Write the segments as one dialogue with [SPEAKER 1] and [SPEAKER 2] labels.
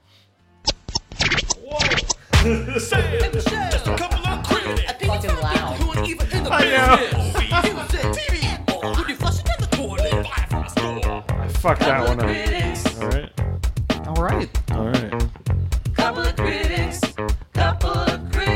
[SPEAKER 1] Sam, just a couple of critics.
[SPEAKER 2] I think
[SPEAKER 3] Fucking loud.
[SPEAKER 2] you ain't even in the
[SPEAKER 1] I know.
[SPEAKER 2] business. Music, TV, or would you flush it down the toilet? Buy it from the store.
[SPEAKER 1] Fuck that one up.
[SPEAKER 2] Critics,
[SPEAKER 1] All right.
[SPEAKER 3] All right.
[SPEAKER 1] All right.
[SPEAKER 2] couple of critics, couple of critics.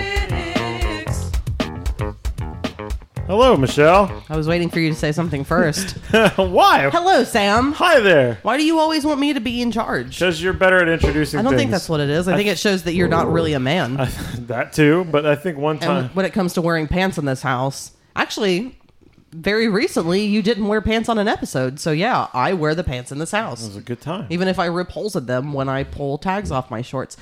[SPEAKER 1] Hello, Michelle.
[SPEAKER 3] I was waiting for you to say something first.
[SPEAKER 1] Why?
[SPEAKER 3] Hello, Sam.
[SPEAKER 1] Hi there.
[SPEAKER 3] Why do you always want me to be in charge?
[SPEAKER 1] Because you're better at introducing
[SPEAKER 3] I don't think that's what it is. I think
[SPEAKER 1] I-
[SPEAKER 3] it shows that you're not really a man.
[SPEAKER 1] that too, but I think one time.
[SPEAKER 3] and when it comes to wearing pants in this house, actually, very recently you didn't wear pants on an episode. So yeah, I wear the pants in this house.
[SPEAKER 1] It was a good time.
[SPEAKER 3] even if I repulsed them when I pull tags off my shorts.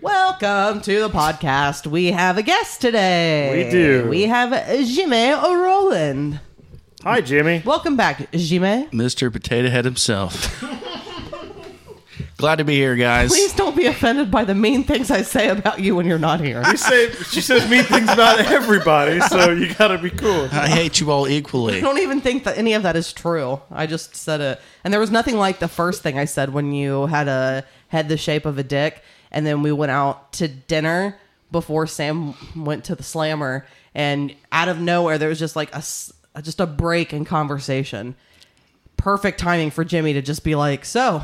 [SPEAKER 3] Welcome to the podcast. We have a guest today.
[SPEAKER 1] We do.
[SPEAKER 3] We have Jimmy Roland.
[SPEAKER 1] Hi, Jimmy.
[SPEAKER 3] Welcome back, Jimmy.
[SPEAKER 4] Mr. Potato Head himself. Glad to be here, guys.
[SPEAKER 3] Please don't be offended by the mean things I say about you when you're not here.
[SPEAKER 1] You say she says mean things about everybody, so you gotta be cool.
[SPEAKER 4] I hate you all equally.
[SPEAKER 3] I don't even think that any of that is true. I just said it, and there was nothing like the first thing I said when you had a head the shape of a dick, and then we went out to dinner before Sam went to the slammer, and out of nowhere there was just like a s- just a break in conversation. Perfect timing for Jimmy to just be like, "So,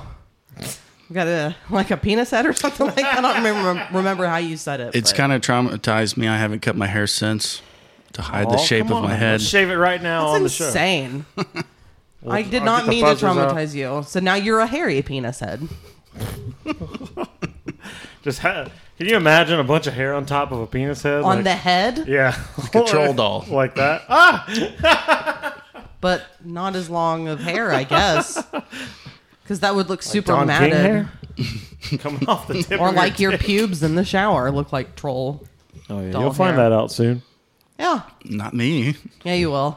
[SPEAKER 3] you got a like a penis head or something like that." I don't remember remember how you said it.
[SPEAKER 4] It's
[SPEAKER 3] but-
[SPEAKER 4] kind of traumatized me. I haven't cut my hair since to hide the
[SPEAKER 1] Oh,
[SPEAKER 4] shape
[SPEAKER 1] come
[SPEAKER 4] of
[SPEAKER 1] on.
[SPEAKER 4] my head.
[SPEAKER 1] Let's shave it right now on the
[SPEAKER 3] That's
[SPEAKER 1] show.
[SPEAKER 3] insane. I did
[SPEAKER 1] I'll get
[SPEAKER 3] not
[SPEAKER 1] the
[SPEAKER 3] mean to
[SPEAKER 1] buzzers out.
[SPEAKER 3] traumatize you. So now you're a hairy penis head.
[SPEAKER 1] Just ha- can you imagine a bunch of hair on top of a penis head?
[SPEAKER 3] On
[SPEAKER 1] like,
[SPEAKER 3] the head,
[SPEAKER 1] yeah,
[SPEAKER 4] a troll doll.
[SPEAKER 1] like that. Ah,
[SPEAKER 3] but not as long of hair, I guess. Because that would look super
[SPEAKER 1] Don King
[SPEAKER 3] matted.
[SPEAKER 1] hair coming off the tip.
[SPEAKER 3] Or
[SPEAKER 1] of
[SPEAKER 3] like your
[SPEAKER 1] dick.
[SPEAKER 3] pubes in the shower look like troll.
[SPEAKER 1] Oh, yeah.
[SPEAKER 3] doll
[SPEAKER 1] You'll find
[SPEAKER 3] hair.
[SPEAKER 1] that out soon.
[SPEAKER 3] Yeah.
[SPEAKER 4] Not me.
[SPEAKER 3] Yeah, you will.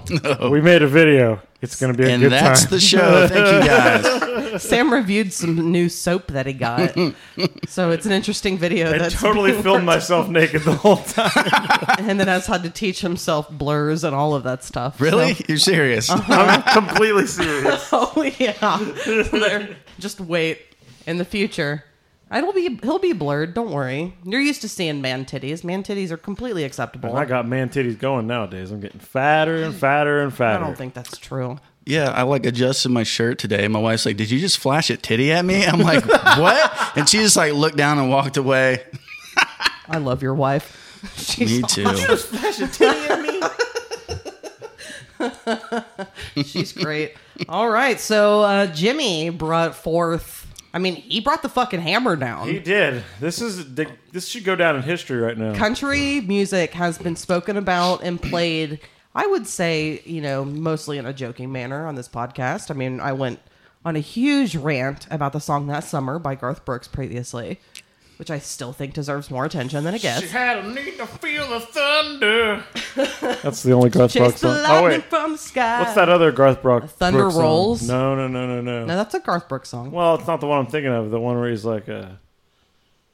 [SPEAKER 1] We made a video. It's gonna be a
[SPEAKER 4] And
[SPEAKER 1] good
[SPEAKER 4] that's
[SPEAKER 1] time.
[SPEAKER 4] the show. Thank you, guys.
[SPEAKER 3] Sam reviewed some new soap that he got. so it's an interesting video.
[SPEAKER 1] I
[SPEAKER 3] that's
[SPEAKER 1] totally filmed myself naked the whole time.
[SPEAKER 3] And then has had to teach himself blurs and all of that stuff. So-
[SPEAKER 4] Really? You're serious?
[SPEAKER 1] I'm completely serious.
[SPEAKER 3] Oh yeah. They're- just wait. In the future, it'll be he'll be blurred. Don't worry. You're used to seeing man titties. Man titties are completely acceptable.
[SPEAKER 1] I got man titties going nowadays. I'm getting fatter and fatter and
[SPEAKER 3] I
[SPEAKER 1] fatter.
[SPEAKER 3] don't think that's true.
[SPEAKER 4] Yeah, I like adjusted my shirt today. My wife's like, "Did you just flash a titty at me?" I'm like, "What?" And she just like looked down and walked away.
[SPEAKER 3] I love your wife.
[SPEAKER 4] Me
[SPEAKER 3] She's,
[SPEAKER 4] too.
[SPEAKER 3] she's great. All right, so uh, Jimmy brought forth. I mean, he brought the fucking hammer down.
[SPEAKER 1] He did. This is this should go down in history right now.
[SPEAKER 3] country music has been spoken about and played i would say you know mostly in a joking manner on this podcast i mean i went on a huge rant about the song that summer by garth brooks previously which i still think deserves more attention than it gets
[SPEAKER 1] had a need to feel the thunder. That's the only Garth
[SPEAKER 3] chase
[SPEAKER 1] Brooks
[SPEAKER 3] the
[SPEAKER 1] song. Oh
[SPEAKER 3] lightning
[SPEAKER 1] wait,
[SPEAKER 3] from the sky
[SPEAKER 1] what's that other Garth Brooks?
[SPEAKER 3] Thunder
[SPEAKER 1] Brooks song?
[SPEAKER 3] Rolls?
[SPEAKER 1] No, no, no, no, no,
[SPEAKER 3] no that's a garth brooks song
[SPEAKER 1] Well, it's not the one I'm thinking of. The one where he's like, uh,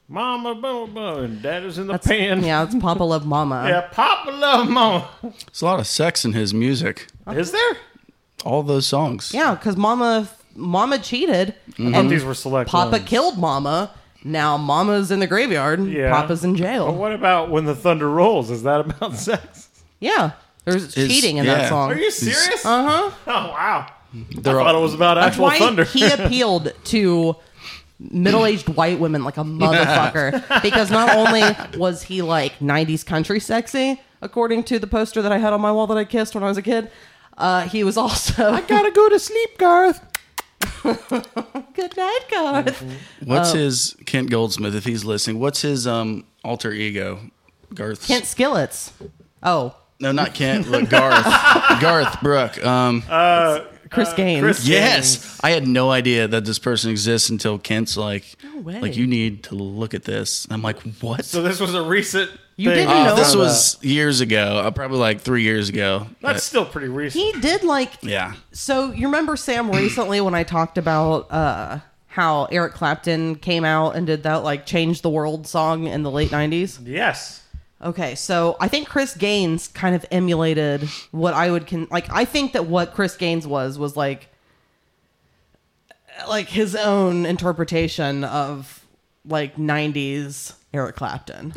[SPEAKER 1] "Mama, boo, boo, and Daddy's in the pan."
[SPEAKER 3] yeah it's papa love mama
[SPEAKER 1] yeah, Papa love mama.
[SPEAKER 4] There's a lot of sex in his music.
[SPEAKER 1] Is there?
[SPEAKER 4] All those songs.
[SPEAKER 3] yeah because mama mama cheated
[SPEAKER 1] I thought these were select.
[SPEAKER 3] papa
[SPEAKER 1] ones.
[SPEAKER 3] killed mama now mama's in the graveyard
[SPEAKER 1] Yeah.
[SPEAKER 3] papa's in jail
[SPEAKER 1] But what about when the thunder rolls? Is that about sex?
[SPEAKER 3] Yeah. There's
[SPEAKER 4] Is-
[SPEAKER 3] cheating in that
[SPEAKER 4] yeah.
[SPEAKER 3] song.
[SPEAKER 1] Are you serious?
[SPEAKER 3] uh huh.
[SPEAKER 1] oh wow!
[SPEAKER 4] They're
[SPEAKER 1] I
[SPEAKER 4] all-
[SPEAKER 1] thought it was about
[SPEAKER 3] That's
[SPEAKER 1] actual
[SPEAKER 3] why
[SPEAKER 1] thunder.
[SPEAKER 3] he appealed to middle aged white women like a motherfucker. because not only was he like 90s country sexy, according to the poster that I had on my wall that I kissed when I was a kid, uh, he was also.
[SPEAKER 1] gotta go to sleep, Garth.
[SPEAKER 3] Good night, Garth. Oh.
[SPEAKER 4] What's his Kent Goldsmith if he's listening? What's his um alter ego? Garth.
[SPEAKER 3] Kent Skillets. Oh,
[SPEAKER 4] No, not Kent. Look, Garth. Garth Brooke. Um,
[SPEAKER 3] Chris Gaines.
[SPEAKER 1] Uh, Chris-
[SPEAKER 4] yes, I had no idea that this person exists until Kent's like,
[SPEAKER 3] way.
[SPEAKER 4] like you need to look at this. I'm like, what?
[SPEAKER 1] So this was a recent.
[SPEAKER 3] You
[SPEAKER 1] thing.
[SPEAKER 3] didn't
[SPEAKER 4] Uh,
[SPEAKER 3] know
[SPEAKER 4] this was years ago, uh, probably like three years ago.
[SPEAKER 1] That's still pretty recent.
[SPEAKER 3] he did like
[SPEAKER 4] But, yeah.
[SPEAKER 3] So you remember Sam recently when I talked about uh, how Eric Clapton came out and did that like "Change the World" song in the late '90s?
[SPEAKER 1] Yes.
[SPEAKER 3] Okay, so I think Chris Gaines kind of emulated what I would con- like. I think that what Chris Gaines was was like like his own interpretation of like 90s Eric Clapton.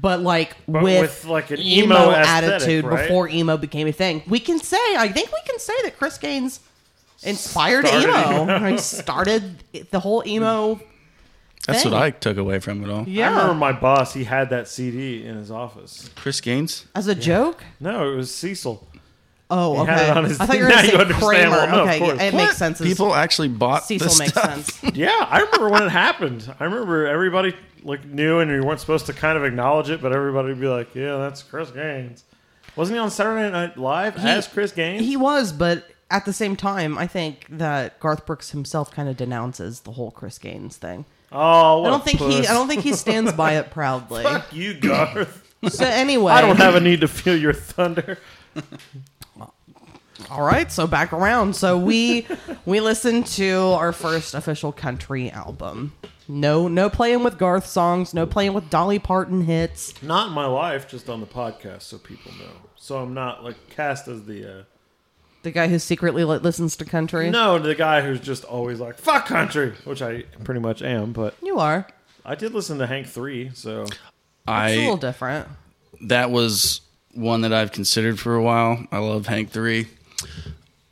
[SPEAKER 3] But like
[SPEAKER 1] But
[SPEAKER 3] with,
[SPEAKER 1] with, like, an emo aesthetic,
[SPEAKER 3] attitude
[SPEAKER 1] right?
[SPEAKER 3] before emo became a thing, we can say I think we can say that Chris Gaines inspired
[SPEAKER 1] Started
[SPEAKER 3] emo. he started the whole emo.
[SPEAKER 4] That's
[SPEAKER 3] thing.
[SPEAKER 4] what I took away from it
[SPEAKER 1] I
[SPEAKER 4] all.
[SPEAKER 1] remember
[SPEAKER 3] Yeah,
[SPEAKER 1] my boss, he had that CD in his office.
[SPEAKER 4] Chris Gaines.
[SPEAKER 3] as a joke.
[SPEAKER 1] No, it was Cecil.
[SPEAKER 3] Oh,
[SPEAKER 1] had
[SPEAKER 3] okay.
[SPEAKER 1] it on his
[SPEAKER 3] I thought you were
[SPEAKER 1] thing. Now
[SPEAKER 3] going to
[SPEAKER 1] you
[SPEAKER 3] say
[SPEAKER 1] understand.
[SPEAKER 3] Kramer.
[SPEAKER 1] Well, no, of
[SPEAKER 3] okay,
[SPEAKER 1] course.
[SPEAKER 3] yeah, it makes sense.
[SPEAKER 4] People actually bought
[SPEAKER 3] Cecil
[SPEAKER 4] this
[SPEAKER 3] makes
[SPEAKER 4] stuff.
[SPEAKER 3] sense.
[SPEAKER 1] Yeah, I remember when it happened. I remember everybody like knew and you weren't supposed to kind of acknowledge it, but everybody would be like, "Yeah, that's Chris Gaines." Wasn't he on Saturday Night Live as Chris Gaines?
[SPEAKER 3] He was, but at the same time, I think that Garth Brooks himself kind of denounces the whole Chris Gaines thing.
[SPEAKER 1] oh, what
[SPEAKER 3] I
[SPEAKER 1] a
[SPEAKER 3] don't think
[SPEAKER 1] puss.
[SPEAKER 3] he. I don't think he stands by it proudly.
[SPEAKER 1] Fuck you, Garth.
[SPEAKER 3] so anyway,
[SPEAKER 1] I don't have a need to feel your thunder.
[SPEAKER 3] All right, so back around. So we we listened to our first official country album. No, no playing with Garth songs. No playing with Dolly Parton hits.
[SPEAKER 1] Not in my life, just on the podcast, so people know. So I'm not like cast as the. Uh,
[SPEAKER 3] The guy who secretly li- listens to country.
[SPEAKER 1] no, the guy who's just always like "fuck country," which I pretty much am. But
[SPEAKER 3] you are.
[SPEAKER 1] I did listen to Hank Three, so
[SPEAKER 3] It's a little
[SPEAKER 4] I
[SPEAKER 3] different.
[SPEAKER 4] that was one that I've considered for a while. I love Hank Three.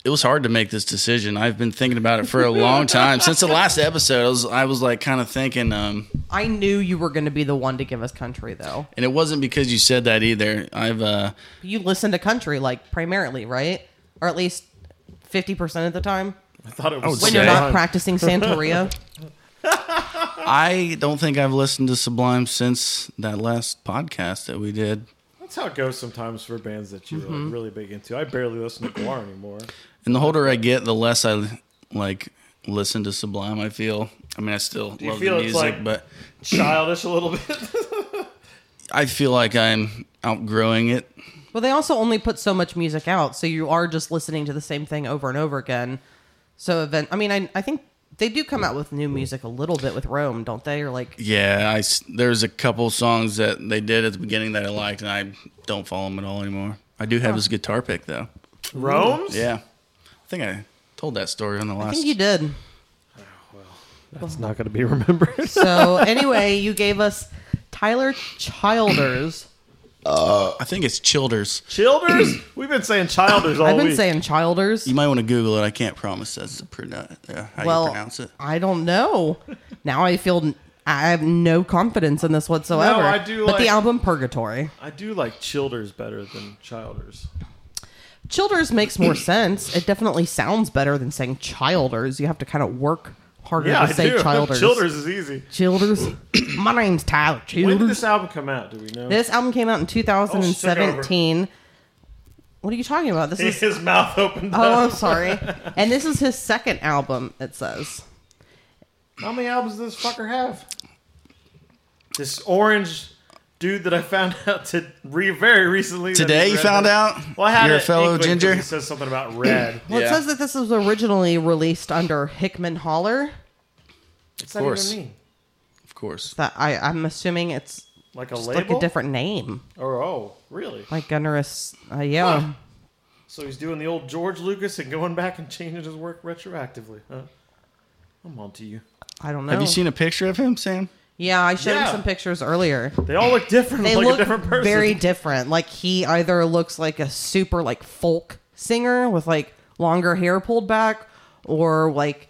[SPEAKER 4] It was hard to make this decision. I've been thinking about it for a long time since the last episode. I was I was like kind of thinking, um,
[SPEAKER 3] I knew you were going to be the one to give us country, though.
[SPEAKER 4] and it wasn't because you said that either. I've uh,
[SPEAKER 3] You listen to country like primarily, right? Or at least fifty percent of the time
[SPEAKER 1] I thought it
[SPEAKER 4] I would
[SPEAKER 1] was
[SPEAKER 3] when
[SPEAKER 1] so
[SPEAKER 3] you're
[SPEAKER 4] Okay.
[SPEAKER 3] not
[SPEAKER 1] fun.
[SPEAKER 3] practicing Santeria.
[SPEAKER 4] I don't think I've listened to Sublime since that last podcast that we did.
[SPEAKER 1] That's how it goes sometimes for bands that you're
[SPEAKER 3] Mm-hmm.
[SPEAKER 1] like, really big into. I barely listen to Guar anymore.
[SPEAKER 4] And the older I get, the less I like listen to Sublime. I feel. I mean, I still
[SPEAKER 1] you
[SPEAKER 4] love
[SPEAKER 1] feel
[SPEAKER 4] the
[SPEAKER 1] it's
[SPEAKER 4] music,
[SPEAKER 1] like-
[SPEAKER 4] but
[SPEAKER 1] Childish a little bit.
[SPEAKER 4] I feel like I'm outgrowing it.
[SPEAKER 3] Well, they also only put so much music out, so you are just listening to the same thing over and over again. So, event. I mean, I, I think they do come out with new music a little bit with Rome, don't they? Or like,
[SPEAKER 4] Yeah, I s- there's a couple songs that they did at the beginning that I liked, and I don't follow them at all anymore. I do have his guitar pick though.
[SPEAKER 1] Rome's?
[SPEAKER 4] Yeah, I think I told that story on the
[SPEAKER 3] I
[SPEAKER 4] last.
[SPEAKER 3] think you did.
[SPEAKER 1] That's not going to be remembered.
[SPEAKER 3] So, anyway, you gave us Tyler Childers.
[SPEAKER 4] I think it's Childers.
[SPEAKER 1] Childers? We've been saying Childers all
[SPEAKER 3] I've been
[SPEAKER 1] week.
[SPEAKER 3] saying Childers.
[SPEAKER 4] You might want to Google it. I can't promise that's the pronoun- uh, how
[SPEAKER 3] well,
[SPEAKER 4] you pronounce it.
[SPEAKER 3] I don't know. Now I feel I have no confidence in this whatsoever.
[SPEAKER 1] No, I do
[SPEAKER 3] But the
[SPEAKER 1] like-
[SPEAKER 3] album Purgatory.
[SPEAKER 1] I do like Childers better than Childers.
[SPEAKER 3] Childers makes more sense. It definitely sounds better than saying Childers. You have to kind of work harder
[SPEAKER 1] Yeah, I
[SPEAKER 3] to say
[SPEAKER 1] do.
[SPEAKER 3] Childers.
[SPEAKER 1] Childers is easy.
[SPEAKER 3] Childers. My name's Tyler
[SPEAKER 1] When did
[SPEAKER 3] Childers.
[SPEAKER 1] this Oh, album come out? Do we know?
[SPEAKER 3] This album came out in 2017. What are you talking about? This is
[SPEAKER 1] His mouth opened
[SPEAKER 3] Oh, I'm
[SPEAKER 1] up.
[SPEAKER 3] sorry. And this is his second album, it says. Oh.
[SPEAKER 1] How many albums does this fucker have? This orange dude that I found out to re- very recently. that
[SPEAKER 4] Today
[SPEAKER 1] he's
[SPEAKER 4] you
[SPEAKER 1] red.
[SPEAKER 4] found out
[SPEAKER 1] Well, I had
[SPEAKER 4] you're a
[SPEAKER 1] an
[SPEAKER 4] fellow
[SPEAKER 1] inkling 'cause
[SPEAKER 4] ginger.
[SPEAKER 1] He says something about red.
[SPEAKER 3] Well, it
[SPEAKER 4] Yeah.
[SPEAKER 3] says that this was originally released under Hickman Holler.
[SPEAKER 1] What's that
[SPEAKER 4] Of course.
[SPEAKER 1] even mean?
[SPEAKER 4] Of course.
[SPEAKER 3] That I, I'm assuming it's
[SPEAKER 1] Like a
[SPEAKER 3] just
[SPEAKER 1] label?
[SPEAKER 3] like a different name.
[SPEAKER 1] Or oh, really?
[SPEAKER 3] Like under a, s- uh, yeah.
[SPEAKER 1] Huh. So he's doing the old George Lucas and going back and changing his work retroactively, huh? I'm on to you.
[SPEAKER 3] I don't know.
[SPEAKER 4] Have you seen a picture of him, Sam?
[SPEAKER 3] Yeah, I showed
[SPEAKER 1] Yeah.
[SPEAKER 3] him some pictures earlier.
[SPEAKER 1] They all look different,
[SPEAKER 3] They
[SPEAKER 1] like
[SPEAKER 3] look
[SPEAKER 1] a different person.
[SPEAKER 3] very different. Like he either looks like a super like folk singer with like longer hair pulled back, or like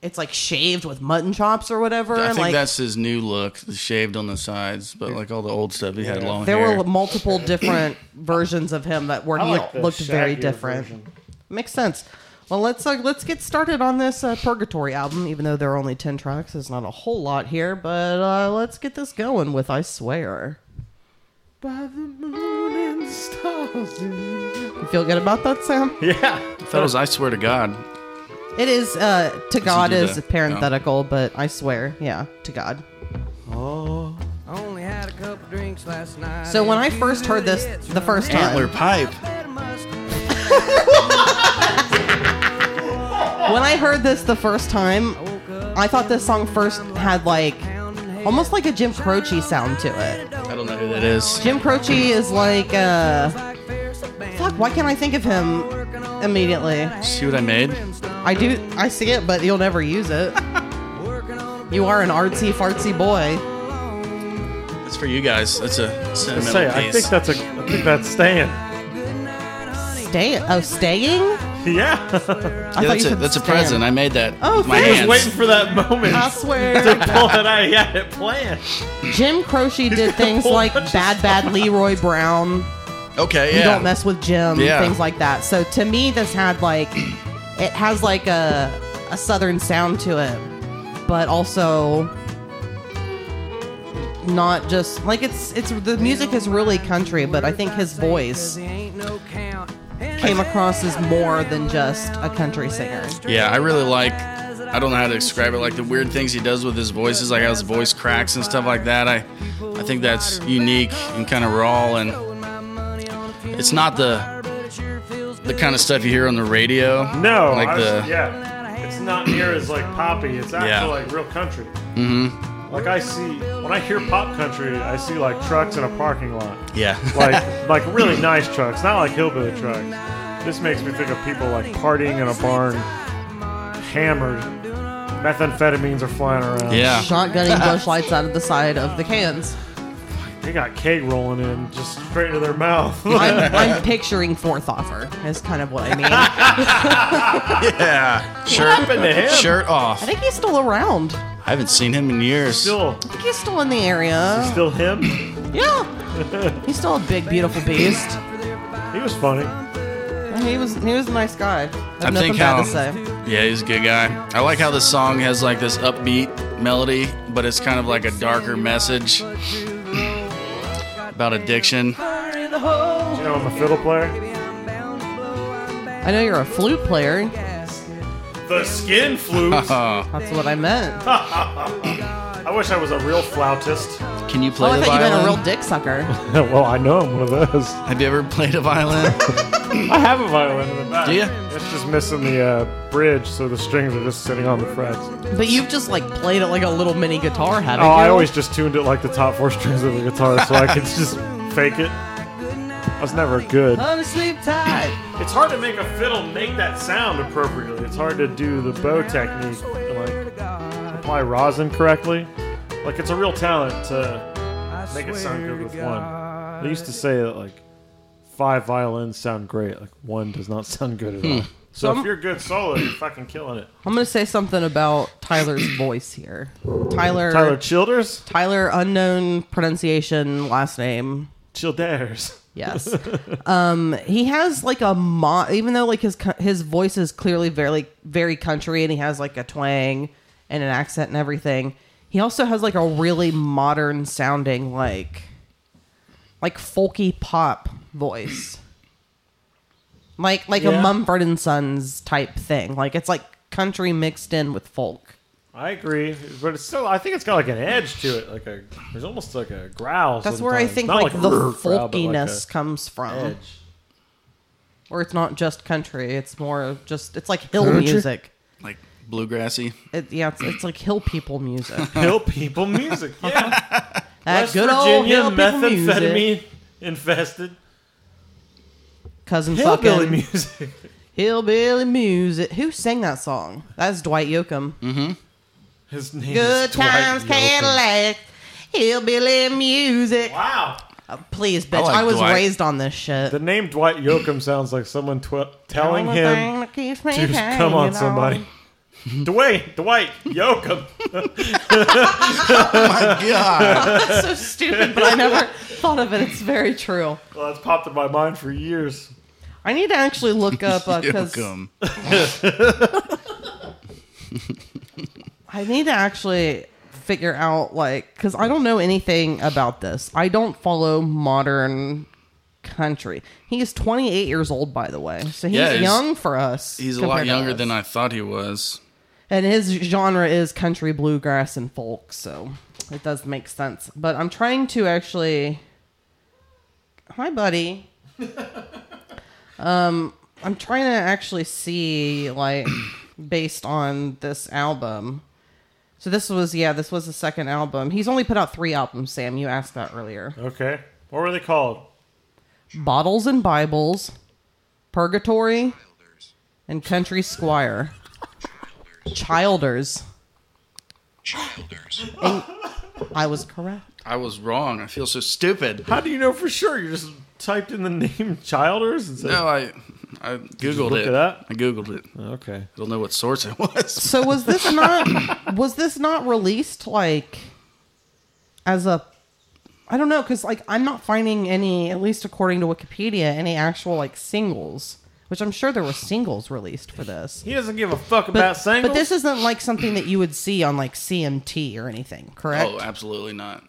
[SPEAKER 3] it's like shaved with mutton chops or whatever.
[SPEAKER 4] I
[SPEAKER 3] and
[SPEAKER 4] think
[SPEAKER 3] like
[SPEAKER 4] that's his new look, the shaved on the sides, but like all the old stuff, he had long
[SPEAKER 3] there
[SPEAKER 4] hair.
[SPEAKER 3] were multiple different versions of him that were
[SPEAKER 1] I
[SPEAKER 3] he
[SPEAKER 1] like the
[SPEAKER 3] looked very
[SPEAKER 1] shaggier
[SPEAKER 3] different.
[SPEAKER 1] version.
[SPEAKER 3] Makes sense. Well, let's uh, let's get started on this uh, Purgatory album. Even though there are only ten tracks, there's not a whole lot here. But uh, let's get this going with "I Swear."
[SPEAKER 1] By the moon and the stars.
[SPEAKER 3] You feel good about that, Sam?
[SPEAKER 1] Yeah.
[SPEAKER 4] Fellas, I swear to God,
[SPEAKER 3] It is uh, to God
[SPEAKER 4] do
[SPEAKER 3] is
[SPEAKER 4] the-
[SPEAKER 3] parenthetical, but I swear, yeah, to God.
[SPEAKER 1] Oh.
[SPEAKER 5] Only had a couple drinks last night.
[SPEAKER 3] So when I first heard this the first
[SPEAKER 4] antler
[SPEAKER 3] time,
[SPEAKER 4] pipe.
[SPEAKER 3] when I heard this the first time, I thought this song first had like almost like a Jim Croce sound to it.
[SPEAKER 4] I don't know who that is.
[SPEAKER 3] Jim Croce is like, uh, fuck, why can't I think of him immediately?
[SPEAKER 4] See what I made?
[SPEAKER 3] I do, I see it, but you'll never use it. You are an artsy fartsy boy.
[SPEAKER 4] That's for you guys. That's a
[SPEAKER 1] I
[SPEAKER 4] sentimental
[SPEAKER 1] say,
[SPEAKER 4] piece.
[SPEAKER 1] I think that's a, I think that's staying.
[SPEAKER 3] Stay. Oh, staying.
[SPEAKER 1] Yeah,
[SPEAKER 3] I
[SPEAKER 4] Yeah,
[SPEAKER 3] thought
[SPEAKER 4] that's
[SPEAKER 3] you
[SPEAKER 4] a,
[SPEAKER 3] said
[SPEAKER 4] that's a
[SPEAKER 3] stand.
[SPEAKER 4] present. I made that
[SPEAKER 3] Oh,
[SPEAKER 4] with my
[SPEAKER 3] thanks.
[SPEAKER 1] I was
[SPEAKER 4] hands.
[SPEAKER 1] waiting for that moment
[SPEAKER 3] I
[SPEAKER 1] to
[SPEAKER 3] swear.
[SPEAKER 1] pull it out. Yeah, it planned.
[SPEAKER 3] Jim Croce did things like Bad Bad Leroy Brown.
[SPEAKER 4] Okay, yeah.
[SPEAKER 3] you don't mess with Jim,
[SPEAKER 4] Yeah.
[SPEAKER 3] things like that. So to me, this had like it has like a a southern sound to it, but also not just like it's it's the music is really country, but I think his voice came across as more than just a country singer.
[SPEAKER 4] Yeah, I really like. I don't know how to describe it. Like the weird things he does with his voices, like how his voice cracks and stuff like that. I, I think that's unique and kind of raw, and it's not the, the kind of stuff you hear on the radio.
[SPEAKER 1] No,
[SPEAKER 4] like
[SPEAKER 1] I
[SPEAKER 4] the
[SPEAKER 1] was- yeah, it's not near as like poppy. It's actually
[SPEAKER 4] Yeah.
[SPEAKER 1] like real country. Mm-hmm. Like I see when I hear pop country, I see like trucks in a parking lot,
[SPEAKER 4] yeah,
[SPEAKER 1] like like really nice trucks, not like hillbilly trucks. This makes me think of people like partying in a barn, hammered, methamphetamines are flying around.
[SPEAKER 4] yeah.
[SPEAKER 3] Shotgunning bush lights out of the side of the cans.
[SPEAKER 1] they got keg rolling in just straight to their mouth.
[SPEAKER 3] I'm, I'm picturing Fourth Offer is kind of what I mean. I
[SPEAKER 4] yeah. Shirt,
[SPEAKER 1] happened to him?
[SPEAKER 4] shirt off.
[SPEAKER 3] think he's still around.
[SPEAKER 4] I haven't seen him in years.
[SPEAKER 1] Still,
[SPEAKER 3] I think he's still in the area.
[SPEAKER 1] still him.
[SPEAKER 3] Yeah. He's still a big, beautiful beast.
[SPEAKER 1] He was funny.
[SPEAKER 3] He was he was a nice guy. I
[SPEAKER 4] I
[SPEAKER 3] have nothing
[SPEAKER 4] think
[SPEAKER 3] bad
[SPEAKER 4] how
[SPEAKER 3] to say.
[SPEAKER 4] yeah, he's a good guy. I like how this song has like this upbeat melody, but it's kind of like a darker message about addiction.
[SPEAKER 1] You know, I'm a fiddle player.
[SPEAKER 3] I know you're a flute player.
[SPEAKER 1] The skin flute.
[SPEAKER 4] Oh.
[SPEAKER 3] That's what I meant.
[SPEAKER 1] I wish I was a real flautist.
[SPEAKER 4] Can you
[SPEAKER 3] Oh,
[SPEAKER 4] play
[SPEAKER 3] I
[SPEAKER 4] the
[SPEAKER 3] thought you meant
[SPEAKER 4] violin?
[SPEAKER 3] a real dick sucker.
[SPEAKER 1] well, I know I'm one of those.
[SPEAKER 4] Have you ever played a violin?
[SPEAKER 1] I have a violin in the back.
[SPEAKER 4] Do ya?
[SPEAKER 1] It's just missing the uh, bridge, so the strings are just sitting on the frets. Oh,
[SPEAKER 3] But you've just like played it like a little mini guitar, haven't you?
[SPEAKER 1] I always just tuned it like the top four strings of the guitar, so I could just fake it. I was never good.
[SPEAKER 3] Come to sleep tight.
[SPEAKER 1] It's hard to make a fiddle make that sound appropriately. It's hard to do the bow technique and like apply rosin correctly. Like it's a real talent to make it sound good with one. They used to say that like five violins sound great, like one does not sound good at all.
[SPEAKER 3] Hmm.
[SPEAKER 1] So if you're good solo, you're fucking killing it.
[SPEAKER 3] I'm gonna say something about Tyler's voice here. Tyler
[SPEAKER 1] Tyler Childers,
[SPEAKER 3] Tyler unknown pronunciation last name.
[SPEAKER 1] Childers.
[SPEAKER 3] Yes. um, he has like a mo- even though like his co- his voice is clearly very very country and he has like a twang and an accent and everything. He also has like a really modern sounding like like folky pop voice. Like like
[SPEAKER 1] Yeah.
[SPEAKER 3] a Mumford and Sons type thing. Like it's like country mixed in with folk.
[SPEAKER 1] I agree, but it's still. I think it's got like an edge to it, like a. There's almost like a growl.
[SPEAKER 3] That's where I
[SPEAKER 1] sometimes.
[SPEAKER 3] think
[SPEAKER 1] Not
[SPEAKER 3] like, the
[SPEAKER 1] "Grr" growl, but like a
[SPEAKER 3] folkiness comes from.
[SPEAKER 1] edge.
[SPEAKER 3] Or it's not just country, it's more just it's like hill music.
[SPEAKER 4] like bluegrassy?
[SPEAKER 3] It, yeah, it's, it's like hill people music.
[SPEAKER 1] Hill people music. Yeah.
[SPEAKER 3] That
[SPEAKER 1] West
[SPEAKER 3] good old
[SPEAKER 1] Virginia
[SPEAKER 3] hill people music.
[SPEAKER 1] methamphetamine infested
[SPEAKER 3] Cousin
[SPEAKER 1] hillbilly
[SPEAKER 3] fucking
[SPEAKER 1] music.
[SPEAKER 3] hillbilly music. Who sang that song? That's Dwight Yoakam.
[SPEAKER 1] His name
[SPEAKER 3] Good
[SPEAKER 1] is Mm-hmm. Dwight
[SPEAKER 3] times
[SPEAKER 1] Yoakam.
[SPEAKER 3] Cadillac. Hillbilly music.
[SPEAKER 1] Wow.
[SPEAKER 3] Uh, please, bitch. I,
[SPEAKER 4] like
[SPEAKER 3] was
[SPEAKER 4] Dwight.
[SPEAKER 3] raised on this shit.
[SPEAKER 1] The name Dwight Yoakam sounds like someone tw- telling
[SPEAKER 3] Only
[SPEAKER 1] him
[SPEAKER 3] thing that keeps me
[SPEAKER 1] to
[SPEAKER 3] hanging
[SPEAKER 1] come on somebody. Dwayne, Dwight Yoakam.
[SPEAKER 4] God.
[SPEAKER 3] That's so stupid, but I never thought of it. It's very true.
[SPEAKER 1] Well, that's popped in my mind for years.
[SPEAKER 3] I need to actually look up uh, because
[SPEAKER 4] Yoakum.
[SPEAKER 3] I need to actually figure out like because I don't know anything about this. I don't follow modern country. He is 28 years old, by the way, so he's
[SPEAKER 4] Yeah, he's-
[SPEAKER 3] young for us.
[SPEAKER 4] He's a lot
[SPEAKER 3] compared to
[SPEAKER 4] younger
[SPEAKER 3] us.
[SPEAKER 4] than I thought he was.
[SPEAKER 3] And his genre is country, bluegrass, and folk, so it does make sense. But I'm trying to actually. Hi, buddy. um, I'm trying to actually see, like, based on this album. So this was, yeah, this was the second album. He's only put out three albums, Sam. You asked that earlier.
[SPEAKER 1] Okay. What were they called?
[SPEAKER 3] Bottles and Bibles, Purgatory, and Country Squire. Childers.
[SPEAKER 6] Childers.
[SPEAKER 3] I was correct.
[SPEAKER 4] I was wrong. I feel so stupid.
[SPEAKER 1] How do you know for sure? You just typed in the name Childers and said,
[SPEAKER 4] No, I I googled
[SPEAKER 1] look
[SPEAKER 4] it.
[SPEAKER 1] it up?
[SPEAKER 4] I googled it.
[SPEAKER 1] "Okay."
[SPEAKER 4] You'll know what source it was.
[SPEAKER 3] So was this not was this not released like as a I don't know cuz like I'm not finding any at least according to Wikipedia any actual like singles, which I'm sure there were singles released for this.
[SPEAKER 1] He doesn't give a fuck
[SPEAKER 3] But,
[SPEAKER 1] about singles.
[SPEAKER 3] but this isn't like something that you would see on like CMT or anything, correct?
[SPEAKER 4] Oh, absolutely not.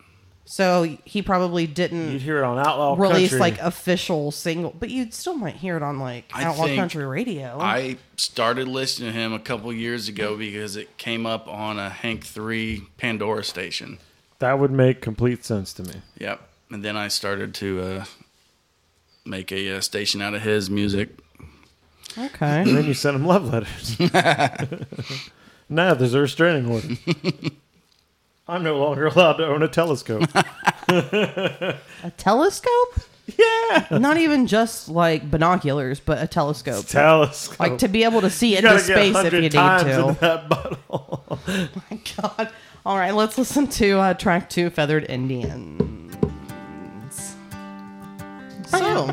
[SPEAKER 3] so he probably didn't
[SPEAKER 1] You'd hear it on Outlaw
[SPEAKER 3] release
[SPEAKER 1] Country.
[SPEAKER 3] like official single, but you still might hear it on like
[SPEAKER 4] I
[SPEAKER 3] Outlaw
[SPEAKER 4] think
[SPEAKER 3] Country Radio.
[SPEAKER 4] I started listening to him a couple years ago because it came up on a Hank 3 Pandora station.
[SPEAKER 1] that would make complete sense to me.
[SPEAKER 4] Yep. And then I started to uh, make a uh, station out of his music.
[SPEAKER 3] okay.
[SPEAKER 1] Then you sent him love letters. now there's a restraining order. I'm no longer allowed to own a telescope.
[SPEAKER 3] a telescope?
[SPEAKER 1] yeah,
[SPEAKER 3] Not even just like binoculars, but a telescope.
[SPEAKER 1] telescope.
[SPEAKER 3] like to be able to see
[SPEAKER 1] You
[SPEAKER 3] into
[SPEAKER 1] gotta
[SPEAKER 3] space if you
[SPEAKER 1] 100
[SPEAKER 3] need
[SPEAKER 1] times in
[SPEAKER 3] to. Oh
[SPEAKER 1] that bottle.
[SPEAKER 3] My God. All right, let's listen to uh, track two, Feathered Indians. So,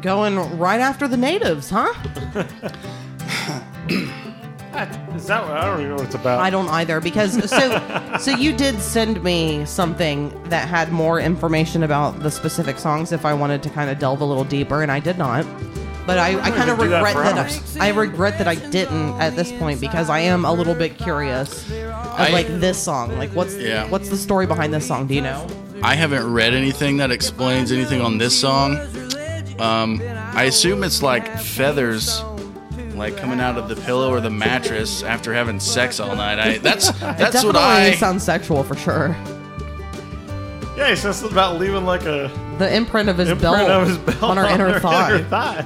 [SPEAKER 3] going right after the natives, huh?
[SPEAKER 1] Is that what? I don't even know what it's about.
[SPEAKER 3] I don't either because so so you did send me something that had more information about the specific songs if I wanted to kind of delve a little deeper and I did not. But I, I kind of
[SPEAKER 1] could do that
[SPEAKER 3] regret
[SPEAKER 1] for
[SPEAKER 3] that,
[SPEAKER 1] hours.
[SPEAKER 3] I, I regret that I didn't at this point because I am a little bit curious of
[SPEAKER 4] I-
[SPEAKER 3] like this song. Like what's
[SPEAKER 4] Yeah.
[SPEAKER 3] what's the story behind this song? Do you know?
[SPEAKER 4] I haven't read anything that explains anything on this song. Um, I assume it's like feathers, like coming out of the pillow or the mattress after having sex all night. I, that's that's
[SPEAKER 3] Definitely
[SPEAKER 4] what I.
[SPEAKER 3] sounds sexual for sure.
[SPEAKER 1] Yeah, he says something about leaving like a
[SPEAKER 3] The imprint of his
[SPEAKER 1] imprint
[SPEAKER 3] belt,
[SPEAKER 1] of his belt
[SPEAKER 3] on her inner thigh.
[SPEAKER 1] inner thigh.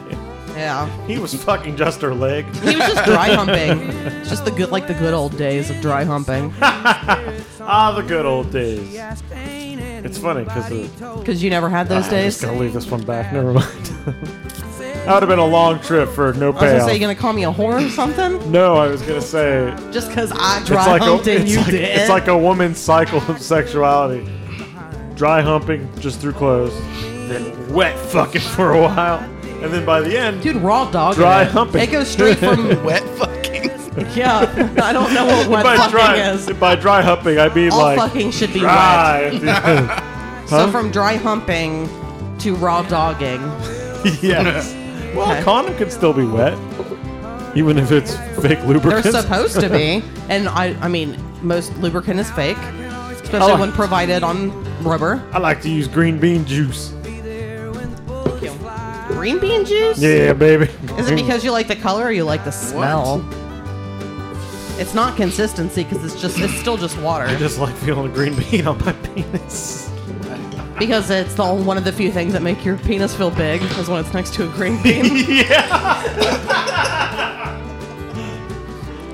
[SPEAKER 3] Yeah.
[SPEAKER 1] He was fucking just her leg.
[SPEAKER 3] He was just dry humping. It's just the good like the good old days of dry humping.
[SPEAKER 1] Ah, the good old days. It's funny because
[SPEAKER 3] Cuz you never had those days.
[SPEAKER 1] gonna leave this one back. Never mind. that would have been a long trip for no
[SPEAKER 3] I was gonna
[SPEAKER 1] payoff.
[SPEAKER 3] say, you gonna call me a whore or something?
[SPEAKER 1] no, I was gonna say
[SPEAKER 3] Just because I
[SPEAKER 1] it's
[SPEAKER 3] dry
[SPEAKER 1] like a
[SPEAKER 3] humped and
[SPEAKER 1] it's
[SPEAKER 3] you
[SPEAKER 1] like,
[SPEAKER 3] did.
[SPEAKER 1] it's like a woman's cycle of sexuality. Dry humping just through clothes, then wet fucking for a while, and then by the end,
[SPEAKER 3] dude, raw dog.
[SPEAKER 1] Dry
[SPEAKER 3] it.
[SPEAKER 1] humping.
[SPEAKER 3] It goes straight from
[SPEAKER 4] Wet fucking.
[SPEAKER 3] yeah. I don't know what wet
[SPEAKER 1] by
[SPEAKER 3] fucking
[SPEAKER 1] dry
[SPEAKER 3] is.
[SPEAKER 1] by dry humping I mean
[SPEAKER 3] All
[SPEAKER 1] like ah,
[SPEAKER 3] fucking should be wet.
[SPEAKER 1] dry.
[SPEAKER 3] So from dry humping to raw dogging.
[SPEAKER 1] yes. Well,
[SPEAKER 3] Okay.
[SPEAKER 1] a condom can still be wet, even if it's fake
[SPEAKER 3] They're
[SPEAKER 1] lubricant.
[SPEAKER 3] supposed to be, and I, I mean, most lubricant is fake, especially
[SPEAKER 1] Oh.
[SPEAKER 3] when provided on rubber.
[SPEAKER 1] I like to use green bean juice.
[SPEAKER 3] Green bean juice.
[SPEAKER 1] Yeah, baby.
[SPEAKER 3] Is it because you like the color or you like the smell? It's not consistency because it's just it's still just water.
[SPEAKER 1] I just like feeling a green bean on my penis.
[SPEAKER 3] Because it's the one of the few things that make your penis feel big is when it's next to a green bean.
[SPEAKER 1] yeah.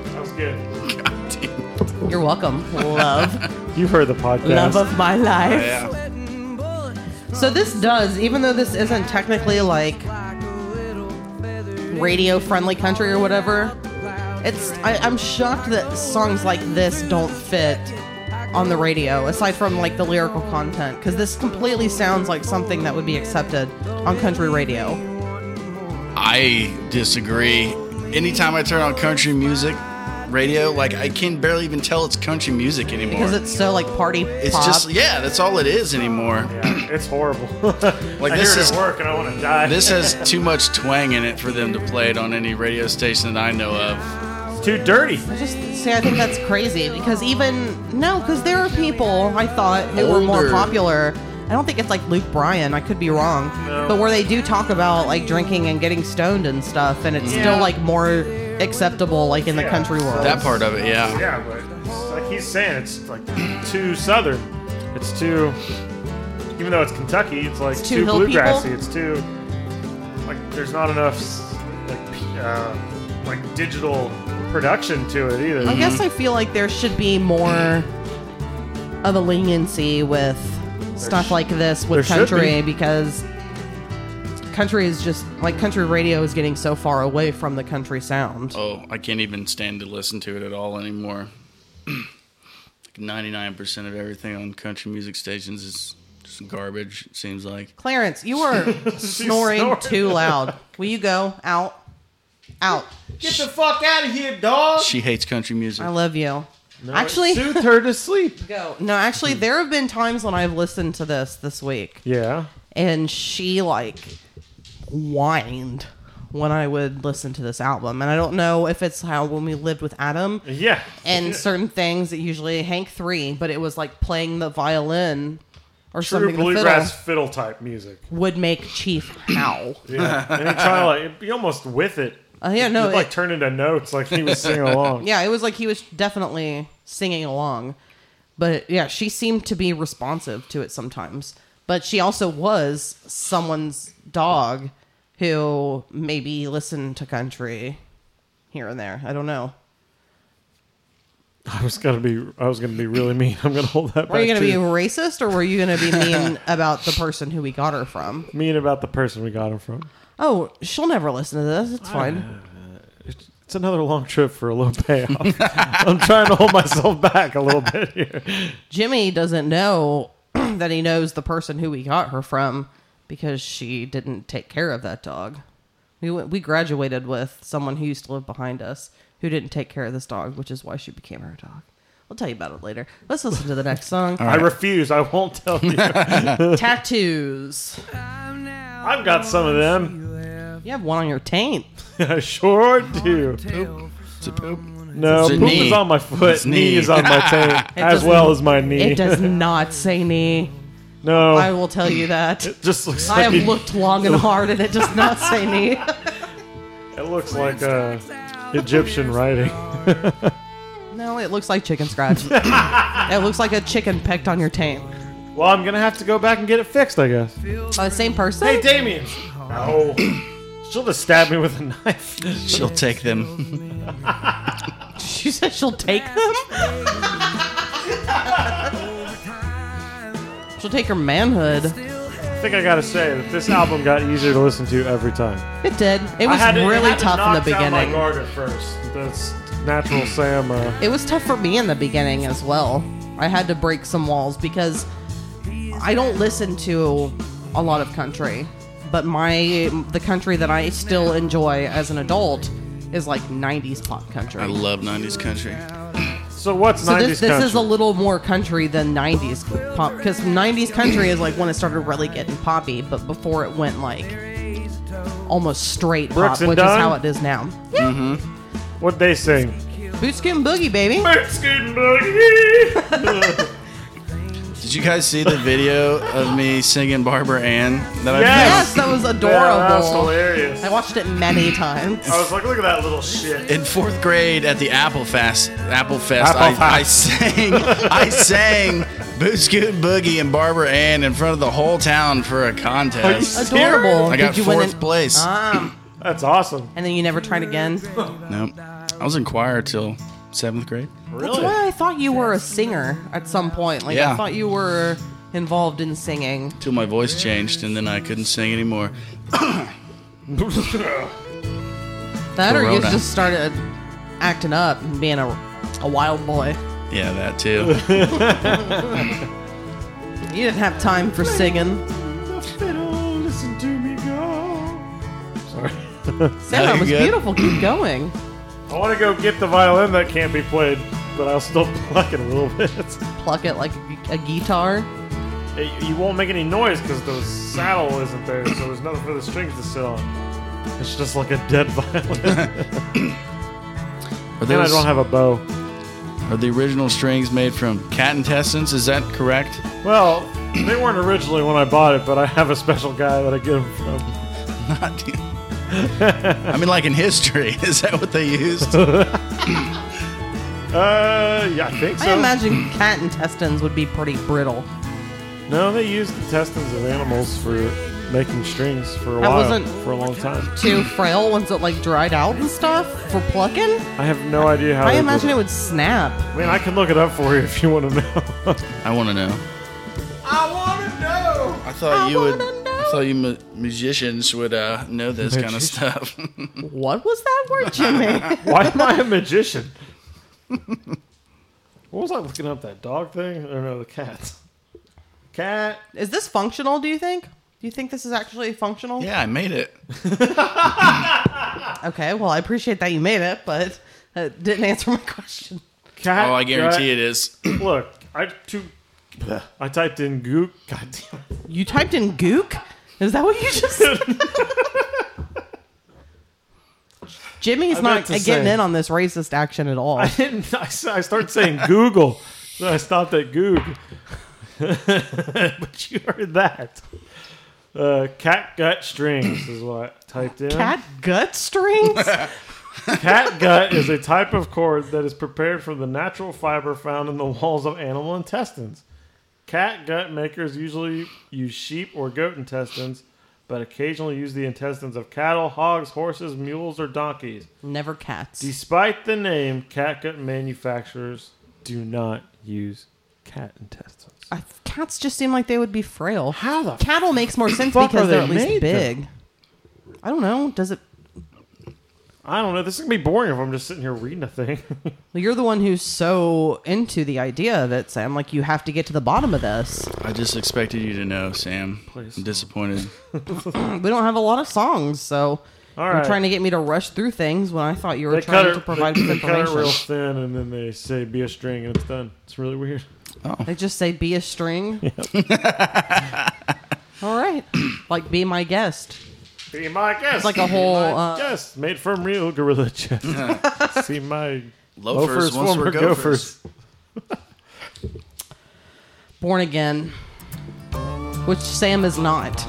[SPEAKER 1] that was good.
[SPEAKER 3] You're welcome, love,
[SPEAKER 1] You heard the podcast.
[SPEAKER 3] love of my life.
[SPEAKER 4] Yeah.
[SPEAKER 3] So this does, even though this isn't technically like radio friendly country or whatever. It's I, I'm shocked that songs like this don't fit on the radio, aside from like the lyrical content, because this completely sounds like something that would be accepted on country radio.
[SPEAKER 4] I disagree. Anytime I turn on country music radio, like I can barely even tell it's country music anymore.
[SPEAKER 3] Because it's so like party
[SPEAKER 4] It's
[SPEAKER 3] pop.
[SPEAKER 4] just yeah, that's all it is anymore.
[SPEAKER 1] Yeah, it's horrible.
[SPEAKER 4] Like
[SPEAKER 1] I
[SPEAKER 4] this
[SPEAKER 1] hear it
[SPEAKER 4] is-
[SPEAKER 1] at work and I want to die.
[SPEAKER 4] This has too much twang in it for them to play it on any radio station that I know of.
[SPEAKER 1] is too dirty.
[SPEAKER 3] I just see. I think that's crazy because even no, because there are people I thought who were more
[SPEAKER 4] Older.
[SPEAKER 3] popular. I don't think it's like Luke Bryan. I could be wrong, but where they do talk about like drinking and getting stoned and stuff, and it's still like more acceptable like in the
[SPEAKER 1] Yeah.
[SPEAKER 3] country world.
[SPEAKER 4] That part of it, yeah.
[SPEAKER 1] Yeah, but it's like he's saying, it's like too southern. It's too. Even though it's Kentucky, it's like
[SPEAKER 3] It's too
[SPEAKER 1] too,
[SPEAKER 3] hill
[SPEAKER 1] bluegrassy.
[SPEAKER 3] people?
[SPEAKER 1] It's too like there's not enough s- like p- uh, like digital production to it either.
[SPEAKER 3] I guess I feel like there should be more of a leniency with stuff
[SPEAKER 1] sh-
[SPEAKER 3] like this
[SPEAKER 1] there
[SPEAKER 3] with
[SPEAKER 1] should
[SPEAKER 3] country
[SPEAKER 1] be.
[SPEAKER 3] because country is just like country radio is getting so far away from the country sound.
[SPEAKER 4] Oh, I can't even stand to listen to it at all anymore. Ninety-nine percent of everything on country music stations is just garbage. It seems like.
[SPEAKER 3] Clarence, you were snoring
[SPEAKER 1] snored.
[SPEAKER 3] too loud. Will you go out? Out.
[SPEAKER 1] Get the fuck out of here, dog.
[SPEAKER 4] She hates country music.
[SPEAKER 3] I love you.
[SPEAKER 1] No, Hmm. it
[SPEAKER 3] actually,
[SPEAKER 1] soothed her to sleep.
[SPEAKER 3] go. No, actually, there have been times when I've listened to this this week,
[SPEAKER 1] Yeah.
[SPEAKER 3] and she like whined when I would listen to this album. And I don't know if it's how when we lived with Adam
[SPEAKER 1] Yeah.
[SPEAKER 3] and certain things that usually Hank three, but it was like playing the violin or
[SPEAKER 1] True
[SPEAKER 3] something. the fiddle
[SPEAKER 1] bluegrass fiddle. type music.
[SPEAKER 3] would make Chief howl.
[SPEAKER 1] Yeah. and he try to like it'd be almost with it.
[SPEAKER 3] Uh, yeah, no,
[SPEAKER 1] It'd, like
[SPEAKER 3] it-
[SPEAKER 1] turn into notes like he was singing along.
[SPEAKER 3] yeah, it was like he was definitely singing along. But yeah, she seemed to be responsive to it sometimes. But she also was someone's dog who maybe listened to country here and there. I don't know.
[SPEAKER 1] I was gonna be I was gonna be really mean. I'm gonna hold that back.
[SPEAKER 3] Were you going to be
[SPEAKER 1] too.
[SPEAKER 3] racist or were you going to be mean about the person who we got her from?
[SPEAKER 1] mean about the person we got him from?
[SPEAKER 3] Oh, she'll never listen to this. It's fine.
[SPEAKER 1] It's another long trip for a low payoff. I'm trying to hold myself back a little bit here.
[SPEAKER 3] Jimmy doesn't know that he knows the person who we got her from because she didn't take care of that dog. We went, we graduated with someone who used to live behind us who didn't take care of this dog, which is why she became her dog. I'll tell you about it later. Let's listen to the next song.
[SPEAKER 1] I refuse. I won't tell you.
[SPEAKER 3] Tattoos.
[SPEAKER 1] I've got some of them.
[SPEAKER 3] You have one on your taint.
[SPEAKER 1] I sure do.
[SPEAKER 4] It's a poop.
[SPEAKER 1] No,
[SPEAKER 4] It's a
[SPEAKER 1] poop
[SPEAKER 4] knee.
[SPEAKER 1] is on my foot.
[SPEAKER 4] It's
[SPEAKER 1] knee.
[SPEAKER 4] knee.
[SPEAKER 1] is on my tail, as
[SPEAKER 3] doesn't-
[SPEAKER 1] well as my knee.
[SPEAKER 3] It does not say knee.
[SPEAKER 1] No,
[SPEAKER 3] I will tell you that.
[SPEAKER 1] it just looks
[SPEAKER 3] I
[SPEAKER 1] like
[SPEAKER 3] have looked long and hard, and it does not say knee.
[SPEAKER 1] it looks like uh, Egyptian writing.
[SPEAKER 3] No, it looks like chicken scratch. it looks like a chicken pecked on your taint.
[SPEAKER 1] Well, I'm gonna have to go back and get it fixed, I guess.
[SPEAKER 3] Uh, same person?
[SPEAKER 1] Hey, Damien. No. She'll just stab me with a knife.
[SPEAKER 4] She'll take them.
[SPEAKER 3] She said she'll take them? she'll take her manhood.
[SPEAKER 1] I think I gotta say that this album got easier to listen to every time.
[SPEAKER 3] It did.
[SPEAKER 1] I
[SPEAKER 3] It was
[SPEAKER 1] had to,
[SPEAKER 3] really
[SPEAKER 1] I had to
[SPEAKER 3] tough in the
[SPEAKER 1] knock down my
[SPEAKER 3] beginning.
[SPEAKER 1] guard at first. That's natural Sam. Uh,
[SPEAKER 3] It was tough for me in the beginning as well. I had to break some walls because I don't listen to a lot of country, but my the country that I still enjoy as an adult is like 90s pop country.
[SPEAKER 4] I love '90s country.
[SPEAKER 1] so what's
[SPEAKER 3] So
[SPEAKER 1] 90s
[SPEAKER 3] this, this is
[SPEAKER 1] country?
[SPEAKER 3] a little more country than 90s pop because 90s country is like when it started really getting poppy, but before it went like almost straight
[SPEAKER 1] Brooks
[SPEAKER 3] pop,
[SPEAKER 1] and
[SPEAKER 3] which
[SPEAKER 1] Dunn?
[SPEAKER 3] is how it is now. Yeah,
[SPEAKER 1] What they sing?
[SPEAKER 3] boots and boogie, baby.
[SPEAKER 1] Mexican boogie.
[SPEAKER 4] Did you guys see the video of me singing Barbara Ann? That
[SPEAKER 3] Yes, that was adorable.
[SPEAKER 1] Yeah, that's hilarious. Oh,
[SPEAKER 3] I watched it many times.
[SPEAKER 1] I was like, look at that little shit.
[SPEAKER 4] in fourth grade at the Apple Fest, Apple Fest,
[SPEAKER 1] Apple
[SPEAKER 4] I, I sang, I sang Boot Scoot Boogie and Barbara Ann in front of the whole town for a contest.
[SPEAKER 3] Adorable.
[SPEAKER 4] I got
[SPEAKER 3] Did you
[SPEAKER 4] fourth
[SPEAKER 3] win? An,
[SPEAKER 4] place.
[SPEAKER 1] That's awesome.
[SPEAKER 3] and then you never tried again.
[SPEAKER 4] nope. I was in choir till seventh grade.
[SPEAKER 1] Really?
[SPEAKER 3] Well, I thought you were a singer at some point. Like I
[SPEAKER 4] Yeah.
[SPEAKER 3] thought you were involved in singing.
[SPEAKER 4] Till my voice changed and then I couldn't sing anymore.
[SPEAKER 3] That or you
[SPEAKER 4] Corona.
[SPEAKER 3] just started acting up and being a, a wild boy.
[SPEAKER 4] Yeah, that too.
[SPEAKER 3] You didn't have time for singing.
[SPEAKER 1] Listen to me go. Sorry.
[SPEAKER 3] Sam,
[SPEAKER 4] No,
[SPEAKER 3] that
[SPEAKER 4] you're
[SPEAKER 3] was
[SPEAKER 4] good.
[SPEAKER 3] beautiful. Keep going.
[SPEAKER 1] I want to go get the violin that can't be played, but I'll still pluck it a little bit.
[SPEAKER 3] Pluck it like a guitar.
[SPEAKER 1] It- you won't make any noise because the saddle isn't there, so there's nothing for the strings to sit on. It's just like a dead violin.
[SPEAKER 4] Are,
[SPEAKER 1] and I
[SPEAKER 4] those,
[SPEAKER 1] don't have a bow.
[SPEAKER 4] are the original strings made from cat intestines? Is that correct?
[SPEAKER 1] Well, they weren't originally when I bought it, but I have a special guy that I get them from.
[SPEAKER 4] Not. I mean, like in history, is that what they used?
[SPEAKER 1] Uh, yeah, I think so.
[SPEAKER 3] I imagine cat intestines would be pretty brittle.
[SPEAKER 1] No, they used the intestines of animals for making strings for a
[SPEAKER 3] That
[SPEAKER 1] while,
[SPEAKER 3] wasn't-
[SPEAKER 1] for a long time.
[SPEAKER 3] Too frail once it like dried out and stuff for plucking.
[SPEAKER 1] I have no idea how.
[SPEAKER 3] I
[SPEAKER 1] they did
[SPEAKER 3] imagine
[SPEAKER 1] it.
[SPEAKER 3] it would snap.
[SPEAKER 1] I mean, I can look it up for you if you want to know.
[SPEAKER 4] I want to know. I want to know. I thought you would.
[SPEAKER 3] wanna know.
[SPEAKER 4] I thought you mu- musicians would uh, know this kind of stuff.
[SPEAKER 3] What was that word, Jimmy?
[SPEAKER 1] Why am I a magician? what was I looking up? That dog thing? Or no, the cat. Cat.
[SPEAKER 3] is this functional? Do you think? Do you think this is actually functional?
[SPEAKER 4] yeah, I made it.
[SPEAKER 3] Okay. Well, I appreciate that you made it, but it didn't answer my question.
[SPEAKER 1] Cat.
[SPEAKER 4] Oh, I guarantee it is.
[SPEAKER 1] it. Look, I two. I typed in goop. God damn it.
[SPEAKER 3] You typed in gook? Is that what you just said? Jimmy is
[SPEAKER 1] I
[SPEAKER 3] not
[SPEAKER 1] meant to
[SPEAKER 3] getting
[SPEAKER 1] say-
[SPEAKER 3] in on this racist action at all.
[SPEAKER 1] I didn't. I, s- I started saying Google. then I stopped at Goog. but you heard that. Uh, cat gut strings is what I typed in.
[SPEAKER 3] Cat gut strings?
[SPEAKER 1] Cat gut is a type of cord that is prepared from the natural fiber found in the walls of animal intestines. Cat gut makers usually use sheep or goat intestines, but occasionally use the intestines of cattle, hogs, horses, mules, or donkeys.
[SPEAKER 3] Never cats.
[SPEAKER 1] Despite the name, cat gut manufacturers do not use cat intestines.
[SPEAKER 3] I- cats just seem like they would be frail.
[SPEAKER 1] How the
[SPEAKER 3] Cattle makes more sense
[SPEAKER 1] fuck
[SPEAKER 3] because
[SPEAKER 1] are
[SPEAKER 3] they're
[SPEAKER 1] they
[SPEAKER 3] at least
[SPEAKER 1] made, though?
[SPEAKER 3] big. I don't know. Does it?
[SPEAKER 1] I don't know. This is gonna be boring if I'm just sitting here reading a thing.
[SPEAKER 3] You're the one who's so into the idea of it, Sam. Like you have to get to the bottom of this.
[SPEAKER 4] I just expected you to know, Sam.
[SPEAKER 1] Please.
[SPEAKER 4] I'm disappointed.
[SPEAKER 3] We don't have a lot of songs, so
[SPEAKER 1] All
[SPEAKER 3] you're
[SPEAKER 1] right.
[SPEAKER 3] trying to get me to rush through things when I thought you were
[SPEAKER 1] they cut
[SPEAKER 3] trying to
[SPEAKER 1] it,
[SPEAKER 3] provide
[SPEAKER 1] they,
[SPEAKER 3] with
[SPEAKER 1] they cut
[SPEAKER 3] information.
[SPEAKER 1] it real thin, and then they say be a string, and it's done. It's really weird.
[SPEAKER 3] They just say be a string. All right, like be my guest.
[SPEAKER 1] Be my guest. It's
[SPEAKER 3] like a whole,
[SPEAKER 1] Be my
[SPEAKER 3] uh,
[SPEAKER 1] guest made from real gorilla chest. See my
[SPEAKER 4] Loafers, once were gophers.
[SPEAKER 3] Born again, which Sam is not.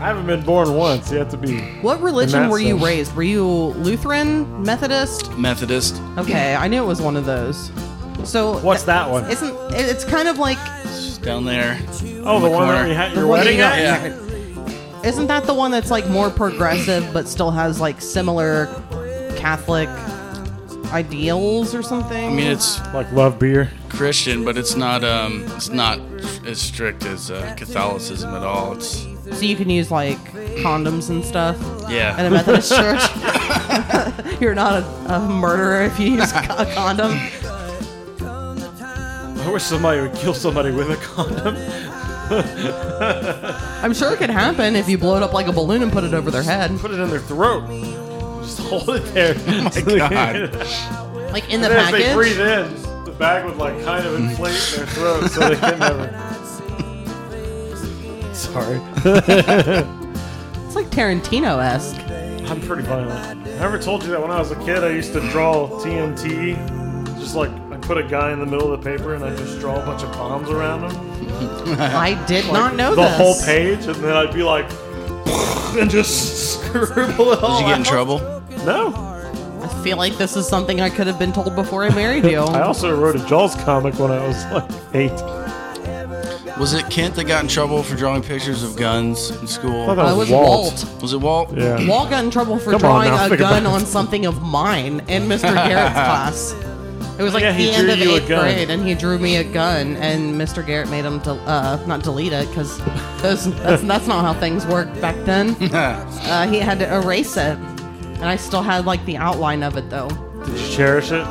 [SPEAKER 1] I haven't been born once. You have to be.
[SPEAKER 3] What religion
[SPEAKER 1] that
[SPEAKER 3] were you
[SPEAKER 1] sense.
[SPEAKER 3] raised? Were you Lutheran, Methodist?
[SPEAKER 4] Methodist.
[SPEAKER 3] Okay, I knew it was one of those. So
[SPEAKER 1] What's that one?
[SPEAKER 3] Isn't it- it's kind of like
[SPEAKER 4] It's down there.
[SPEAKER 1] oh, the one
[SPEAKER 4] corner.
[SPEAKER 1] that you had your
[SPEAKER 3] one that
[SPEAKER 1] wedding
[SPEAKER 3] you
[SPEAKER 1] at.
[SPEAKER 3] got-
[SPEAKER 4] Yeah.
[SPEAKER 3] isn't that the one that's like more progressive but still has like similar Catholic ideals or something?
[SPEAKER 4] I mean, it's
[SPEAKER 1] Like love beer.
[SPEAKER 4] Christian, but it's not um, it's not as strict as uh, Catholicism at all. It's
[SPEAKER 3] so you can use like condoms and stuff
[SPEAKER 4] yeah.
[SPEAKER 3] at a Methodist church. You're not a, a murderer if you use a condom.
[SPEAKER 1] I wish somebody would kill somebody with a condom.
[SPEAKER 3] I'm sure it could happen if you blow it up like a balloon and put it over their head,
[SPEAKER 1] Put it in their throat. Just hold it there. Oh my
[SPEAKER 4] God.
[SPEAKER 3] like in the
[SPEAKER 1] And as they breathe
[SPEAKER 3] package.
[SPEAKER 1] in, the bag would like kind of inflate their throat so they can never. Sorry,
[SPEAKER 3] It's like Tarantino-esque.
[SPEAKER 1] I'm pretty violent. I never told you that when I was a kid, I used to draw TNT. Just like I put a guy in the middle of the paper and I just draw a bunch of bombs around him.
[SPEAKER 3] I did not know
[SPEAKER 1] the
[SPEAKER 3] this.
[SPEAKER 1] whole page, and then I'd be like, and just scribble it all.
[SPEAKER 4] Did you get
[SPEAKER 1] out.
[SPEAKER 4] in trouble?
[SPEAKER 1] No.
[SPEAKER 3] I feel like this is something I could have been told before I married you.
[SPEAKER 1] I also wrote a Jaws comic when I was like eight.
[SPEAKER 4] Was it Kent that got in trouble for drawing pictures of guns in school?
[SPEAKER 1] I thought that
[SPEAKER 3] I was Walt.
[SPEAKER 4] was it Walt?
[SPEAKER 1] Yeah.
[SPEAKER 3] Walt got in trouble for
[SPEAKER 1] Come on
[SPEAKER 3] drawing
[SPEAKER 1] now,
[SPEAKER 3] a
[SPEAKER 1] think about
[SPEAKER 3] gun
[SPEAKER 1] it.
[SPEAKER 3] on something of mine in Mr. Garrett's class. It was like
[SPEAKER 1] Yeah, he
[SPEAKER 3] the end
[SPEAKER 1] drew
[SPEAKER 3] of
[SPEAKER 1] you a
[SPEAKER 3] eighth
[SPEAKER 1] gun.
[SPEAKER 3] grade, and he drew me a gun, and Mr. Garrett made him del- uh, not delete it because that's, that's not how things worked back then. uh, he had to erase it, and I still had like the outline of it though.
[SPEAKER 1] Did you cherish it?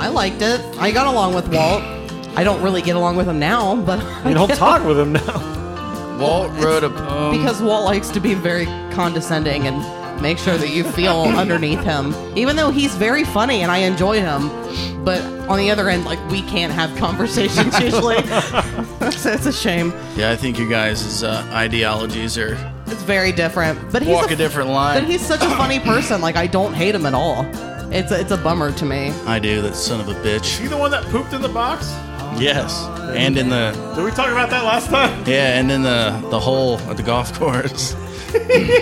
[SPEAKER 3] I liked it. I got along with Walt. I don't really get along with him now, but I
[SPEAKER 1] You don't
[SPEAKER 3] get-
[SPEAKER 1] talk with him now.
[SPEAKER 4] Walt wrote a poem.
[SPEAKER 3] because Walt likes to be very condescending and make sure that you feel underneath him. Even though he's very funny and I enjoy him, but on the other end, like we can't have conversations usually. so it's a shame.
[SPEAKER 4] yeah, I think you guys' uh, ideologies are
[SPEAKER 3] It's very different. But he's
[SPEAKER 4] walk a different
[SPEAKER 3] But
[SPEAKER 4] line.
[SPEAKER 3] he's such a funny person. Like I don't hate him at all. It's a, it's a bummer to me.
[SPEAKER 4] I do. That son of a bitch.
[SPEAKER 1] You the one that pooped in the box?
[SPEAKER 4] Yes, and in the
[SPEAKER 1] Did we talk about that last time?
[SPEAKER 4] yeah, and in the the hole at the golf course.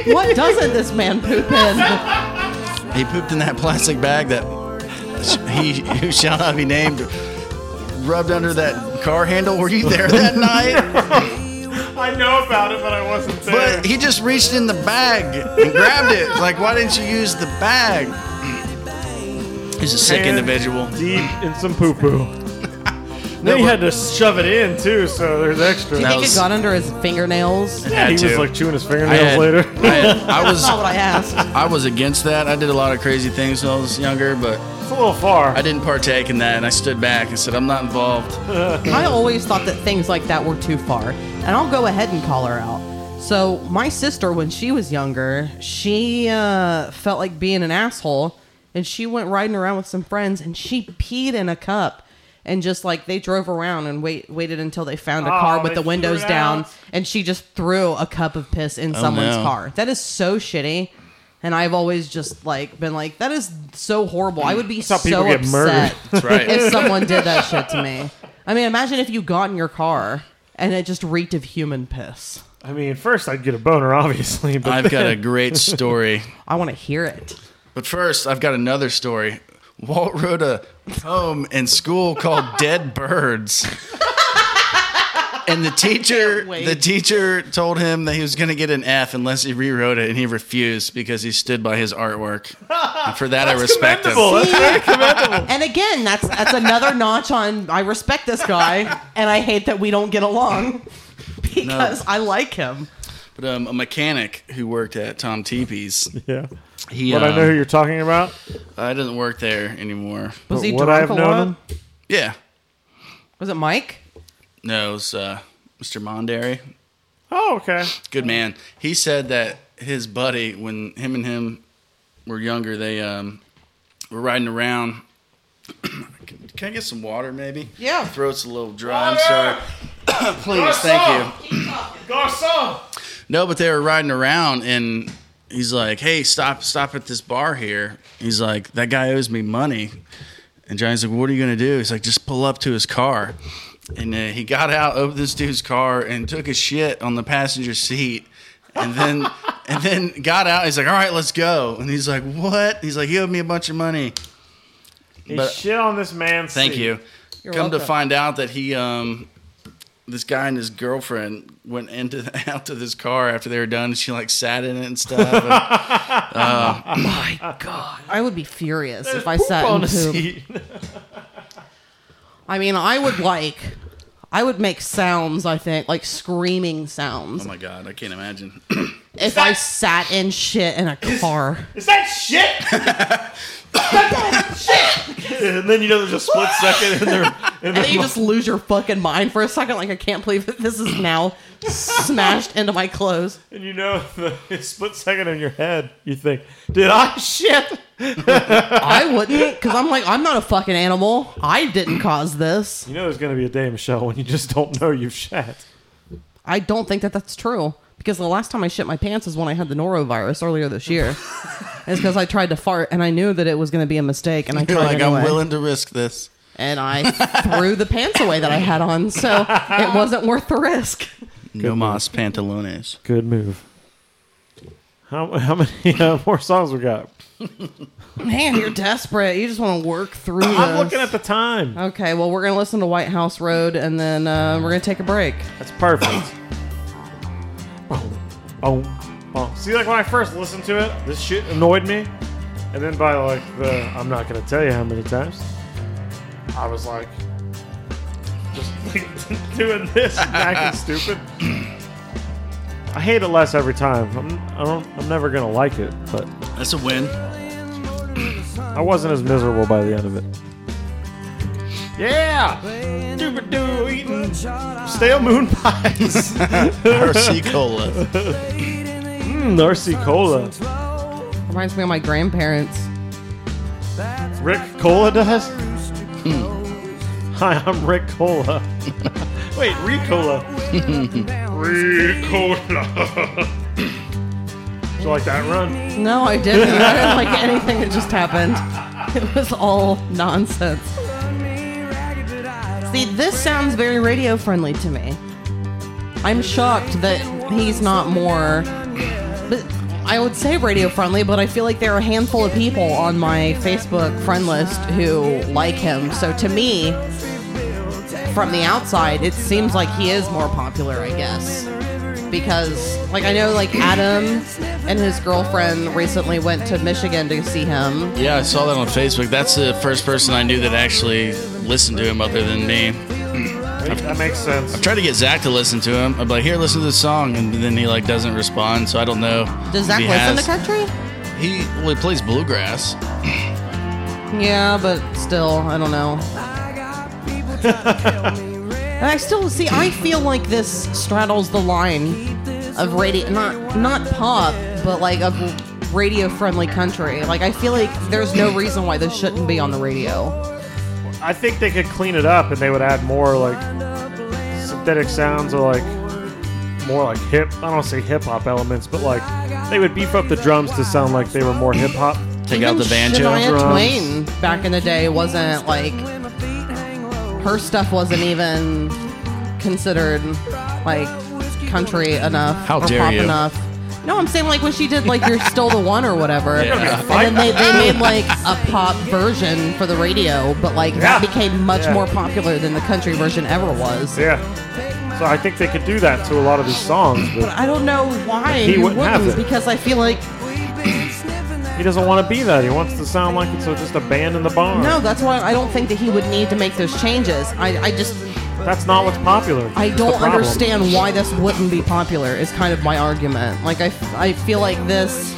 [SPEAKER 3] What doesn't this man poop in?
[SPEAKER 4] He pooped in that plastic bag that he who shall not be named rubbed under that car handle. Were you there that night?
[SPEAKER 1] I know about it, but I wasn't there.
[SPEAKER 4] But he just reached in the bag and grabbed it. Like, why didn't you use the bag? He's a sick
[SPEAKER 1] Hand
[SPEAKER 4] individual.
[SPEAKER 1] Deep in some poo poo. Then he had to shove it in too, so there's extra.
[SPEAKER 3] Do you
[SPEAKER 4] That
[SPEAKER 3] think
[SPEAKER 4] was-
[SPEAKER 3] it got under his fingernails? That's
[SPEAKER 1] Yeah, he
[SPEAKER 4] Had
[SPEAKER 1] was
[SPEAKER 4] to.
[SPEAKER 1] like chewing his
[SPEAKER 4] I,
[SPEAKER 1] fingernails
[SPEAKER 4] had-
[SPEAKER 1] later.
[SPEAKER 4] I, had- I was
[SPEAKER 3] not what I asked.
[SPEAKER 4] I was against that. I did a lot of crazy things when I was younger, but
[SPEAKER 1] it's a little far.
[SPEAKER 4] I didn't partake in that. And I stood back and said, "I'm not involved."
[SPEAKER 3] I always thought that things like that were too far. And I'll go ahead and call her out. So, my sister, when she was younger, she uh, felt like being an asshole. And she went riding around with some friends and she peed in a cup. And just like they drove around and wait, waited until they found a
[SPEAKER 1] Oh,
[SPEAKER 3] car with
[SPEAKER 1] they
[SPEAKER 3] the
[SPEAKER 1] threw
[SPEAKER 3] windows
[SPEAKER 1] it
[SPEAKER 3] down.
[SPEAKER 1] out.
[SPEAKER 3] And she just threw a cup of piss in someone's
[SPEAKER 4] no.
[SPEAKER 3] car. That is so shitty. And I've always just like been like, that is so horrible. I would be
[SPEAKER 1] how
[SPEAKER 3] so
[SPEAKER 1] people get
[SPEAKER 3] upset
[SPEAKER 1] murdered.
[SPEAKER 4] That's right.
[SPEAKER 3] if someone did that shit to me. I mean, imagine if you got in your car and it just reeked of human piss.
[SPEAKER 1] I mean, first I'd get a boner, obviously, but
[SPEAKER 4] I've got a great story.
[SPEAKER 3] I want to hear it.
[SPEAKER 4] But first, I've got another story. Walt wrote a poem in school called Dead Birds. And the teacher
[SPEAKER 3] wait.
[SPEAKER 4] the teacher told him that he was going to get an F unless he rewrote it and he refused because he stood by his artwork. And for that I respect him.
[SPEAKER 1] commendable. That's very commendable.
[SPEAKER 3] And again, that's that's another notch on I respect this guy and I hate that we don't get along because I like him.
[SPEAKER 4] But um, a mechanic who worked at Tom Teepee's,
[SPEAKER 1] Yeah.
[SPEAKER 4] he
[SPEAKER 1] But I know who
[SPEAKER 4] um,
[SPEAKER 1] you're talking about.
[SPEAKER 4] I doesn't work there anymore.
[SPEAKER 3] Was
[SPEAKER 1] But
[SPEAKER 3] he
[SPEAKER 1] would
[SPEAKER 3] drunk
[SPEAKER 1] I have
[SPEAKER 3] a
[SPEAKER 1] known
[SPEAKER 3] lot?
[SPEAKER 1] him?
[SPEAKER 4] Yeah.
[SPEAKER 3] Was it Mike?
[SPEAKER 4] No, it was uh, Mr. Mondary.
[SPEAKER 1] Oh, okay.
[SPEAKER 4] Good man. He said that his buddy, when him and him were younger, they um, were riding around. can, can I get some water, maybe?
[SPEAKER 3] Yeah.
[SPEAKER 4] My throat's a little dry. I'm sorry. Please, thank you.
[SPEAKER 1] Garcon.
[SPEAKER 4] No, but they were riding around, and he's like, "Hey, stop, stop at this bar here." He's like, "That guy owes me money." And Johnny's like, "What are you gonna do?" He's like, "Just pull up to his car." And uh, he got out, opened this dude's car, and took a shit on the passenger seat, and then and then got out. He's like, "All right, let's go." And he's like, "What?" He's like, "He owed me a bunch of money."
[SPEAKER 1] He
[SPEAKER 4] But-
[SPEAKER 1] shit on this man's
[SPEAKER 4] Thank
[SPEAKER 1] seat.
[SPEAKER 4] you. Come to find out that he, um, this guy and his girlfriend went into out to this car after they were done. and She like sat in it and stuff. And
[SPEAKER 1] Ah.
[SPEAKER 3] I would be furious if I sat in poop.
[SPEAKER 4] Oh
[SPEAKER 3] I mean, I would like I would make sounds, I think, like screaming sounds.
[SPEAKER 4] oh my god, I can't imagine.
[SPEAKER 3] if I sat in shit in a car.
[SPEAKER 1] Is that shit? shit. and then you know there's a split second in there. And
[SPEAKER 3] And then
[SPEAKER 1] then
[SPEAKER 3] you just lose your fucking mind for a second. Like, I can't believe that this is now smashed into my clothes.
[SPEAKER 1] and you know the it's split second in your head. You think, did I shit?
[SPEAKER 3] I wouldn't, because I'm like, I'm not a fucking animal. I didn't cause this.
[SPEAKER 1] You know there's gonna be a day, Michelle, when you just don't know you've shat.
[SPEAKER 3] I don't think that that's true. Because the last time I shit my pants is when I had the norovirus earlier this year. it's because I tried to fart and I knew that it was going to be a mistake and I
[SPEAKER 4] You're
[SPEAKER 3] tried
[SPEAKER 4] like,
[SPEAKER 3] anyway.
[SPEAKER 4] I'm willing to risk this.
[SPEAKER 3] And I threw the pants away that I had on, so it wasn't worth the risk.
[SPEAKER 4] No mas pantalones.
[SPEAKER 1] Good move. How, how many uh, more songs we got?
[SPEAKER 3] Man, you're desperate. You just want to work through.
[SPEAKER 1] I'm
[SPEAKER 3] this.
[SPEAKER 1] looking at the time.
[SPEAKER 3] Okay, well, we're going to listen to White House Road and then uh, we're going to take a break.
[SPEAKER 1] That's perfect. oh, oh. See, like when I first listened to it, this shit annoyed me. And then by like the, I'm not gonna tell you how many times, I was like, just like doing this and acting stupid. I hate it less every time. I'm, I don't, I'm never gonna like it, but
[SPEAKER 4] That's a win.
[SPEAKER 1] I wasn't as miserable by the end of it. Yeah, stupid dude eating stale moon pies.
[SPEAKER 4] RC cola.
[SPEAKER 1] Hmm, Narcy Cola.
[SPEAKER 3] Reminds me of my grandparents.
[SPEAKER 1] Rick Cola does? Hmm. Hi, I'm Rick Cola. Wait, Ricola. Ricola. Did you like that run?
[SPEAKER 3] No, I didn't. I didn't like anything that just happened. It was all nonsense. See, this sounds very radio friendly to me. I'm shocked that he's not more. But I would say radio friendly, but I feel like there are a handful of people on my Facebook friend list who like him. So to me, from the outside, it seems like he is more popular, I guess. Because, like, I know, like, Adam and his girlfriend recently went to Michigan to see him.
[SPEAKER 4] Yeah, I saw that on Facebook. That's the first person I knew that actually listened to him other than me.
[SPEAKER 1] That makes sense.
[SPEAKER 4] Tried to get Zach to listen to him. I'm like, here, listen to this song, and then he like doesn't respond. So I don't know.
[SPEAKER 3] Does Zach
[SPEAKER 4] if he
[SPEAKER 3] listen
[SPEAKER 4] has-
[SPEAKER 3] to country?
[SPEAKER 4] He well, he plays bluegrass.
[SPEAKER 3] Yeah, but still, I don't know. And I still see. I feel like this straddles the line of radio, not not pop, but like of radio-friendly country. Like I feel like there's no reason why this shouldn't be on the radio.
[SPEAKER 1] I think they could clean it up and they would add more like synthetic sounds or like more like hip. I don't say hip hop elements, but like they would beef up the drums to sound like they were more hip hop.
[SPEAKER 4] Take out the
[SPEAKER 3] Even
[SPEAKER 4] banjo.
[SPEAKER 3] Shania
[SPEAKER 1] drums.
[SPEAKER 3] Twain back in the day wasn't like her stuff wasn't even considered like country enough
[SPEAKER 4] How
[SPEAKER 3] or
[SPEAKER 4] dare
[SPEAKER 3] pop
[SPEAKER 4] you.
[SPEAKER 3] enough. No, I'm saying like when she did like "You're Still the One" or whatever,
[SPEAKER 4] Yeah.
[SPEAKER 3] and then they, they made like a pop version for the radio, but like
[SPEAKER 1] Yeah.
[SPEAKER 3] that became much
[SPEAKER 1] Yeah.
[SPEAKER 3] more popular than the country version ever was.
[SPEAKER 1] Yeah. So I think they could do that to a lot of these songs, but
[SPEAKER 3] I don't know why
[SPEAKER 1] He
[SPEAKER 3] you
[SPEAKER 1] wouldn't have it.
[SPEAKER 3] because I feel like
[SPEAKER 1] he doesn't want to be that. He wants to sound like it's just a band in the barn.
[SPEAKER 3] no, that's why I don't think that he would need to make those changes. I, I just
[SPEAKER 1] That's not what's popular.
[SPEAKER 3] I
[SPEAKER 1] It's the
[SPEAKER 3] don't
[SPEAKER 1] problem.
[SPEAKER 3] understand why this wouldn't be popular, is kind of my argument. Like, I, f- I feel like this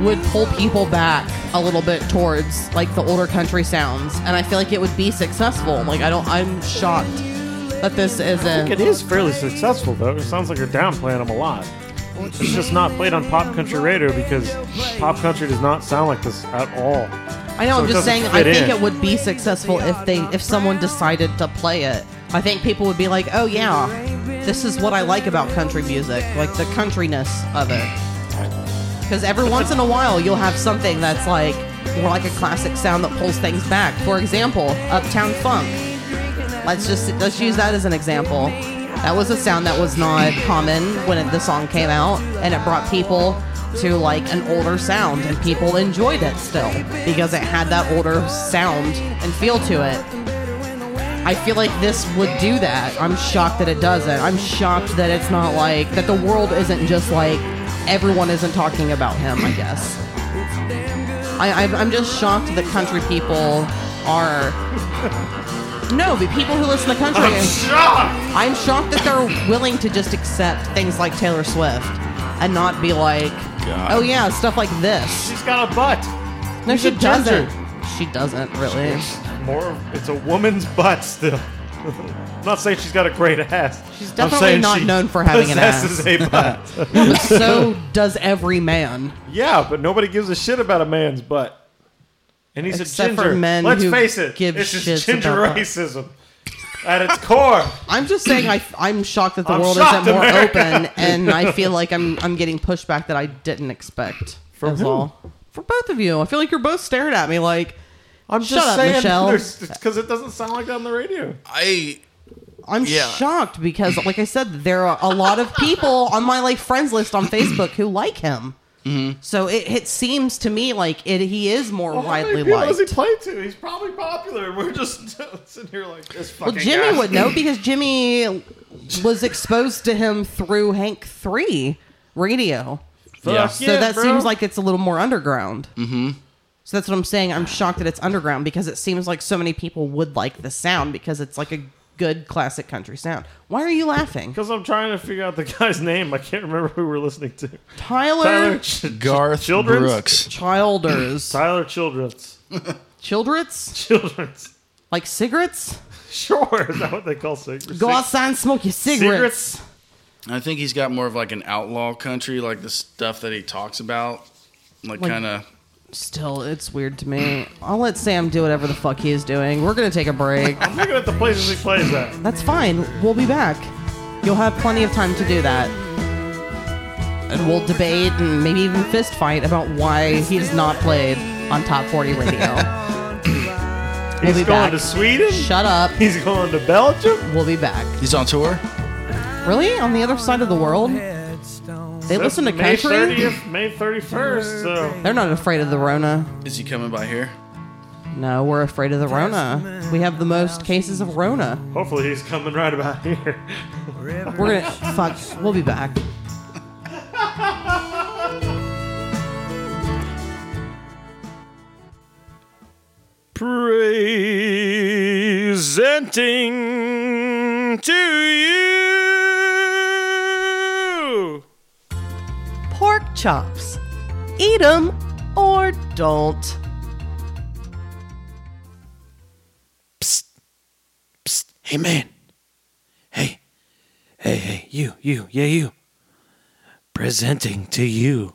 [SPEAKER 3] would pull people back a little bit towards like the older country sounds and i feel like it would be successful like i don't i'm shocked that this
[SPEAKER 1] I
[SPEAKER 3] isn't
[SPEAKER 1] think it is fairly successful, though. It sounds like you're downplaying them a lot. It's just not played on pop country radio because pop country does not sound like this at all.
[SPEAKER 3] i know
[SPEAKER 1] so
[SPEAKER 3] i'm
[SPEAKER 1] it
[SPEAKER 3] just
[SPEAKER 1] doesn't
[SPEAKER 3] saying i
[SPEAKER 1] fit
[SPEAKER 3] think
[SPEAKER 1] in.
[SPEAKER 3] it would be successful if they if someone decided to play it i think people would be like oh yeah this is what i like about country music like the countryness of it Because every once in a while, you'll have something that's like more like a classic sound that pulls things back. For example, Uptown Funk. Let's just let's use that as an example. That was a sound that was not common when it, the song came out, and it brought people to like an older sound, and people enjoyed it still because it had that older sound and feel to it. I feel like this would do that. I'm shocked that it doesn't. I'm shocked that it's not like that the world isn't just like everyone isn't talking about him, I guess. I, I'm, I'm just shocked that country people are. No, but people who listen to country. I'm shocked! I'm shocked that they're willing to just accept things like Taylor Swift and not be like,
[SPEAKER 4] God.
[SPEAKER 3] oh yeah, stuff like this.
[SPEAKER 1] She's got a butt.
[SPEAKER 3] No,
[SPEAKER 1] She's
[SPEAKER 3] she
[SPEAKER 1] a ginger.
[SPEAKER 3] doesn't. She doesn't, really.
[SPEAKER 1] More, it's a woman's butt still. I'm not saying she's got a great ass.
[SPEAKER 3] She's
[SPEAKER 1] I'm
[SPEAKER 3] definitely
[SPEAKER 1] saying
[SPEAKER 3] not
[SPEAKER 1] she
[SPEAKER 3] known for having an ass.
[SPEAKER 1] possesses a butt.
[SPEAKER 3] But so does every man.
[SPEAKER 1] yeah, but nobody gives a shit about a man's butt. And he's
[SPEAKER 3] Except
[SPEAKER 1] a
[SPEAKER 3] for
[SPEAKER 1] ginger.
[SPEAKER 3] men
[SPEAKER 1] Let's
[SPEAKER 3] who
[SPEAKER 1] face it,
[SPEAKER 3] give
[SPEAKER 1] this is
[SPEAKER 3] shits
[SPEAKER 1] ginger
[SPEAKER 3] about that.
[SPEAKER 1] racism at its core.
[SPEAKER 3] I'm just saying I, I'm shocked that the
[SPEAKER 1] I'm
[SPEAKER 3] world
[SPEAKER 1] shocked,
[SPEAKER 3] isn't more
[SPEAKER 1] America.
[SPEAKER 3] open, and I feel like I'm I'm getting pushback that I didn't expect.
[SPEAKER 1] From
[SPEAKER 3] is
[SPEAKER 1] who?
[SPEAKER 3] all. For both of you, I feel like you're both staring at me like
[SPEAKER 1] I'm
[SPEAKER 3] Shut up, Michelle.
[SPEAKER 1] because it doesn't sound like that on the radio.
[SPEAKER 4] I
[SPEAKER 3] I'm
[SPEAKER 4] Yeah.
[SPEAKER 3] shocked because, like I said, there are a lot of people on my like friends list on Facebook who like him.
[SPEAKER 1] Mm-hmm.
[SPEAKER 3] So it, it seems to me like it he is more
[SPEAKER 1] Well, how many
[SPEAKER 3] widely
[SPEAKER 1] people does he
[SPEAKER 3] liked.
[SPEAKER 1] play to? He's probably popular. We're just sitting here like this fucking
[SPEAKER 3] Well, Jimmy
[SPEAKER 1] guy.
[SPEAKER 3] would know because Jimmy was exposed to him through Hank Three Radio.
[SPEAKER 1] Fuck
[SPEAKER 4] Yeah.
[SPEAKER 3] So
[SPEAKER 1] yeah,
[SPEAKER 3] that
[SPEAKER 1] bro.
[SPEAKER 3] seems like it's a little more underground. Mm-hmm. So that's what I'm saying. I'm shocked that it's underground because it seems like so many people would like the sound because it's like a good classic country sound. Why are you laughing?
[SPEAKER 1] Because I'm trying to figure out the guy's name. I can't remember who we're listening to.
[SPEAKER 3] Tyler,
[SPEAKER 1] Tyler, Ch-
[SPEAKER 4] Garth
[SPEAKER 1] Children's?
[SPEAKER 4] Brooks.
[SPEAKER 3] Childers.
[SPEAKER 1] Tyler Children's.
[SPEAKER 3] Childrets?
[SPEAKER 1] Children's.
[SPEAKER 3] Like cigarettes?
[SPEAKER 1] Sure, is that what they call cigarettes?
[SPEAKER 3] Go outside and smoke your cigarettes.
[SPEAKER 1] Cigarettes.
[SPEAKER 4] I think he's got more of like an outlaw country, like the stuff that he talks about, like,
[SPEAKER 3] Like-
[SPEAKER 4] kind of.
[SPEAKER 3] Still, it's weird to me. I'll let Sam do whatever the fuck he is doing. We're going to take a break.
[SPEAKER 1] I'm looking at the places he plays at.
[SPEAKER 3] That's fine. We'll be back. You'll have plenty of time to do that. And we'll debate and maybe even fist fight about why he's not played on Top 40 Radio. we'll
[SPEAKER 1] He's
[SPEAKER 3] be
[SPEAKER 1] going
[SPEAKER 3] back.
[SPEAKER 1] to Sweden.
[SPEAKER 3] Shut up.
[SPEAKER 1] He's going to Belgium.
[SPEAKER 3] We'll be back.
[SPEAKER 4] He's on tour.
[SPEAKER 3] Really? On the other side of the world? They listen to
[SPEAKER 1] May
[SPEAKER 3] country?
[SPEAKER 1] 30th, May 31st. So
[SPEAKER 3] They're not afraid of the Rona.
[SPEAKER 4] Is he coming by here?
[SPEAKER 3] No, we're afraid of the Rona. We have the most cases of Rona.
[SPEAKER 1] hopefully he's coming right about here.
[SPEAKER 3] We're gonna fuck. We'll be back.
[SPEAKER 1] Praise presenting to you.
[SPEAKER 3] Pork chops. Eat 'em or don't.
[SPEAKER 6] Hey, man. Hey. Hey, hey. You, you, yeah, you. Presenting to you.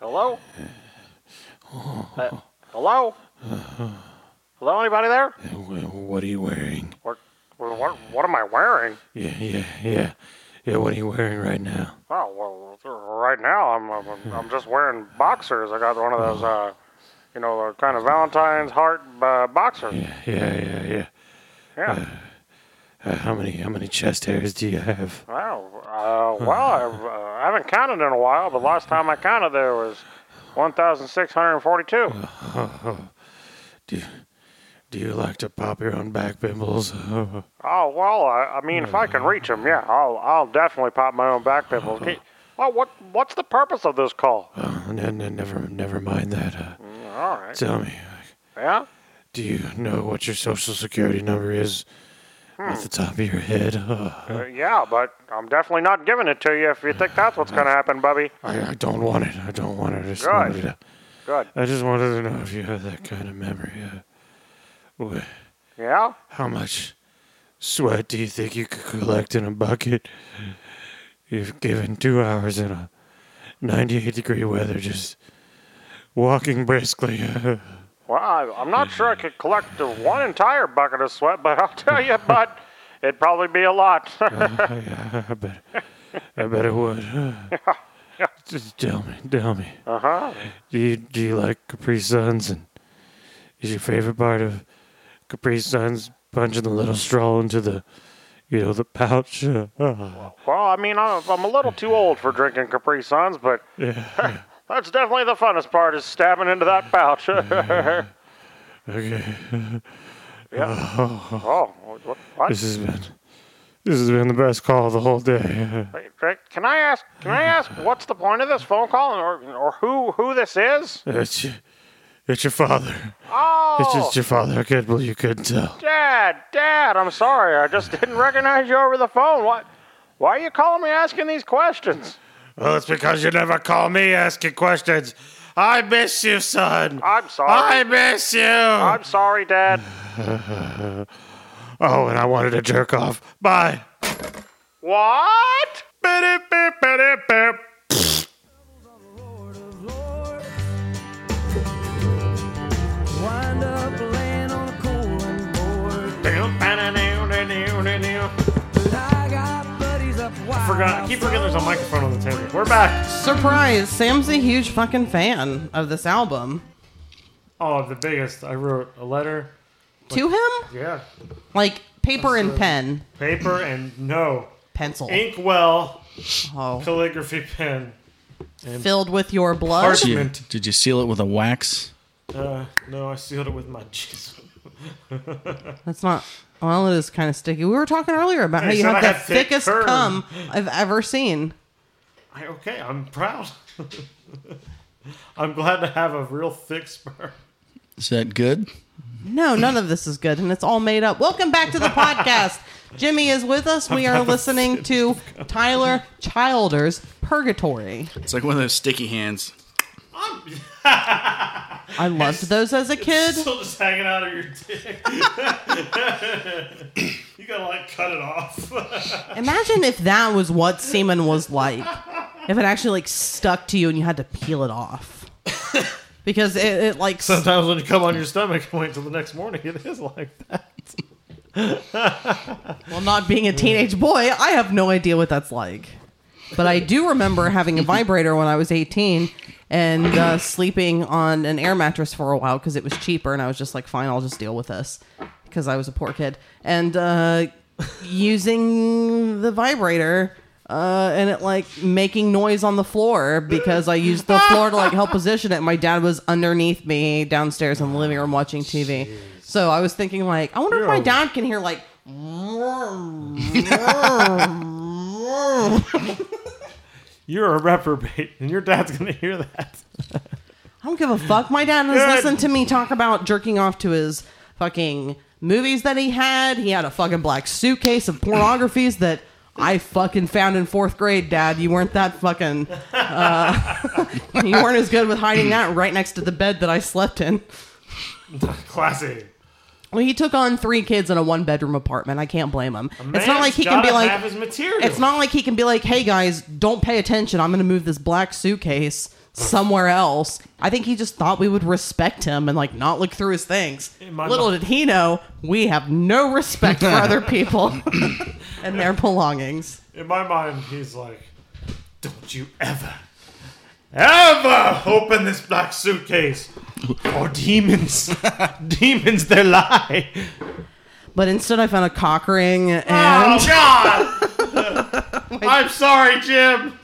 [SPEAKER 1] Hello? Uh, hello? Hello, anybody there?
[SPEAKER 6] What are you wearing?
[SPEAKER 1] What, what, what am I wearing?
[SPEAKER 6] Yeah, yeah, yeah. Yeah, what are you wearing right now?
[SPEAKER 1] Oh, well, right now I'm, I'm, I'm just wearing boxers. I got one of those, uh, you know, the kind of Valentine's heart uh, boxers.
[SPEAKER 6] Yeah, yeah, yeah, yeah.
[SPEAKER 1] Yeah.
[SPEAKER 6] Uh, how many how many chest hairs do you have?
[SPEAKER 1] Wow. Uh, well, I've, uh, I haven't counted in a while, but last time I counted there was 1,642.
[SPEAKER 6] Do you, do you like to pop your own back pimples?
[SPEAKER 1] Oh well, I, I mean, if I can reach him, yeah, I'll I'll definitely pop my own back pimples. Ke- Well, what what's the purpose of this call?
[SPEAKER 6] Oh, no, no, never never mind that. Uh,
[SPEAKER 1] All right.
[SPEAKER 6] tell me,
[SPEAKER 1] Yeah.
[SPEAKER 6] do you know what your social security number is? Off the top of your head? Uh,
[SPEAKER 1] Uh, yeah, but I'm definitely not giving it to you if you think that's what's going to happen, Bubby.
[SPEAKER 6] I, I don't want it. I don't want it. I just, wanted
[SPEAKER 1] Good.
[SPEAKER 6] to,
[SPEAKER 1] Good.
[SPEAKER 6] I just wanted to know if you have that kind of memory. Uh, wh-
[SPEAKER 1] Yeah.
[SPEAKER 6] how much sweat do you think you could collect in a bucket? You've given two hours in a 98 degree weather just walking briskly. Uh,
[SPEAKER 1] Well, I, I'm not sure I could collect the one entire bucket of sweat, but I'll tell you, but it'd probably be a lot.
[SPEAKER 6] I, I bet, I bet it would. Uh, Just tell me, tell me.
[SPEAKER 1] uh huh.
[SPEAKER 6] Do you do you like Capri Suns? And is your favorite part of Capri Suns punching the little straw into the, you know, the pouch? Uh, uh,
[SPEAKER 1] Well, I mean, I'm, I'm a little too old for drinking Capri Suns, but
[SPEAKER 6] yeah.
[SPEAKER 1] that's definitely the funnest part is stabbing into that pouch.
[SPEAKER 6] Okay.
[SPEAKER 1] Oh, what? what?
[SPEAKER 6] This has been this has been the best call of the whole day.
[SPEAKER 1] Wait, Rick, Can I ask? Can I ask what's the point of this phone call, or or who who this is?
[SPEAKER 6] It's your, it's your father. It's
[SPEAKER 1] Oh,
[SPEAKER 6] just your father. I can't believe you couldn't tell.
[SPEAKER 1] Dad, Dad, I'm sorry, I just didn't recognize you over the phone. What? Why are you calling me asking these questions?
[SPEAKER 6] Well, it's because you never call me asking questions. I miss you, son.
[SPEAKER 1] I'm sorry.
[SPEAKER 6] I miss you.
[SPEAKER 1] I'm sorry, Dad.
[SPEAKER 6] oh, and I wanted to jerk off. Bye.
[SPEAKER 1] What?
[SPEAKER 6] Beep, beep, beep, beep.
[SPEAKER 5] Wind up laying on a cooling board. But I got buddies up wild.
[SPEAKER 1] Forgot. I keep forgetting there's a microphone on the table. We're back.
[SPEAKER 3] Surprise! Sam's a huge fucking fan of this album.
[SPEAKER 1] Oh, the biggest. I wrote a letter.
[SPEAKER 3] To him?
[SPEAKER 1] Yeah.
[SPEAKER 3] Like paper and pen.
[SPEAKER 1] Paper and no
[SPEAKER 3] Pencil.
[SPEAKER 1] inkwell
[SPEAKER 3] Oh.
[SPEAKER 1] calligraphy pen.
[SPEAKER 3] Filled with your blood.
[SPEAKER 1] Parchment.
[SPEAKER 4] Did you, did you seal it with a wax?
[SPEAKER 1] Uh, no, I sealed it with my cheese.
[SPEAKER 3] That's not. Well, it is kind of sticky. We were talking earlier about how
[SPEAKER 1] They
[SPEAKER 3] you
[SPEAKER 1] said I
[SPEAKER 3] have the
[SPEAKER 1] had thick
[SPEAKER 3] thickest
[SPEAKER 1] curd.
[SPEAKER 3] cum I've ever seen.
[SPEAKER 1] I, okay, I'm proud. I'm glad to have a real thick sperm.
[SPEAKER 4] Is that good?
[SPEAKER 3] No, none of this is good, and it's all made up. Welcome back to the podcast. Jimmy is with us. We are listening to Tyler Childers Purgatory.
[SPEAKER 4] It's like one of those sticky hands.
[SPEAKER 3] I loved those as a kid.
[SPEAKER 1] Still just hanging out of your dick. you gotta like cut it off.
[SPEAKER 3] Imagine if that was what semen was like. If it actually like stuck to you and you had to peel it off. Because it, it like s-
[SPEAKER 1] Sometimes when you come on your stomach and wait until the next morning, it is like that.
[SPEAKER 3] Well, not being a teenage boy, I have no idea what that's like. But I do remember having a vibrator when I was 18 and uh, sleeping on an air mattress for a while because it was cheaper. And I was just like, fine, I'll just deal with this because I was a poor kid. And uh, using the vibrator uh, and it like making noise on the floor because I used the floor to like help position it. My dad was underneath me downstairs in the living room watching TV. So I was thinking like, I wonder if my
[SPEAKER 1] Yo.
[SPEAKER 3] dad can hear like
[SPEAKER 1] You're a reprobate, and your dad's gonna hear that.
[SPEAKER 3] I don't give a fuck. My dad was
[SPEAKER 1] Good.
[SPEAKER 3] listening to me talk about jerking off to his fucking movies that he had. He had a fucking black suitcase of pornographies that I fucking found in fourth grade, Dad. You weren't that fucking. Uh, you weren't as good with hiding that right next to the bed that I slept in.
[SPEAKER 1] Classy.
[SPEAKER 3] Well, he took on three kids in a one bedroom apartment. I can't blame him. It's not
[SPEAKER 1] Man's
[SPEAKER 3] like he can be
[SPEAKER 1] gotta
[SPEAKER 3] like.
[SPEAKER 1] have his material.
[SPEAKER 3] It's not like he can be like, hey guys, don't pay attention. I'm going to move this black suitcase somewhere else. I think he just thought we would respect him and like not look through his things.
[SPEAKER 1] my
[SPEAKER 3] Little
[SPEAKER 1] mi-
[SPEAKER 3] did he know, we have no respect for other people and their belongings.
[SPEAKER 1] In my mind, he's like, "Don't you ever, ever open this black suitcase, or demons, demons, they lie."
[SPEAKER 3] But instead, I found a cock ring and
[SPEAKER 1] Oh God! I'm sorry, Jim.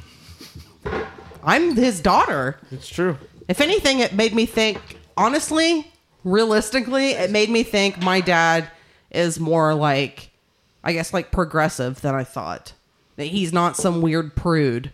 [SPEAKER 3] I'm his daughter.
[SPEAKER 1] It's true.
[SPEAKER 3] If anything, it made me think, honestly, realistically, it made me think my dad is more like, I guess, like progressive than I thought. That he's not some weird prude.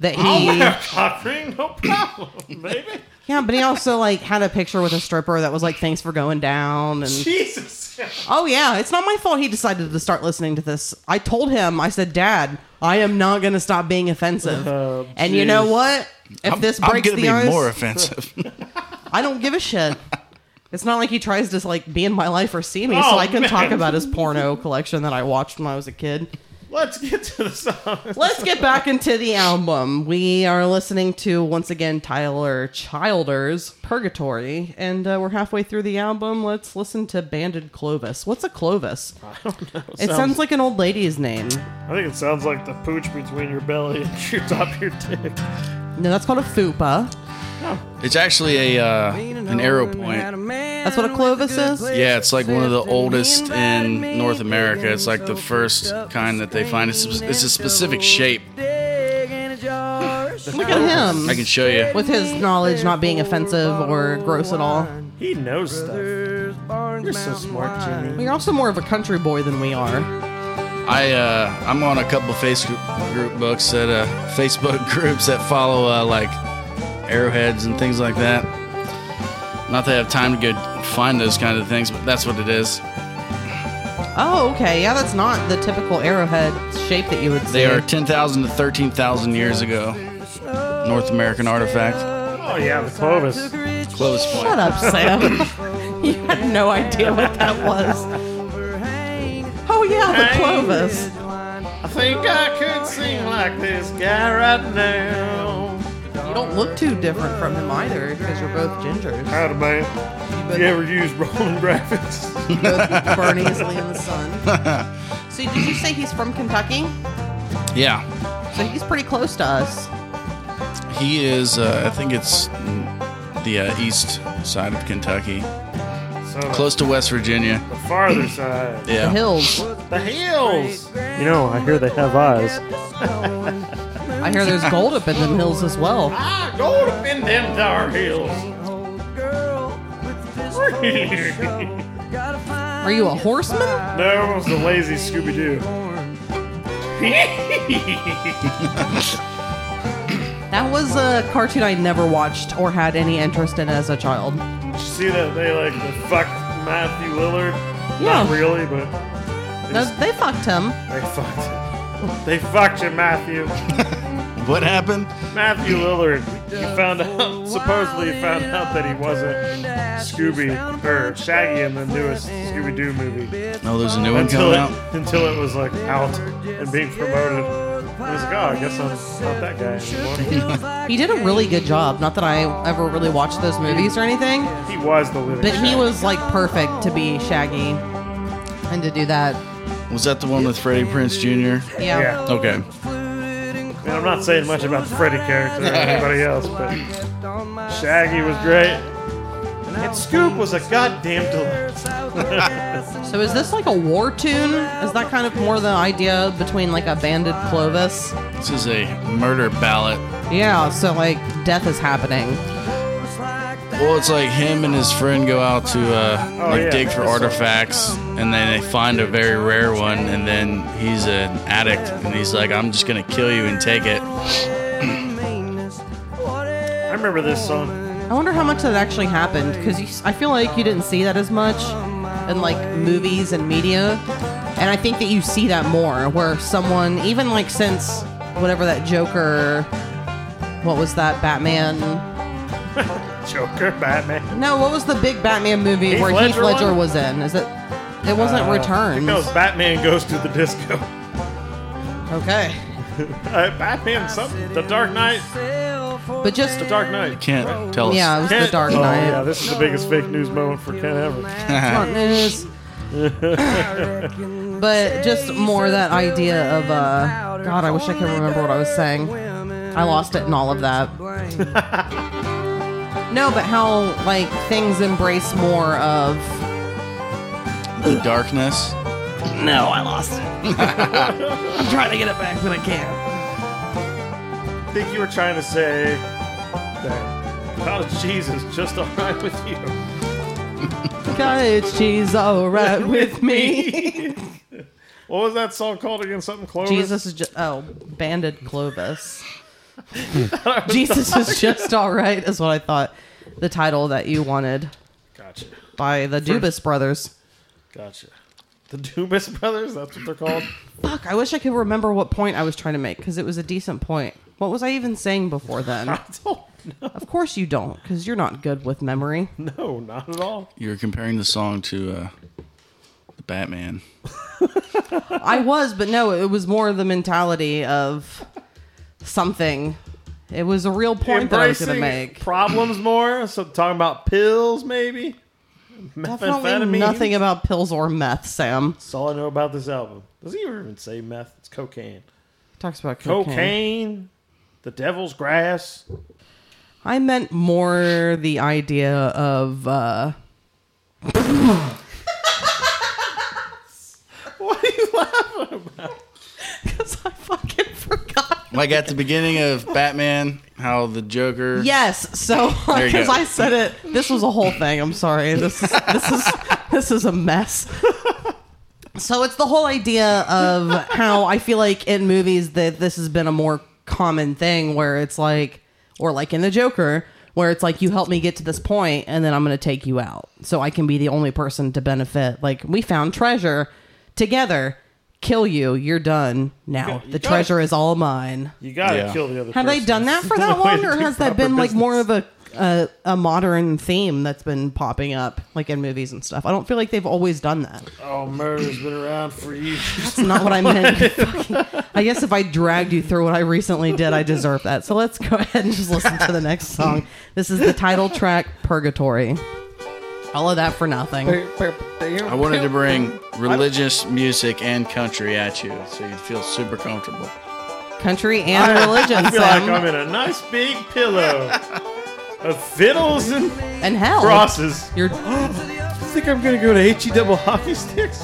[SPEAKER 3] That
[SPEAKER 4] Oh,
[SPEAKER 3] he,
[SPEAKER 1] Offering, no problem, baby.
[SPEAKER 3] yeah, but he also like had a picture with a stripper that was like, "Thanks for going down." And
[SPEAKER 1] Jesus.
[SPEAKER 3] oh yeah, it's not my fault he decided to start listening to this. I told him, I said, "Dad, I am not going to stop being offensive."
[SPEAKER 1] Oh,
[SPEAKER 3] and you know what? If this breaks
[SPEAKER 4] Uh-huh. I'm gonna
[SPEAKER 3] the
[SPEAKER 4] be
[SPEAKER 3] ice,
[SPEAKER 4] more offensive.
[SPEAKER 3] I don't give a shit. It's not like he tries to like be in my life or see me,
[SPEAKER 1] Oh,
[SPEAKER 3] so I can
[SPEAKER 1] man.
[SPEAKER 3] talk about his porno collection that I watched when I was a kid.
[SPEAKER 1] Let's get to the song.
[SPEAKER 3] Let's get back into the album. We are listening to once again Tyler Childers Purgatory, and uh, we're halfway through the album. Let's listen to Banded Clovis. What's a Clovis? It sounds,
[SPEAKER 1] Sounds-
[SPEAKER 3] like an old lady's name.
[SPEAKER 1] I think it sounds like the pooch between your belly and your top of your dick.
[SPEAKER 3] No, that's called a fupa.
[SPEAKER 4] It's actually a uh, an arrow point.
[SPEAKER 3] That's what a Clovis is.
[SPEAKER 4] Yeah, it's like one of the oldest in North America. It's like the first kind that they find. It's, it's a specific shape.
[SPEAKER 3] Look at him
[SPEAKER 4] I can show you.
[SPEAKER 3] with his knowledge not being offensive or gross at all.
[SPEAKER 1] He knows stuff. You're so smart, Jimmy.
[SPEAKER 3] You're also more of a country boy than we are.
[SPEAKER 4] I uh, I'm on a couple Facebook group books that uh, Facebook groups that follow uh, like arrowheads and things like that. Not that I have time to go find those kind of things, but that's what it is.
[SPEAKER 3] Oh, okay. Yeah, that's not the typical arrowhead shape that you would see.
[SPEAKER 4] They are 10,000 to 13,000 years ago. North American artifact.
[SPEAKER 1] Oh yeah, the Clovis.
[SPEAKER 4] Close point.
[SPEAKER 3] Shut up, Sam. you had no idea what that was. Oh yeah, the Clovis.
[SPEAKER 1] I think I could sing like this guy right now.
[SPEAKER 3] You don't look too different from him either, because you're both gingers.
[SPEAKER 1] Howdy, man. You ever use rolling graphics?
[SPEAKER 3] Both Bernie is Lee in the sun. So did you say he's from Kentucky?
[SPEAKER 4] Yeah.
[SPEAKER 3] So he's pretty close to us.
[SPEAKER 4] He is, uh, I think it's mm, the uh, east side of Kentucky,
[SPEAKER 1] So
[SPEAKER 4] close to West Virginia.
[SPEAKER 1] the farther side.
[SPEAKER 3] The
[SPEAKER 4] Yeah.
[SPEAKER 3] hills.
[SPEAKER 1] The hills. You know, I hear they have eyes.
[SPEAKER 3] I hear there's gold up in them hills as well.
[SPEAKER 1] I go to bend them dar hills.
[SPEAKER 3] Are you a horseman?
[SPEAKER 1] no, it was the lazy Scooby Doo.
[SPEAKER 3] That was a cartoon I never watched or had any interest in as a child.
[SPEAKER 1] See that they like the fuck Matthew Lillard? Not
[SPEAKER 3] Yeah.
[SPEAKER 1] really, but
[SPEAKER 3] No, they fucked him.
[SPEAKER 1] they fucked him. They fucked you, Matthew.
[SPEAKER 4] What happened?
[SPEAKER 1] Matthew Lillard. You found out, supposedly you found out that he wasn't Scooby or Shaggy in the newest Scooby Doo movie
[SPEAKER 4] Oh, there's a new one
[SPEAKER 1] until
[SPEAKER 4] coming
[SPEAKER 1] it,
[SPEAKER 4] out.
[SPEAKER 1] until it was like out and being promoted. He was like, oh, I guess I'm not that guy anymore.
[SPEAKER 3] He did a really good job. Not that I ever really watched those movies or anything,
[SPEAKER 1] he was the living.
[SPEAKER 3] but he
[SPEAKER 1] Shaggy.
[SPEAKER 3] was like perfect to be Shaggy and to do that.
[SPEAKER 4] Was that the one with Freddie Prince Jr.?
[SPEAKER 3] Yeah.
[SPEAKER 1] Yeah,
[SPEAKER 4] Okay.
[SPEAKER 1] and I'm not saying much about the Freddy character or anybody else, but Shaggy was great. And Scoop was a goddamn delight.
[SPEAKER 3] So is this like a war tune? Is that kind of more the idea between like a banded Clovis?
[SPEAKER 4] This is a murder ballot.
[SPEAKER 3] Yeah. So like death is happening.
[SPEAKER 4] Well, it's like him and his friend go out to uh,
[SPEAKER 1] Oh,
[SPEAKER 4] like
[SPEAKER 1] yeah.
[SPEAKER 4] dig for artifacts, and then they find a very rare one, and then he's an addict, and he's like, "I'm just gonna kill you and take it."
[SPEAKER 1] I remember this song.
[SPEAKER 3] I wonder how much that actually happened because I feel like you didn't see that as much in like movies and media, and I think that you see that more where someone even like since whatever that Joker, what was that Batman?
[SPEAKER 1] Joker, Batman.
[SPEAKER 3] No, what was the big Batman movie
[SPEAKER 1] Heath
[SPEAKER 3] where Heath
[SPEAKER 1] Ledger
[SPEAKER 3] Ledger
[SPEAKER 1] one?
[SPEAKER 3] was in? Is it? It wasn't
[SPEAKER 1] Uh,
[SPEAKER 3] Returns.
[SPEAKER 1] No, it's Batman goes to the disco.
[SPEAKER 3] Okay,
[SPEAKER 1] Uh, Batman, something. The Dark Knight.
[SPEAKER 3] but just
[SPEAKER 1] The Dark Knight.
[SPEAKER 4] Can't tell us.
[SPEAKER 3] yeah, it was the
[SPEAKER 1] Kent-
[SPEAKER 3] Dark
[SPEAKER 1] Oh,
[SPEAKER 3] Knight.
[SPEAKER 1] yeah, this is the biggest fake news moment for Ken ever.
[SPEAKER 3] front news. but just more that idea of uh, God, I wish I could remember what I was saying. I lost it in all of that. no, but how like things embrace more of
[SPEAKER 4] the darkness.
[SPEAKER 3] no, I lost it. I'm trying to get it back, but I can't.
[SPEAKER 1] I think you were trying to say that about Jesus just all right with you.
[SPEAKER 3] God, she's all right with me.
[SPEAKER 1] What was that song called again? Something Clovis?
[SPEAKER 3] Jesus is just oh, banded Clovis. Jesus is just all right is what I thought the title that you wanted
[SPEAKER 1] Gotcha.
[SPEAKER 3] by the Dubas brothers.
[SPEAKER 1] Gotcha. The Doomis Brothers? That's what they're called?
[SPEAKER 3] Fuck, I wish I could remember what point I was trying to make because it was a decent point. What was I even saying before then?
[SPEAKER 1] I don't
[SPEAKER 3] of course you don't because you're not good with memory.
[SPEAKER 1] know. Not at all.
[SPEAKER 4] You were comparing the song to uh, the Batman.
[SPEAKER 3] I was, but no, it was more the mentality of something. It was a real point that I was going to
[SPEAKER 1] Embracing
[SPEAKER 3] make.
[SPEAKER 1] problems more. So talking about pills, maybe.
[SPEAKER 3] Definitely nothing about pills or meth, Sam.
[SPEAKER 1] That's all I know about this album. Does he even say meth? It's cocaine.
[SPEAKER 3] Talks about
[SPEAKER 1] Cocaine.
[SPEAKER 3] cocaine.
[SPEAKER 1] The devil's grass.
[SPEAKER 3] I meant more the idea of uh,
[SPEAKER 1] What are you laughing?
[SPEAKER 3] because I fucking forgot.
[SPEAKER 4] Like at the beginning of Batman, how the Joker.
[SPEAKER 3] Yes. So
[SPEAKER 4] There you
[SPEAKER 3] because
[SPEAKER 4] go.
[SPEAKER 3] I said it, this was a whole thing. I'm sorry. This is this is this is a mess. So it's the whole idea of how I feel like in movies that this has been a more common thing where it's like, or like in the Joker, where it's like you help me get to this point, and then I'm going to take you out, so I can be the only person to benefit. Like we found treasure together, kill you, you're done. Now
[SPEAKER 1] You
[SPEAKER 3] the
[SPEAKER 1] got it.
[SPEAKER 3] treasure is all mine.
[SPEAKER 1] You gotta
[SPEAKER 4] Yeah.
[SPEAKER 1] kill the other.
[SPEAKER 3] Have they
[SPEAKER 1] person.
[SPEAKER 3] done that for that
[SPEAKER 1] way
[SPEAKER 3] long,
[SPEAKER 1] to
[SPEAKER 3] or
[SPEAKER 1] do
[SPEAKER 3] has that
[SPEAKER 1] proper
[SPEAKER 3] been like more
[SPEAKER 1] business.
[SPEAKER 3] of a, a a modern theme that's been popping up, like in movies and stuff? I don't feel like they've always done that.
[SPEAKER 1] Oh, murder's been around for years.
[SPEAKER 3] That's not what I meant. I guess if I dragged you through what I recently did, I deserve that. So let's go ahead and just listen to the next song. This is the title track, Purgatory. All of that for nothing.
[SPEAKER 4] I wanted to bring religious music and country at you, so you'd feel super comfortable.
[SPEAKER 3] Country and religion,
[SPEAKER 1] I feel like
[SPEAKER 3] Sam,
[SPEAKER 1] I'm in a nice big pillow of fiddles and
[SPEAKER 3] and hell.
[SPEAKER 1] crosses.
[SPEAKER 3] You're
[SPEAKER 1] You think I'm gonna go to HE double hockey sticks?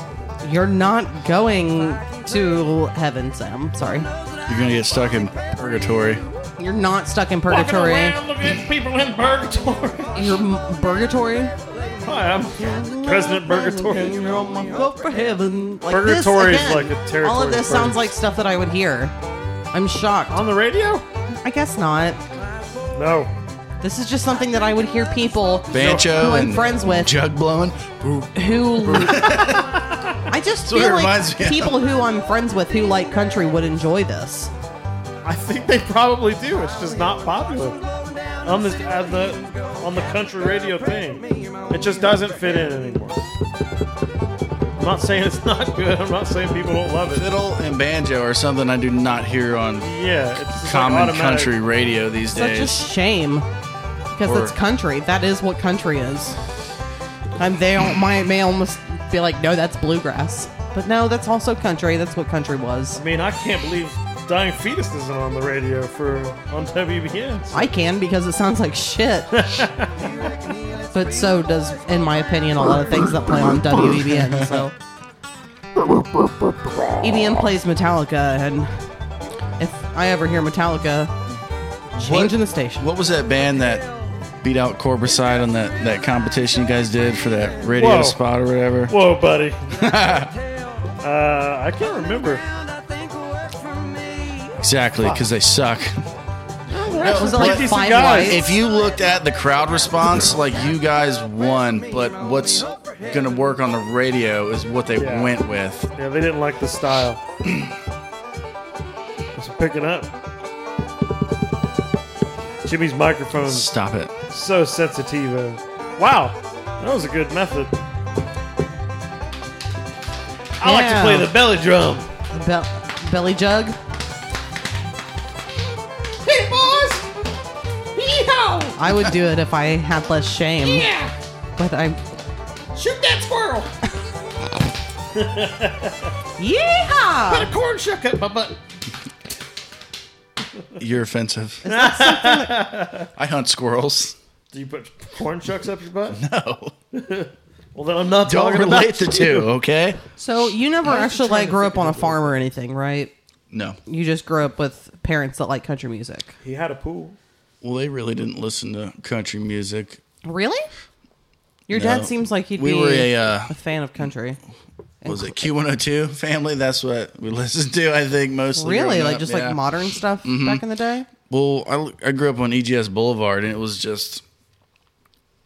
[SPEAKER 3] you're not going to heaven, Sam. Sorry.
[SPEAKER 4] You're gonna get stuck in purgatory.
[SPEAKER 3] You're not stuck in purgatory.
[SPEAKER 1] Walking around looking at people in purgatory.
[SPEAKER 3] Your m- purgatory?
[SPEAKER 1] Hi, I'm President Purgatory.
[SPEAKER 3] You're on my hope for heaven. Like
[SPEAKER 1] Purgatory is
[SPEAKER 3] this, again,
[SPEAKER 1] like a territory
[SPEAKER 3] All of this
[SPEAKER 1] of
[SPEAKER 3] sounds
[SPEAKER 1] birds.
[SPEAKER 3] like stuff that I would hear. I'm shocked.
[SPEAKER 1] On the radio?
[SPEAKER 3] I guess not.
[SPEAKER 1] No.
[SPEAKER 3] This is just something that I would hear people
[SPEAKER 4] Banjo
[SPEAKER 3] who I'm
[SPEAKER 4] and
[SPEAKER 3] friends with
[SPEAKER 4] jug blowing.
[SPEAKER 3] who. I just
[SPEAKER 4] what it
[SPEAKER 3] feel like
[SPEAKER 4] reminds me of.
[SPEAKER 3] people who I'm friends with who like country would enjoy this.
[SPEAKER 1] I think they probably do. It's just not popular on the on the on the country radio thing. It just doesn't fit in anymore. I'm not saying it's not good. I'm not saying people don't love it.
[SPEAKER 4] Fiddle and banjo are something I do not hear on
[SPEAKER 1] Yeah, it's just like
[SPEAKER 4] common
[SPEAKER 1] automatic.
[SPEAKER 4] country radio these
[SPEAKER 3] Such a
[SPEAKER 4] days.
[SPEAKER 3] shame. Because
[SPEAKER 4] Or-
[SPEAKER 3] it's country. That is what country is. And they al- might may almost be like, no, that's bluegrass. But no, that's also country. That's what country was.
[SPEAKER 1] I mean, I can't believe Dying Fetus isn't on the radio for on WBN. So
[SPEAKER 3] I can because it sounds like shit. but so does, in my opinion, a lot of things that play on WEBN. So EBN plays Metallica, and if I ever hear Metallica, changing the station.
[SPEAKER 4] What was that band that beat out Corpuside on that, that competition you guys did for that radio
[SPEAKER 1] Whoa.
[SPEAKER 4] spot or whatever?
[SPEAKER 1] Whoa, buddy. uh, I can't remember.
[SPEAKER 4] Exactly, because they suck.
[SPEAKER 3] was it like
[SPEAKER 1] Pretty decent
[SPEAKER 3] five
[SPEAKER 1] guys.
[SPEAKER 3] whites?
[SPEAKER 4] If you looked at the crowd response, like you guys won, but what's going to work on the radio is what they
[SPEAKER 1] Yeah.
[SPEAKER 4] went with.
[SPEAKER 1] Yeah, they didn't like the style. It's picking up. Jimmy's microphone's
[SPEAKER 4] Stop it.
[SPEAKER 1] so sensitive. Wow, that was a good method. I like to
[SPEAKER 3] Yeah.
[SPEAKER 1] play the belly drum.
[SPEAKER 3] Bel- belly jug.
[SPEAKER 2] Hey, boys! Yeehaw!
[SPEAKER 3] I would do it if I had less shame.
[SPEAKER 2] Yeah!
[SPEAKER 3] But I'm.
[SPEAKER 2] Shoot that squirrel!
[SPEAKER 3] Yeehaw!
[SPEAKER 2] Put a corn shuck up my butt.
[SPEAKER 4] You're offensive. I hunt squirrels.
[SPEAKER 1] Do you put corn shucks up your butt?
[SPEAKER 4] No.
[SPEAKER 1] Well, then I'm not
[SPEAKER 4] Don't
[SPEAKER 1] talking
[SPEAKER 4] relate
[SPEAKER 1] about
[SPEAKER 4] the two, okay?
[SPEAKER 3] So you never actually like grew up on a farm or anything, right?
[SPEAKER 4] No.
[SPEAKER 3] You just grew up with parents that like country music.
[SPEAKER 1] He had a pool.
[SPEAKER 4] Well, they really didn't listen to country music.
[SPEAKER 3] Really? Your
[SPEAKER 4] No.
[SPEAKER 3] dad seems like he'd
[SPEAKER 4] We
[SPEAKER 3] be
[SPEAKER 4] were a, uh,
[SPEAKER 3] a fan of country.
[SPEAKER 4] was it Q102 family? That's what we listened to, I think, mostly.
[SPEAKER 3] Really?
[SPEAKER 4] growing
[SPEAKER 3] Like
[SPEAKER 4] up,
[SPEAKER 3] just
[SPEAKER 4] yeah. Mm-hmm.
[SPEAKER 3] like modern stuff back in the day?
[SPEAKER 4] Well, I, I grew up on EGS Boulevard, and it was just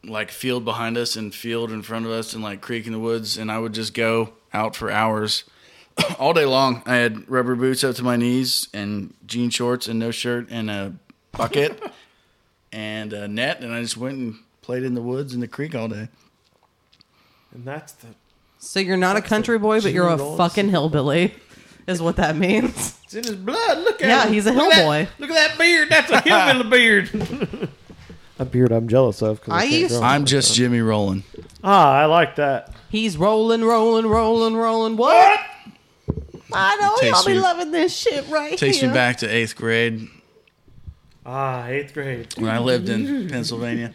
[SPEAKER 4] like field behind us and field in front of us and like creek in the woods. And I would just go out for hours all day long. I had rubber boots up to my knees and jean shorts and no shirt and a bucket and a net. And I just went and played in the woods in the creek all day.
[SPEAKER 1] And that's the
[SPEAKER 3] So you're not a country boy, but you're a
[SPEAKER 1] Jimmy Rollins.
[SPEAKER 3] fucking hillbilly, is what that means.
[SPEAKER 1] it's in his blood. Look at
[SPEAKER 3] Yeah,
[SPEAKER 1] him.
[SPEAKER 3] he's a
[SPEAKER 1] Look at
[SPEAKER 3] hillboy.
[SPEAKER 1] that- Look at that beard. That's a hillbilly beard. a beard I'm jealous of.
[SPEAKER 3] I I can't used- grow.
[SPEAKER 4] I'm just Jimmy Rollin.
[SPEAKER 1] Ah, I like that.
[SPEAKER 3] He's rolling, rolling, rolling, rolling. What? I know
[SPEAKER 4] Takes
[SPEAKER 3] y'all be
[SPEAKER 4] me-
[SPEAKER 3] loving this shit right
[SPEAKER 4] Takes
[SPEAKER 3] here.
[SPEAKER 4] me back to eighth grade.
[SPEAKER 1] Ah, eighth grade.
[SPEAKER 4] when I lived in Pennsylvania.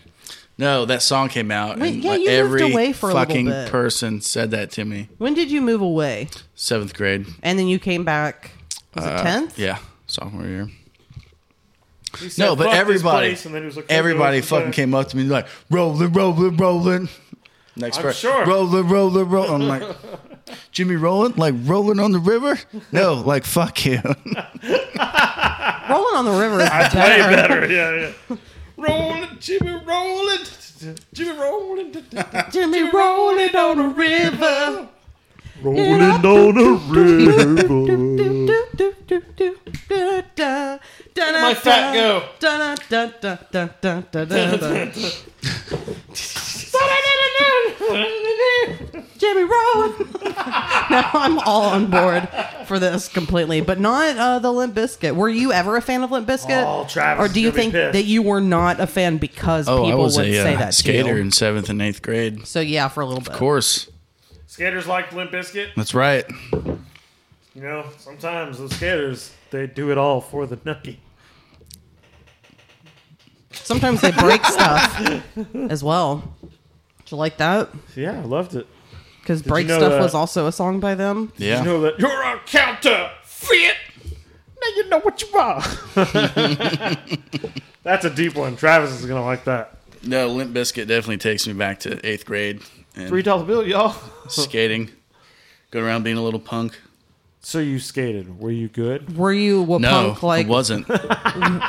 [SPEAKER 4] No, that song came out,
[SPEAKER 3] Wait,
[SPEAKER 4] and
[SPEAKER 3] yeah,
[SPEAKER 4] like,
[SPEAKER 3] you lived
[SPEAKER 4] every
[SPEAKER 3] away for a little
[SPEAKER 4] fucking
[SPEAKER 3] bit.
[SPEAKER 4] person said that to me.
[SPEAKER 3] When did you move away?
[SPEAKER 4] Seventh grade, Uh,
[SPEAKER 3] And then you came back. Was it tenth?
[SPEAKER 4] yeah, sophomore year.
[SPEAKER 1] He said,
[SPEAKER 4] No, but
[SPEAKER 1] "Fuck this
[SPEAKER 4] everybody,
[SPEAKER 1] place," and then he was like,
[SPEAKER 4] everybody
[SPEAKER 1] "Fuck
[SPEAKER 4] fucking
[SPEAKER 1] this
[SPEAKER 4] came up to me like rolling, rolling, rolling. Next
[SPEAKER 1] I'm
[SPEAKER 4] part,
[SPEAKER 1] sure.
[SPEAKER 4] rolling, rolling, rolling. I'm like Jimmy Rolling, like rolling on the river. No, like fuck you.
[SPEAKER 3] Rolling on the river is
[SPEAKER 1] place." Way
[SPEAKER 3] better.
[SPEAKER 1] better. Yeah, yeah. Rolling, Jimmy, rolling, Jimmy, rolling,
[SPEAKER 3] Jimmy rolling on a river.
[SPEAKER 1] rolling on a river.
[SPEAKER 3] My
[SPEAKER 1] fat go.
[SPEAKER 3] Jimmy Rowan. now I'm all on board for this completely, but not uh, the Limp Biscuit. Were you ever a fan of Limp Biscuit?
[SPEAKER 1] Oh, Travis
[SPEAKER 3] or
[SPEAKER 1] is
[SPEAKER 3] do you
[SPEAKER 1] gonna be
[SPEAKER 3] think
[SPEAKER 1] pissed.
[SPEAKER 3] that you were not a fan because
[SPEAKER 4] Oh, I
[SPEAKER 3] people would
[SPEAKER 4] was a
[SPEAKER 3] say
[SPEAKER 4] uh,
[SPEAKER 3] that
[SPEAKER 4] skater
[SPEAKER 3] to you?
[SPEAKER 4] in seventh and eighth grade. Of
[SPEAKER 3] So yeah, for a little bit.
[SPEAKER 4] course,
[SPEAKER 1] Skaters like Limp Bizkit.
[SPEAKER 4] that's right.
[SPEAKER 1] You know, sometimes those skaters they do it all for the nookie.
[SPEAKER 3] Sometimes they break stuff as well. Did you like that?
[SPEAKER 1] Yeah, I loved it.
[SPEAKER 3] Because break
[SPEAKER 1] know
[SPEAKER 3] stuff
[SPEAKER 1] that-
[SPEAKER 3] was also a song by them.
[SPEAKER 4] uh, Yeah,
[SPEAKER 1] You know that you're a counterfeit. Now you know what you are. That's a deep one. Travis is gonna like that.
[SPEAKER 4] no, Limp Biscuit definitely takes me back to eighth grade. and-
[SPEAKER 1] Three dollar bill, y'all.
[SPEAKER 4] skating, going around being a little punk.
[SPEAKER 1] So you skated. Were you good?
[SPEAKER 3] Were you a
[SPEAKER 4] No,
[SPEAKER 3] punk like?
[SPEAKER 4] it wasn't.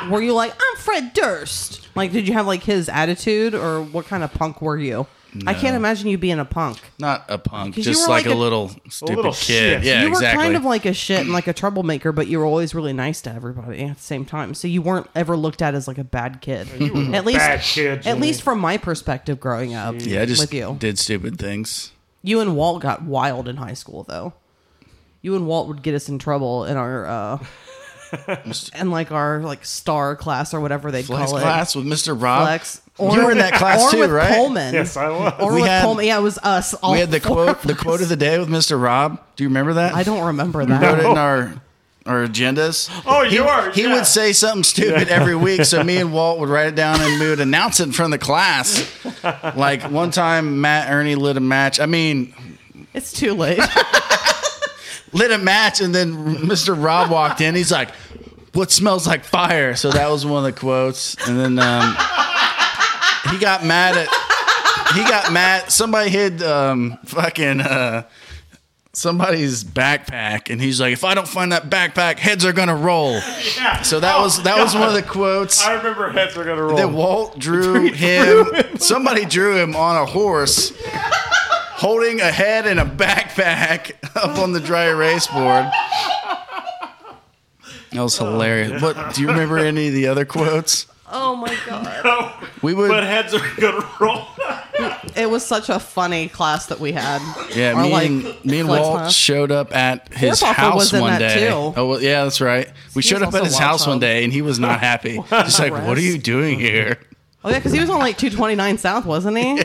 [SPEAKER 3] Were you like I'm Fred Durst? Like, did you have like his attitude, or what kind of punk were you? I can't imagine you being a punk.
[SPEAKER 4] Not a punk,
[SPEAKER 3] 'Cause you were
[SPEAKER 4] just like,
[SPEAKER 3] like
[SPEAKER 4] a,
[SPEAKER 3] a-
[SPEAKER 4] little stupid
[SPEAKER 1] little
[SPEAKER 4] kid.
[SPEAKER 1] shit.
[SPEAKER 4] Yeah,
[SPEAKER 3] you were
[SPEAKER 4] exactly.
[SPEAKER 3] kind of like a shit and like a troublemaker, but you were always really nice to everybody at the same time. So you weren't ever looked at as like a bad kid. at least,
[SPEAKER 1] bad kid,
[SPEAKER 3] at
[SPEAKER 1] Jimmy.
[SPEAKER 3] least from my perspective, growing up.
[SPEAKER 4] yeah, I just
[SPEAKER 3] with you.
[SPEAKER 4] did stupid things.
[SPEAKER 3] You and Walt got wild in high school, though. You and Walt would get us in trouble in our uh, and like our like star class or whatever they'd
[SPEAKER 4] Flex
[SPEAKER 3] call
[SPEAKER 4] class with Mr. Rob.
[SPEAKER 3] it. Flex.
[SPEAKER 4] you were in that class
[SPEAKER 3] or
[SPEAKER 4] too,
[SPEAKER 3] with
[SPEAKER 4] right?
[SPEAKER 3] Coleman.
[SPEAKER 1] Yes, I was.
[SPEAKER 3] Or
[SPEAKER 4] We
[SPEAKER 3] with
[SPEAKER 4] had-
[SPEAKER 3] Coleman. Yeah, it was us. All
[SPEAKER 4] We had the
[SPEAKER 3] four
[SPEAKER 4] quote,
[SPEAKER 3] of
[SPEAKER 4] the
[SPEAKER 3] us.
[SPEAKER 4] quote of the day with Mr. Rob. Do you remember that?
[SPEAKER 3] I don't remember
[SPEAKER 4] We wrote
[SPEAKER 3] that.
[SPEAKER 4] it in our our agendas.
[SPEAKER 1] Oh,
[SPEAKER 4] he,
[SPEAKER 1] you are,
[SPEAKER 4] He
[SPEAKER 1] yeah.
[SPEAKER 4] would say something stupid every week, so me and Walt would write it down and we would announce it in front of the class. Like one time, Matt Ernie lit a match. I mean,
[SPEAKER 3] It's too late.
[SPEAKER 4] lit a match, and then Mr. Rob walked in. He's like, "What smells like fire?" So that was one of the quotes, and then um, he got mad at he got mad. Somebody hid um, fucking uh, somebody's backpack, and he's like, "If I don't find that backpack, heads are gonna roll."
[SPEAKER 1] Yeah.
[SPEAKER 4] So that
[SPEAKER 1] Oh,
[SPEAKER 4] was that was
[SPEAKER 1] God.
[SPEAKER 4] one of the quotes.
[SPEAKER 1] I remember heads are gonna roll.
[SPEAKER 4] That Walt drew him. Somebody drew him on a horse, holding a head and a backpack up on the dry erase board. That was hilarious. But do you remember any of the other quotes?
[SPEAKER 3] Oh my god.
[SPEAKER 4] We would,
[SPEAKER 1] but heads are gonna roll.
[SPEAKER 3] It was such a funny class that we had.
[SPEAKER 4] yeah.
[SPEAKER 3] Or
[SPEAKER 4] Me
[SPEAKER 3] like
[SPEAKER 4] and me and
[SPEAKER 3] flex
[SPEAKER 4] Walt
[SPEAKER 3] class.
[SPEAKER 4] showed up at his
[SPEAKER 3] Fourpoffer
[SPEAKER 4] house
[SPEAKER 3] was in that
[SPEAKER 4] one day.
[SPEAKER 3] too.
[SPEAKER 4] Oh well, yeah, that's right. We
[SPEAKER 3] He
[SPEAKER 4] showed
[SPEAKER 3] was
[SPEAKER 4] up at
[SPEAKER 3] also
[SPEAKER 4] his
[SPEAKER 3] a wild
[SPEAKER 4] house one
[SPEAKER 3] child.
[SPEAKER 4] day, and he was not happy. He's like, "What are
[SPEAKER 3] Rest.
[SPEAKER 4] you doing here?"
[SPEAKER 3] Oh yeah, because he was on like 229 South, wasn't he?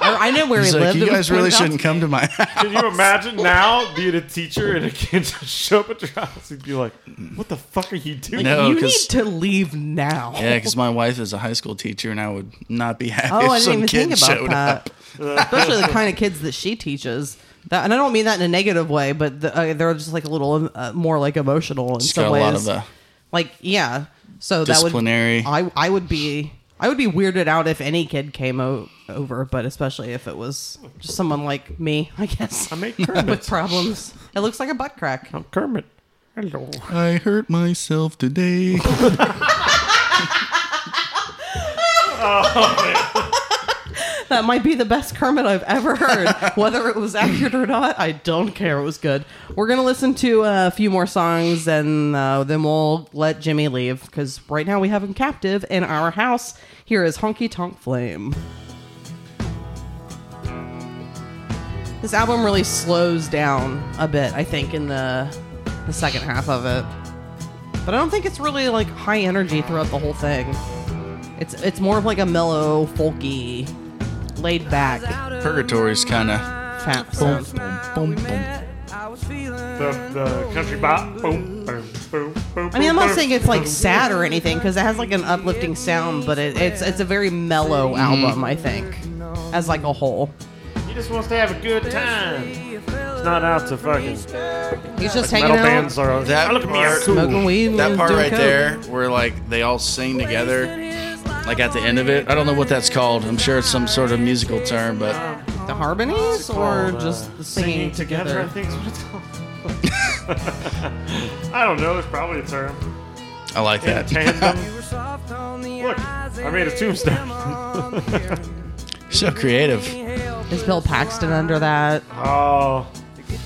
[SPEAKER 3] Or I know where
[SPEAKER 4] He's
[SPEAKER 3] he
[SPEAKER 4] like,
[SPEAKER 3] lived.
[SPEAKER 4] "You
[SPEAKER 3] It was
[SPEAKER 4] guys really
[SPEAKER 3] 29
[SPEAKER 4] shouldn't come to my house."
[SPEAKER 1] Can you imagine now being a teacher and a kid just show up at your house and be like, "What the fuck are you doing?"
[SPEAKER 4] No,
[SPEAKER 3] you need
[SPEAKER 4] 'cause-
[SPEAKER 3] to leave now.
[SPEAKER 4] Yeah, because my wife is a high school teacher, and I would not be happy
[SPEAKER 3] Oh,
[SPEAKER 4] if
[SPEAKER 3] I
[SPEAKER 4] some
[SPEAKER 3] didn't even
[SPEAKER 4] kid
[SPEAKER 3] think
[SPEAKER 4] showed
[SPEAKER 3] about
[SPEAKER 4] up.
[SPEAKER 3] that. Especially the kind of kids that she teaches. That, and I don't mean that in a negative way, but the, uh, they're just like a little uh, more like emotional in
[SPEAKER 4] She's
[SPEAKER 3] some
[SPEAKER 4] got a
[SPEAKER 3] ways.
[SPEAKER 4] lot of uh,
[SPEAKER 3] like yeah, so that would
[SPEAKER 4] disciplinary.
[SPEAKER 3] I I would be I would be weirded out if any kid came o- over, but especially if it was just someone like me, I guess,
[SPEAKER 1] I make
[SPEAKER 3] with
[SPEAKER 1] Kermit.
[SPEAKER 3] problems. It looks like a butt crack.
[SPEAKER 1] I'm Kermit. Hello.
[SPEAKER 4] I hurt myself today.
[SPEAKER 3] That might be the best Kermit I've ever heard. Whether it was accurate or not, I don't care. It was good. We're gonna listen to uh, a few more songs, and uh, then we'll let Jimmy leave because right now we have him captive in our house. Here is Honky Tonk Flame. This album really slows down a bit, I think, in the the second half of it. But I don't think it's really like high energy throughout the whole thing. It's it's more of like a mellow, folky, laid back
[SPEAKER 4] Purgatory's kind of.
[SPEAKER 3] fat sound.
[SPEAKER 1] The, the country bop. Boom, boom, boom, boom.
[SPEAKER 3] I mean, I'm
[SPEAKER 1] boom,
[SPEAKER 3] not saying it's like
[SPEAKER 1] boom.
[SPEAKER 3] sad or anything because it has like an uplifting sound, but it, it's it's a very mellow album, I think, as like a whole.
[SPEAKER 1] He just wants to have a good time. It's not out to fucking.
[SPEAKER 3] He's just
[SPEAKER 1] Metal
[SPEAKER 3] hanging out,
[SPEAKER 1] bands are.
[SPEAKER 4] That
[SPEAKER 1] I look at me, I'm
[SPEAKER 4] part-
[SPEAKER 1] cool.
[SPEAKER 3] smoking weed. and
[SPEAKER 4] That part
[SPEAKER 3] doing
[SPEAKER 4] right
[SPEAKER 3] coke.
[SPEAKER 4] there, where like they all sing together, like at the end of it. I don't know what that's called. I'm sure it's some sort of musical term, but
[SPEAKER 3] the harmonies or
[SPEAKER 1] called, uh,
[SPEAKER 3] just the singing,
[SPEAKER 1] Singing together, I think
[SPEAKER 3] together.
[SPEAKER 1] is what it's called. I don't know. There's probably a term.
[SPEAKER 4] I like
[SPEAKER 1] In
[SPEAKER 4] that.
[SPEAKER 1] tandem. Look, I made a tombstone.
[SPEAKER 4] so creative.
[SPEAKER 3] Is Bill Paxton under that?
[SPEAKER 1] Oh,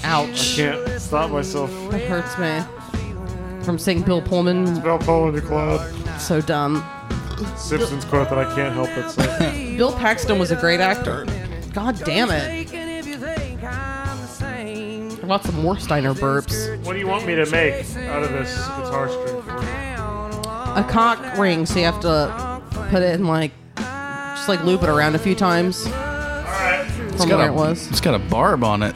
[SPEAKER 3] Ouch!
[SPEAKER 1] can't stop myself.
[SPEAKER 3] It hurts me. From seeing Bill Pullman,
[SPEAKER 1] Bell Pole in the cloud.
[SPEAKER 3] so dumb.
[SPEAKER 1] Simpsons quote that I can't help but say.
[SPEAKER 3] Bill Paxton was a great actor. God damn it. I want some Warsteiner burps.
[SPEAKER 1] What do you want me to make out of this guitar string?
[SPEAKER 3] A cock ring, so you have to put it in like, just like loop it around a few times from where
[SPEAKER 4] a,
[SPEAKER 3] it was.
[SPEAKER 4] It's got a barb on it.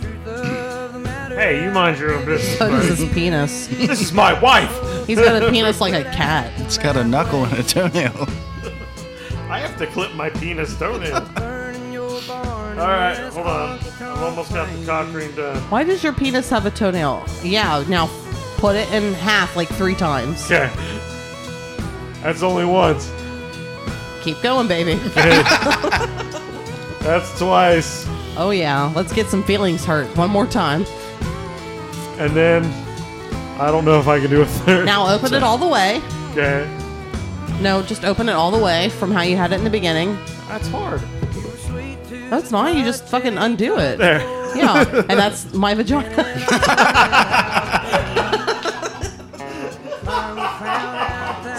[SPEAKER 1] Hey, you mind your own business,
[SPEAKER 3] So does
[SPEAKER 1] buddy.
[SPEAKER 3] his penis.
[SPEAKER 1] This is my wife.
[SPEAKER 3] He's got a penis like a cat.
[SPEAKER 4] It's got a knuckle and a toenail.
[SPEAKER 1] I have to clip my penis toenail. All right, hold on. I've almost got the cock ring done.
[SPEAKER 3] Why does your penis have a toenail? Yeah, now put it in half like three times.
[SPEAKER 1] Okay. That's only once.
[SPEAKER 3] Keep going, baby.
[SPEAKER 1] That's twice.
[SPEAKER 3] Oh yeah, let's get some feelings hurt one more time.
[SPEAKER 1] And then I don't know if I can do a third.
[SPEAKER 3] Now uh, open it all the way.
[SPEAKER 1] Okay.
[SPEAKER 3] No, just open it all the way from how you had it in the beginning.
[SPEAKER 1] That's hard.
[SPEAKER 3] That's not. You just fucking undo it.
[SPEAKER 1] There.
[SPEAKER 3] Yeah, and that's my vagina.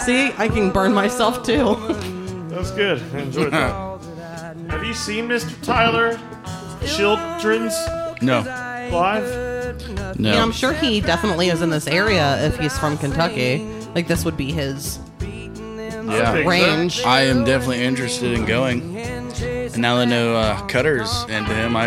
[SPEAKER 3] See, I can burn myself too.
[SPEAKER 1] That's good. I enjoyed that. Have you seen Mr. Tyler Children's
[SPEAKER 4] No,
[SPEAKER 1] Live?
[SPEAKER 4] no.
[SPEAKER 3] And I'm sure he definitely is in this area if he's from Kentucky. Like this would be his
[SPEAKER 4] yeah.
[SPEAKER 3] range.
[SPEAKER 4] I am definitely interested in going. And now that I know uh, Cutter's into him, I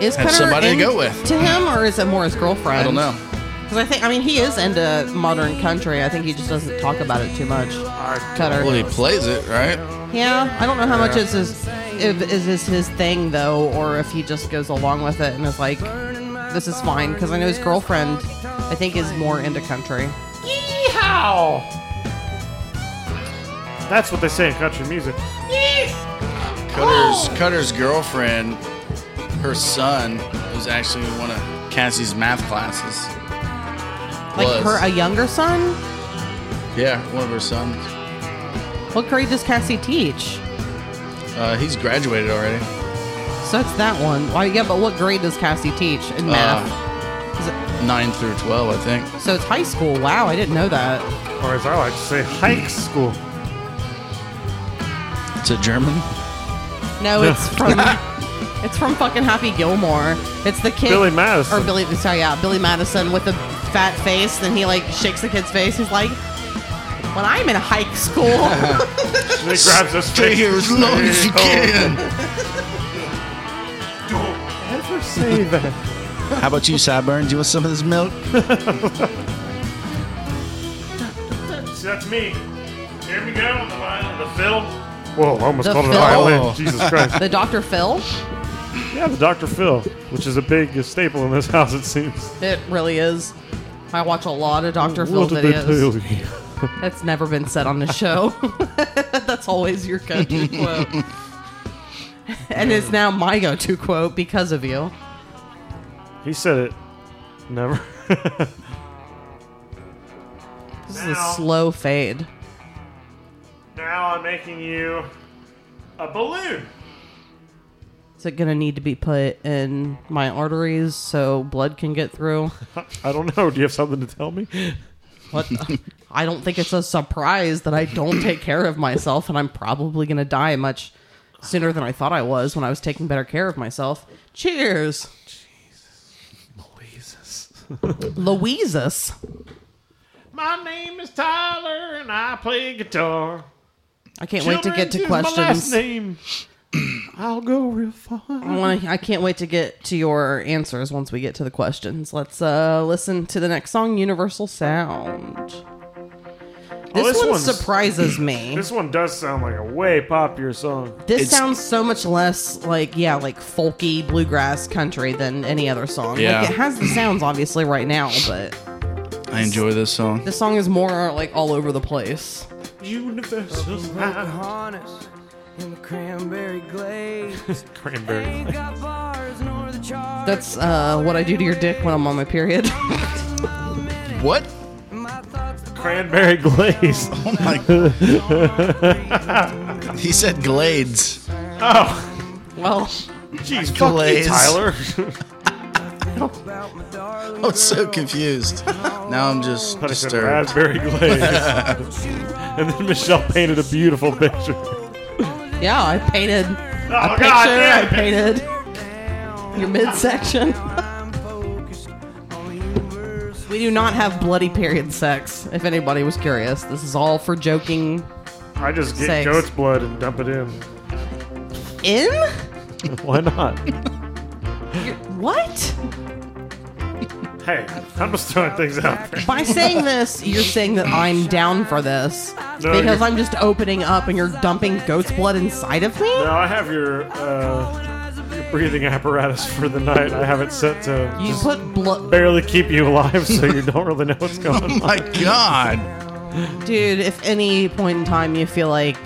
[SPEAKER 3] Is
[SPEAKER 4] Have
[SPEAKER 3] Cutter
[SPEAKER 4] somebody to
[SPEAKER 3] in-
[SPEAKER 4] go with.
[SPEAKER 3] to him, or is it more his girlfriend?
[SPEAKER 4] I don't know.
[SPEAKER 3] Because I think I mean he is into modern country. I think he just doesn't talk about it too much. Cutter.
[SPEAKER 4] Well, he plays it right.
[SPEAKER 3] Yeah, I don't know how much is his if, is this his thing though, or if he just goes along with it and is like, this is fine. Because I know his girlfriend, I think, is more into country.
[SPEAKER 1] Yeehaw! That's what they say in country music.
[SPEAKER 4] Cutter's Cutter's girlfriend, her son, was actually in one of Cassie's math classes.
[SPEAKER 3] Like
[SPEAKER 4] was.
[SPEAKER 3] her, a younger son?
[SPEAKER 4] yeah, one of her sons.
[SPEAKER 3] What grade does Cassie teach?
[SPEAKER 4] Uh, he's graduated already.
[SPEAKER 3] So it's that one. Why? Yeah, but what grade does Cassie teach in
[SPEAKER 4] Um.
[SPEAKER 3] math? Is it-
[SPEAKER 4] Uh, Nine through twelve, I think.
[SPEAKER 3] so it's high school. Wow, I didn't know that.
[SPEAKER 1] Or as I like to say, hike school.
[SPEAKER 4] It's a German.
[SPEAKER 3] No, it's from it's from fucking Happy Gilmore. It's the kid
[SPEAKER 1] Billy Madison.
[SPEAKER 3] or Billy. Sorry, yeah, Billy Madison with a fat face. Then he like shakes the kid's face. He's like, "When I'm in high school."
[SPEAKER 1] And he grabs his
[SPEAKER 4] Stay
[SPEAKER 1] face.
[SPEAKER 4] here as long as you can.
[SPEAKER 1] Never say that.
[SPEAKER 4] How about you, Sideburns? You want some of this milk?
[SPEAKER 1] See, that's me. Here we go on the violin, the fiddle. Whoa, I almost
[SPEAKER 3] The
[SPEAKER 1] called it a
[SPEAKER 3] fiddle.
[SPEAKER 1] violin.
[SPEAKER 4] Oh.
[SPEAKER 1] Jesus Christ.
[SPEAKER 3] the Dr. Phil.
[SPEAKER 1] Yeah, the Dr. Phil, which is a big staple in this house, it seems.
[SPEAKER 3] It really is. I watch a lot of Dr. Phil
[SPEAKER 1] What did they
[SPEAKER 3] videos.
[SPEAKER 1] do?
[SPEAKER 3] That's never been said on the show. That's always your go-to quote. and it's now my go-to quote because of you.
[SPEAKER 1] He said it. Never.
[SPEAKER 3] This is a slow fade.
[SPEAKER 1] now I'm making you a balloon.
[SPEAKER 3] Is it gonna need to be put in my arteries so blood can get through?
[SPEAKER 1] I don't know. Do you have something to tell me?
[SPEAKER 3] What? the- I don't think it's a surprise that I don't take care of myself, and I'm probably gonna die much sooner than I thought I was when I was taking better care of myself. Cheers,
[SPEAKER 1] Jesus.
[SPEAKER 3] Louises.
[SPEAKER 1] My name is Tyler and I play guitar.
[SPEAKER 3] I can't wait to get to
[SPEAKER 1] Children's is my last
[SPEAKER 3] questions.
[SPEAKER 1] name. I'll go real far.
[SPEAKER 3] I want. I can't wait to get to your answers once we get to the questions. Let's uh, listen to the next song, Universal Sound. This,
[SPEAKER 1] Oh, this
[SPEAKER 3] one
[SPEAKER 1] one's-
[SPEAKER 3] surprises me.
[SPEAKER 1] This one does sound like a way poppier song.
[SPEAKER 3] This
[SPEAKER 4] It's-
[SPEAKER 3] sounds so much less like yeah, like folky bluegrass country than any other song.
[SPEAKER 4] Yeah.
[SPEAKER 3] Like it has the sounds obviously right now, but
[SPEAKER 4] I enjoy this song.
[SPEAKER 3] this song is more like all over the place.
[SPEAKER 1] Universal
[SPEAKER 5] Broken
[SPEAKER 1] sound.
[SPEAKER 5] harness in the cranberry glaze.
[SPEAKER 1] Cranberry.
[SPEAKER 5] Ain't got bars nor the charts.
[SPEAKER 3] That's uh, what I do to your dick when I'm on my period.
[SPEAKER 4] What?
[SPEAKER 5] My thoughts the
[SPEAKER 1] Cranberry glaze.
[SPEAKER 4] Oh my! he said Glades.
[SPEAKER 1] Oh,
[SPEAKER 3] well,
[SPEAKER 1] jeez, fuck you,
[SPEAKER 4] Glaze.
[SPEAKER 1] Tyler.
[SPEAKER 5] about my darling
[SPEAKER 4] I was so confused. Now I'm just
[SPEAKER 1] Thought I said
[SPEAKER 4] disturbed.
[SPEAKER 1] raspberry glaze. and then Michelle painted a beautiful picture.
[SPEAKER 3] yeah, I painted
[SPEAKER 1] Oh, God
[SPEAKER 3] a picture. I
[SPEAKER 1] damn it.
[SPEAKER 3] painted your midsection.
[SPEAKER 5] I'm focused on the universe.
[SPEAKER 3] We do not have bloody period sex, if anybody was curious. This is all for joking.
[SPEAKER 1] I just get
[SPEAKER 3] Six.
[SPEAKER 1] goat's blood and dump it in.
[SPEAKER 3] In?
[SPEAKER 1] Why not?
[SPEAKER 3] You're- what?
[SPEAKER 1] hey, I'm just throwing things out there.
[SPEAKER 3] By saying this, you're saying that I'm down for this.
[SPEAKER 1] No,
[SPEAKER 3] because
[SPEAKER 1] you're-
[SPEAKER 3] I'm just opening up and you're dumping goat's blood inside of me?
[SPEAKER 1] No, I have your, uh, your breathing apparatus for the night. I have it set to
[SPEAKER 3] You
[SPEAKER 1] just
[SPEAKER 3] put blood.
[SPEAKER 1] barely keep you alive, so you don't really know what's going
[SPEAKER 4] Oh
[SPEAKER 1] on.
[SPEAKER 4] my God!
[SPEAKER 3] Dude, if any point in time you feel like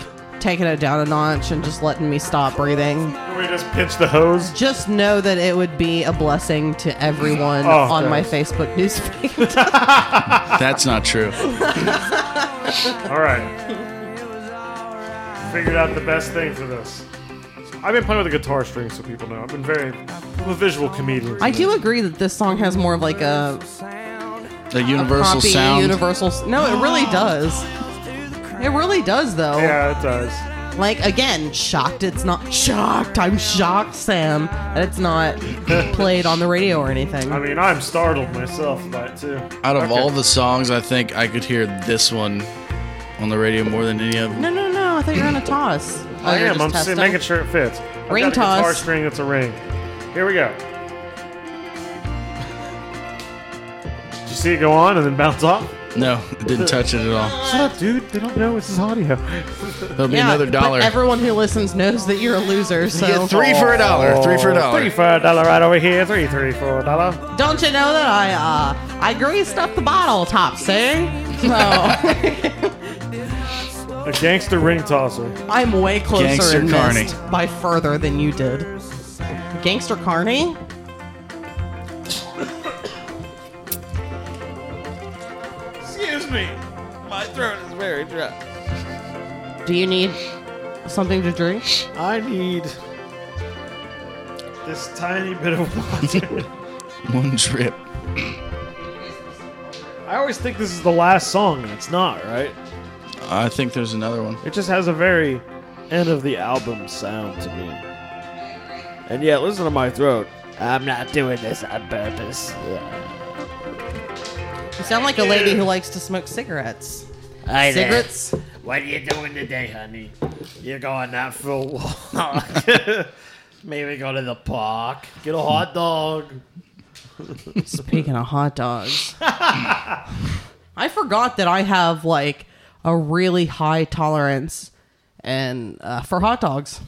[SPEAKER 3] taking it down a notch and just letting me stop breathing,
[SPEAKER 1] We just pinch the hose.
[SPEAKER 3] just know that it would be a blessing to everyone
[SPEAKER 1] Oh,
[SPEAKER 3] on my Facebook newsfeed.
[SPEAKER 4] That's not true.
[SPEAKER 1] All right. Figured out the best thing for this. I've been playing with the guitar strings, so people know. I've been very. I'm a visual comedian.
[SPEAKER 3] I do agree that this song has more of like a
[SPEAKER 4] The universal
[SPEAKER 3] copy
[SPEAKER 4] sound.
[SPEAKER 3] universal s- no it really does it really does though
[SPEAKER 1] Yeah, it does.
[SPEAKER 3] like again shocked it's not shocked i'm shocked sam that it's not played on the radio or anything
[SPEAKER 1] I mean, I'm startled myself by it too.
[SPEAKER 3] Oh,
[SPEAKER 4] Out of
[SPEAKER 1] Okay.
[SPEAKER 4] all the songs, I think I could hear this one on the radio more than any of them.
[SPEAKER 3] no no no i thought you were on a toss Oh,
[SPEAKER 1] I
[SPEAKER 3] you're
[SPEAKER 1] am.
[SPEAKER 3] just
[SPEAKER 1] I'm si-
[SPEAKER 3] testing?
[SPEAKER 1] making sure it fits. I've
[SPEAKER 3] Ring
[SPEAKER 1] got a guitar
[SPEAKER 3] toss.
[SPEAKER 1] string that's a ring. Here we go. Did you see it go on and then bounce off?
[SPEAKER 4] No, it didn't touch it at all.
[SPEAKER 1] Shut up, dude. They don't know this is audio.
[SPEAKER 4] There'll be
[SPEAKER 3] yeah,
[SPEAKER 4] another dollar.
[SPEAKER 3] but everyone who listens knows that you're a loser so
[SPEAKER 4] You get three for a dollar. Three for a dollar.
[SPEAKER 1] Three for a dollar right over here. Three, three for a dollar.
[SPEAKER 3] don't you know that i uh i greased up the bottle top see so
[SPEAKER 1] A gangster ring tosser.
[SPEAKER 3] I'm way closer
[SPEAKER 4] Gangster
[SPEAKER 3] in this
[SPEAKER 4] Carney.
[SPEAKER 3] by further than you did. Gangster Carney?
[SPEAKER 4] Excuse me. My throat is very dry.
[SPEAKER 3] Do you need something to drink?
[SPEAKER 1] I need this tiny bit of water.
[SPEAKER 4] One drip.
[SPEAKER 1] I always think this is the last song, and it's not, right?
[SPEAKER 4] I think there's another one.
[SPEAKER 1] It just has a very end of the album sound to me. And yeah, listen to my throat. I'm not doing this on purpose.
[SPEAKER 3] You sound like a lady who likes to smoke cigarettes.
[SPEAKER 1] I
[SPEAKER 3] Cigarettes?
[SPEAKER 1] What are you doing today, honey? You're going out for a walk. Maybe go to the park. Get a hot dog.
[SPEAKER 3] Speaking of hot dogs, I forgot that I have like a really high tolerance and uh, for hot dogs.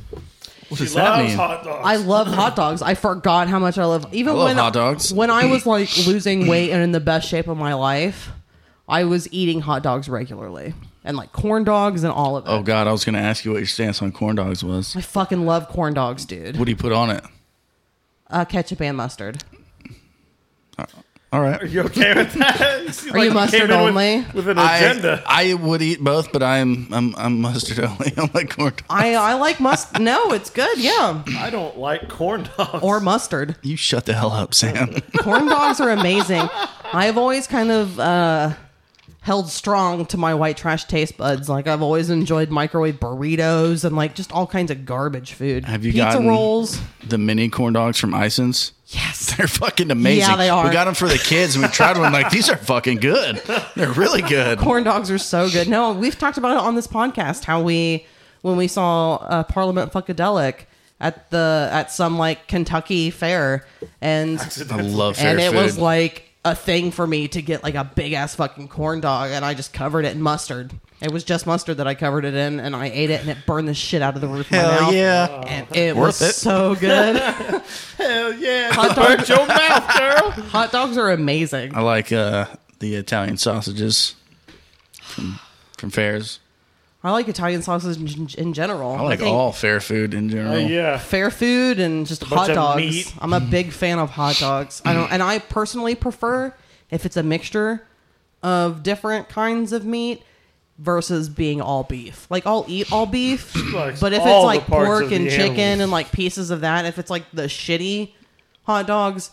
[SPEAKER 4] What does that mean?
[SPEAKER 1] hot dogs.
[SPEAKER 3] I love hot dogs. I forgot how much I love. Even
[SPEAKER 4] I love
[SPEAKER 3] when
[SPEAKER 4] hot dogs.
[SPEAKER 3] when I was like losing weight and in the best shape of my life, I was eating hot dogs regularly and like corn dogs and all of it.
[SPEAKER 4] Oh God, I was gonna ask you what your stance on corn dogs was.
[SPEAKER 3] I fucking love corn dogs, dude.
[SPEAKER 4] What do you put on it?
[SPEAKER 3] Uh, ketchup and mustard.
[SPEAKER 4] All right.
[SPEAKER 1] you okay with that? You seem
[SPEAKER 3] Are you
[SPEAKER 1] came
[SPEAKER 3] mustard
[SPEAKER 1] in with-
[SPEAKER 3] only?
[SPEAKER 1] With, an
[SPEAKER 4] I,
[SPEAKER 1] agenda.
[SPEAKER 4] I would eat both, but I'm I'm I'm mustard only. I'm like corn dog.
[SPEAKER 3] I I like must. no, it's good. Yeah,
[SPEAKER 1] I, don't like corn dogs.
[SPEAKER 3] or mustard.
[SPEAKER 4] You shut the hell up, Sam.
[SPEAKER 3] corn dogs are amazing. I've always kind of uh, held strong to my white trash taste buds. Like I've always enjoyed microwave burritos and like just all kinds of garbage food.
[SPEAKER 4] Have you
[SPEAKER 3] pizza
[SPEAKER 4] gotten-
[SPEAKER 3] rolls?
[SPEAKER 4] the mini corn dogs from Isons.
[SPEAKER 3] Yes.
[SPEAKER 4] They're fucking amazing.
[SPEAKER 3] Yeah, they are.
[SPEAKER 4] We got them for the kids and we tried them. Like, these are fucking good. They're really good.
[SPEAKER 3] Corn dogs are so good. No, we've talked about it on this podcast how we when we saw uh, Parliament Funkadelic at the at some like Kentucky fair and
[SPEAKER 4] I love fair
[SPEAKER 3] and it
[SPEAKER 4] food.
[SPEAKER 3] was like a thing for me to get like a big ass fucking corn dog and I just covered it in mustard. It was just mustard that I covered it in and I ate it and it burned the shit out of the roof of my
[SPEAKER 4] Hell
[SPEAKER 3] mouth.
[SPEAKER 4] Oh, yeah.
[SPEAKER 3] And it
[SPEAKER 4] Worth
[SPEAKER 3] was
[SPEAKER 4] it.
[SPEAKER 3] so good.
[SPEAKER 1] Hell yeah.
[SPEAKER 3] Hot
[SPEAKER 1] burn
[SPEAKER 3] dog-
[SPEAKER 1] your mouth, girl.
[SPEAKER 3] Hot dogs are amazing.
[SPEAKER 4] I like uh, the Italian sausages from, from fairs.
[SPEAKER 3] I like Italian sausage in, in general.
[SPEAKER 4] I like
[SPEAKER 3] think
[SPEAKER 4] all fair food in general.
[SPEAKER 1] Oh, yeah.
[SPEAKER 3] fair food and just
[SPEAKER 1] bunch
[SPEAKER 3] hot
[SPEAKER 1] of
[SPEAKER 3] dogs.
[SPEAKER 1] meat.
[SPEAKER 3] I'm a big fan of hot dogs. I don't, and I personally prefer if it's a mixture of different kinds of meat versus being all beef. Like I'll eat all beef,
[SPEAKER 1] likes
[SPEAKER 3] but if it's
[SPEAKER 1] all the
[SPEAKER 3] like
[SPEAKER 1] parts of
[SPEAKER 3] pork
[SPEAKER 1] the
[SPEAKER 3] and chicken
[SPEAKER 1] animals.
[SPEAKER 3] and like pieces of that, if it's like the shitty hot dogs,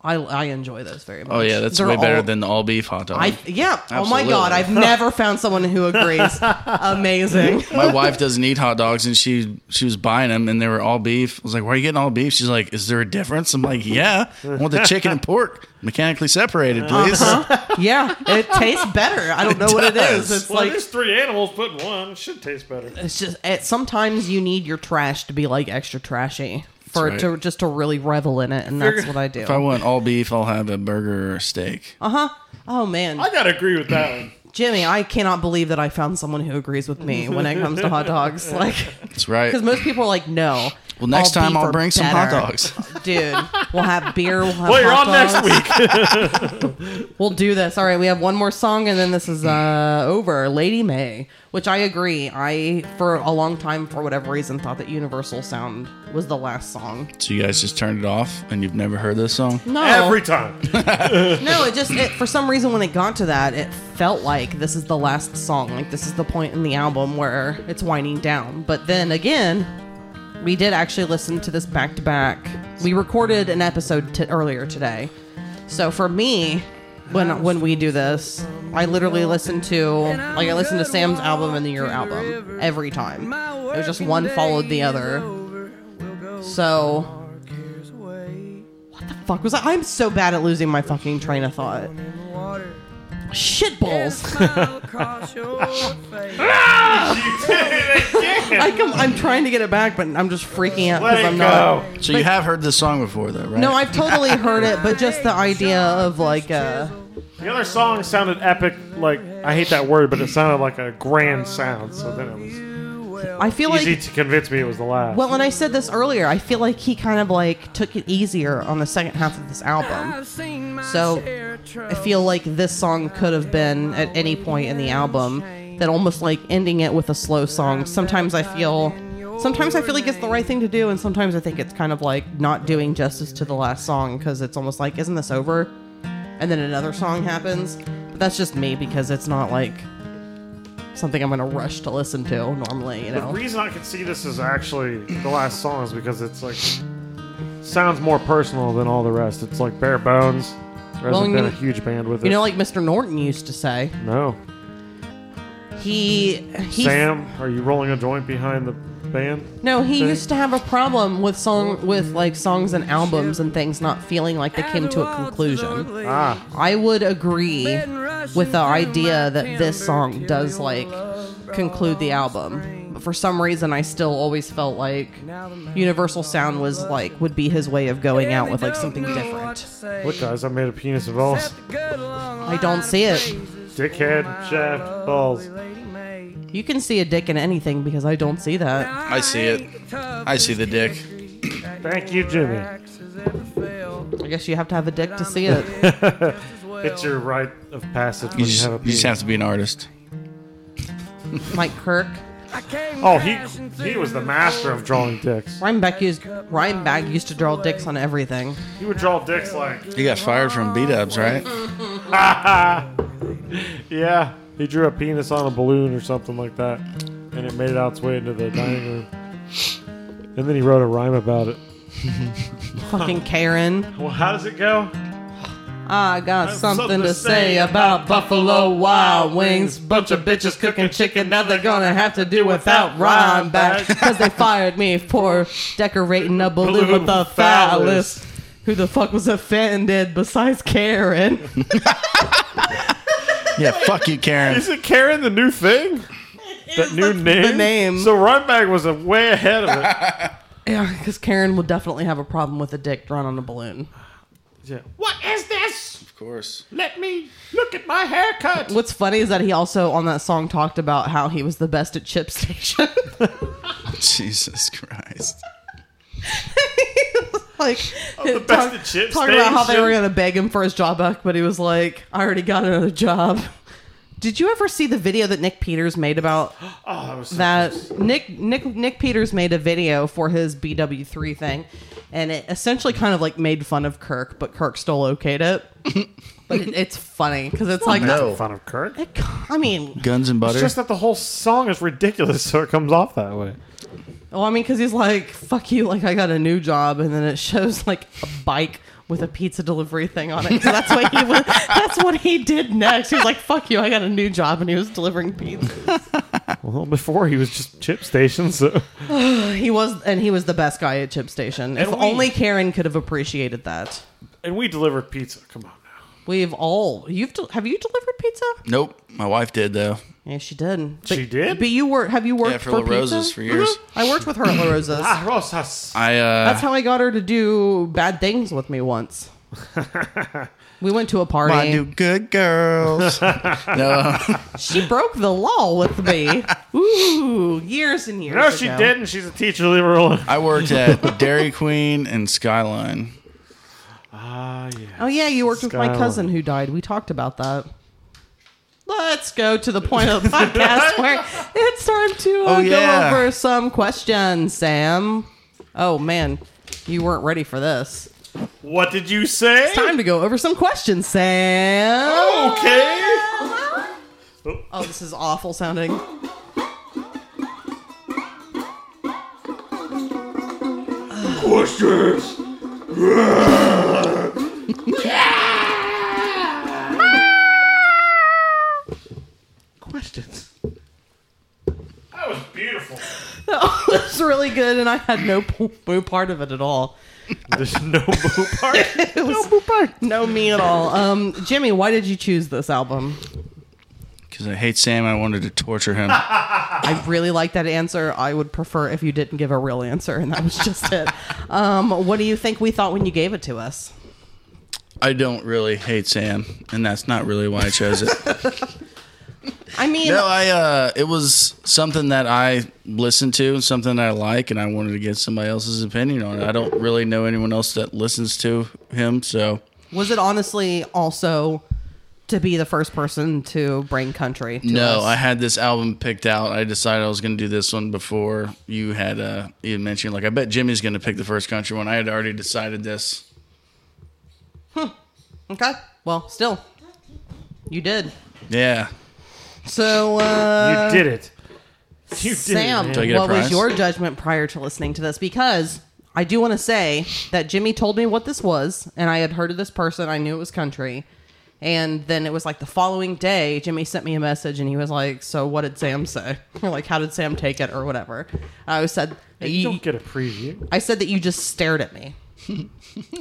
[SPEAKER 3] I I enjoy those very much.
[SPEAKER 4] Oh, yeah. That's
[SPEAKER 3] They're
[SPEAKER 4] way better
[SPEAKER 3] all-
[SPEAKER 4] than the all beef hot dog.
[SPEAKER 3] I yeah. Oh my
[SPEAKER 4] Absolutely.
[SPEAKER 3] god, I've never found someone who agrees. Amazing.
[SPEAKER 4] My wife doesn't eat hot dogs, and she she was buying them, and they were all beef. I was like, "Why are you getting all beef?" She's like, "Is there a difference?" I'm like, "Yeah, I want the chicken and pork mechanically separated,
[SPEAKER 3] Uh-huh.
[SPEAKER 4] please."
[SPEAKER 3] Yeah, it tastes better. I don't know what it
[SPEAKER 4] does.
[SPEAKER 3] is. It's
[SPEAKER 1] Well,
[SPEAKER 3] like
[SPEAKER 1] there's three animals, but one should taste better.
[SPEAKER 3] It's just it, sometimes you need your trash to be like extra trashy for
[SPEAKER 4] That's right.
[SPEAKER 3] to just to really revel in it, and that's what I do.
[SPEAKER 4] If I want all beef, I'll have a burger or a steak.
[SPEAKER 3] oh man,
[SPEAKER 1] I gotta agree with that one.
[SPEAKER 3] Jimmy, I cannot believe that I found someone who agrees with me when it comes to hot dogs. Like,
[SPEAKER 4] That's right.
[SPEAKER 3] because most people are like, no.
[SPEAKER 4] Well, next
[SPEAKER 3] all
[SPEAKER 4] time
[SPEAKER 3] beef
[SPEAKER 4] I'll
[SPEAKER 3] are
[SPEAKER 4] bring some hot
[SPEAKER 3] better.
[SPEAKER 4] dogs.
[SPEAKER 3] dude. We'll have beer. We'll have
[SPEAKER 1] Well, you're
[SPEAKER 3] hot
[SPEAKER 1] on
[SPEAKER 3] dogs.
[SPEAKER 1] next week.
[SPEAKER 3] We'll do this. All right, we have one more song, and then this is uh, over. Lady May, which I agree. I for a long time, for whatever reason, thought that Universal Sound was the last song.
[SPEAKER 4] So you guys just turned it off, and you've never heard this song.
[SPEAKER 3] No,
[SPEAKER 1] Every time.
[SPEAKER 3] No, it just it, for some reason when it got to that, it felt like this is the last song. Like this is the point in the album where it's winding down. But then again, we did actually listen to this back to back. We recorded an episode t- earlier today. So for me, when when we do this, I literally listen to like I listen to Sam's album and then your album every time. It was just one followed the other. So fuck was I? I'm so bad at losing my fucking train of thought. Shit balls. I come, I'm trying to get it back, but I'm just freaking out because
[SPEAKER 1] Let
[SPEAKER 3] I'm
[SPEAKER 1] it
[SPEAKER 3] not.
[SPEAKER 1] go.
[SPEAKER 4] So you have heard this song before, though, right?
[SPEAKER 3] No, I've totally heard it, but just the idea of like, uh,
[SPEAKER 1] The other song sounded epic. Like I hate that word, but it sounded like a grand sound. So then it
[SPEAKER 3] I feel
[SPEAKER 1] was easy
[SPEAKER 3] like.
[SPEAKER 1] to convince me it was the last.
[SPEAKER 3] Well, and I said this earlier. I feel like he kind of like took it easier on the second half of this album. So I feel like this song could have been at any point in the album that almost like ending it with a slow song. Sometimes I feel sometimes I feel like it's the right thing to do and sometimes I think it's kind of like not doing justice to the last song cuz it's almost like isn't this over? And then another song happens. But that's just me because it's not like something I'm going to rush to listen to normally, you
[SPEAKER 1] The
[SPEAKER 3] know.
[SPEAKER 1] reason I could see this is actually the last song is because it's like sounds more personal than all the rest. It's like bare bones. There hasn't
[SPEAKER 3] Well, and
[SPEAKER 1] been
[SPEAKER 3] you-
[SPEAKER 1] a huge band with it.
[SPEAKER 3] You know like Mr. Norton used to say,
[SPEAKER 1] no.
[SPEAKER 3] he he
[SPEAKER 1] Sam, are you rolling a joint behind the band?
[SPEAKER 3] No, he
[SPEAKER 1] thing.
[SPEAKER 3] used to have a problem with song with like songs and albums and things not feeling like they came to a conclusion.
[SPEAKER 1] Ah,
[SPEAKER 3] I would agree with the idea that this song does like conclude the album. But for some reason I still always felt like Universal Sound was like would be his way of going out with like something different.
[SPEAKER 1] look, guys, I made a penis of balls.
[SPEAKER 3] I don't see it.
[SPEAKER 1] Dickhead, shaft, balls.
[SPEAKER 3] You can see a dick in anything because I don't see that.
[SPEAKER 4] I see it. I see the dick.
[SPEAKER 1] Thank you, Jimmy.
[SPEAKER 3] I guess you have to have a dick to see it.
[SPEAKER 1] It's your rite of passage when
[SPEAKER 4] You
[SPEAKER 1] you,
[SPEAKER 4] just,
[SPEAKER 1] have a
[SPEAKER 4] you
[SPEAKER 1] penis.
[SPEAKER 4] just have to be an artist.
[SPEAKER 3] Mike Kirk.
[SPEAKER 1] oh, he he was the master of drawing dicks.
[SPEAKER 3] Ryan Beck used Ryan Bag used to draw dicks on everything.
[SPEAKER 1] He would draw dicks like,
[SPEAKER 4] You got fired from B Dubs, right?
[SPEAKER 1] yeah. He drew a penis on a balloon or something like that, and it made it out its way into the dining room. And then he wrote a rhyme about it.
[SPEAKER 3] Fucking Karen.
[SPEAKER 1] Well, how does it go?
[SPEAKER 3] I got something,
[SPEAKER 1] something
[SPEAKER 3] to
[SPEAKER 1] to
[SPEAKER 3] say
[SPEAKER 1] say
[SPEAKER 3] about Buffalo Wild Wings. Bunch of bitches cooking chicken. Now they're gonna have to do without Ryan back. Because they fired me for decorating a balloon with a phallus. Who the fuck was offended besides Karen?
[SPEAKER 4] Yeah, fuck you, Karen.
[SPEAKER 1] Is it Karen the new thing? That new name?
[SPEAKER 3] the name.
[SPEAKER 1] So Rhyme Bag was uh, way ahead of it.
[SPEAKER 3] yeah, because Karen would definitely have a problem with a dick drawn on a balloon.
[SPEAKER 1] Yeah. What is this?
[SPEAKER 4] Of course.
[SPEAKER 1] Let me look at my haircut.
[SPEAKER 3] What's funny is that he also on that song talked about how he was the best at chip station.
[SPEAKER 4] Jesus Christ.
[SPEAKER 3] like
[SPEAKER 1] Oh, the best at chip
[SPEAKER 3] talking about how they
[SPEAKER 1] station.
[SPEAKER 3] were gonna beg him for his job back, but he was like, "I already got another job." Did you ever see the video that Nick Peters made about
[SPEAKER 1] Oh, that was so
[SPEAKER 3] that? Nick Nick Nick Peters made a video for his BW3 thing, and it essentially kind of like made fun of Kirk, but Kirk still okayed it. but it, it's funny because it's like,
[SPEAKER 1] in fun of Kirk.
[SPEAKER 3] I mean,
[SPEAKER 4] Guns and butter.
[SPEAKER 1] It's just that the whole song is ridiculous, so it comes off that way.
[SPEAKER 3] Well, I mean, because he's like, "Fuck you!" Like I got a new job, and then it shows like a bike with a pizza delivery thing on it. So that's what he was, that's what he did next. He was like, "Fuck you! I got a new job," and he was delivering pizza.
[SPEAKER 1] Well, before he was just chip station, so
[SPEAKER 3] He was, and he was the best guy at Chip Station. if
[SPEAKER 1] And we-
[SPEAKER 3] only Karen could have appreciated that.
[SPEAKER 1] and we delivered pizza. Come on now.
[SPEAKER 3] We've all you've del- have you delivered pizza?
[SPEAKER 4] nope. My wife did, though.
[SPEAKER 3] Yeah, she did. But,
[SPEAKER 1] She did?
[SPEAKER 3] But you were have you worked
[SPEAKER 4] Yeah, for Mm-hmm.
[SPEAKER 3] for
[SPEAKER 4] La Rosa's
[SPEAKER 3] pizza?
[SPEAKER 4] for years.
[SPEAKER 3] I worked with her at La Rosa's.
[SPEAKER 1] Ah, Rosas.
[SPEAKER 4] I, uh,
[SPEAKER 3] That's how I got her to do bad things with me once. we went to a party.
[SPEAKER 4] I do good girls. no,
[SPEAKER 3] She broke the law with me. Ooh, years and years.
[SPEAKER 1] No, she
[SPEAKER 3] ago.
[SPEAKER 1] didn't. She's a teacher. Leave her alone.
[SPEAKER 4] I worked at Dairy Queen and Skyline.
[SPEAKER 1] Ah, yeah.
[SPEAKER 3] Oh yeah, you worked with my
[SPEAKER 1] Skyline.
[SPEAKER 3] cousin who died. We talked about that. Let's go to the point of the podcast where it's time to uh,
[SPEAKER 4] Oh, yeah.
[SPEAKER 3] go over some questions, Sam. Oh man, you weren't ready for this.
[SPEAKER 1] What did you say?
[SPEAKER 3] Time to go over some questions, Sam.
[SPEAKER 1] Okay.
[SPEAKER 3] Oh, this is awful sounding.
[SPEAKER 1] Questions.
[SPEAKER 3] Questions.
[SPEAKER 1] That was beautiful.
[SPEAKER 3] That was really good, and I had no poo poo part of it at all.
[SPEAKER 1] There's no boo part.
[SPEAKER 3] It was- No me at all. Um, Jimmy, why did you choose this album?
[SPEAKER 4] Because I hate Sam. I wanted to torture him.
[SPEAKER 3] I really like that answer. I would prefer if you didn't give a real answer, and that was just it. Um, what do you think we thought when you gave it to us?
[SPEAKER 4] I don't really hate Sam, and that's not really why I chose it.
[SPEAKER 3] I mean,
[SPEAKER 4] no, I. Uh, it was something that I listened to, and something that I like, and I wanted to get somebody else's opinion on it. I don't really know anyone else that listens to him, so
[SPEAKER 3] was it honestly also to be the first person to bring country. To
[SPEAKER 4] No,
[SPEAKER 3] us.
[SPEAKER 4] I had this album picked out. I decided I was going to do this one before you had uh you had mentioned like I bet Jimmy's going to pick the first country one. I had already decided this.
[SPEAKER 3] okay. Well, still, you did.
[SPEAKER 4] Yeah.
[SPEAKER 3] So uh,
[SPEAKER 1] you did it. You did
[SPEAKER 3] Sam,
[SPEAKER 1] it.
[SPEAKER 4] Do I
[SPEAKER 1] man.
[SPEAKER 4] get a
[SPEAKER 3] what was
[SPEAKER 4] prize?
[SPEAKER 3] your judgment prior to listening to this? Because I do want to say that Jimmy told me what this was, and I had heard of this person. I knew it was country. And then it was like the following day, Jimmy sent me a message and he was like, So what did Sam say? Or like, how did Sam take it or whatever? I said,
[SPEAKER 1] You don't get a preview.
[SPEAKER 3] I said that you just stared at me.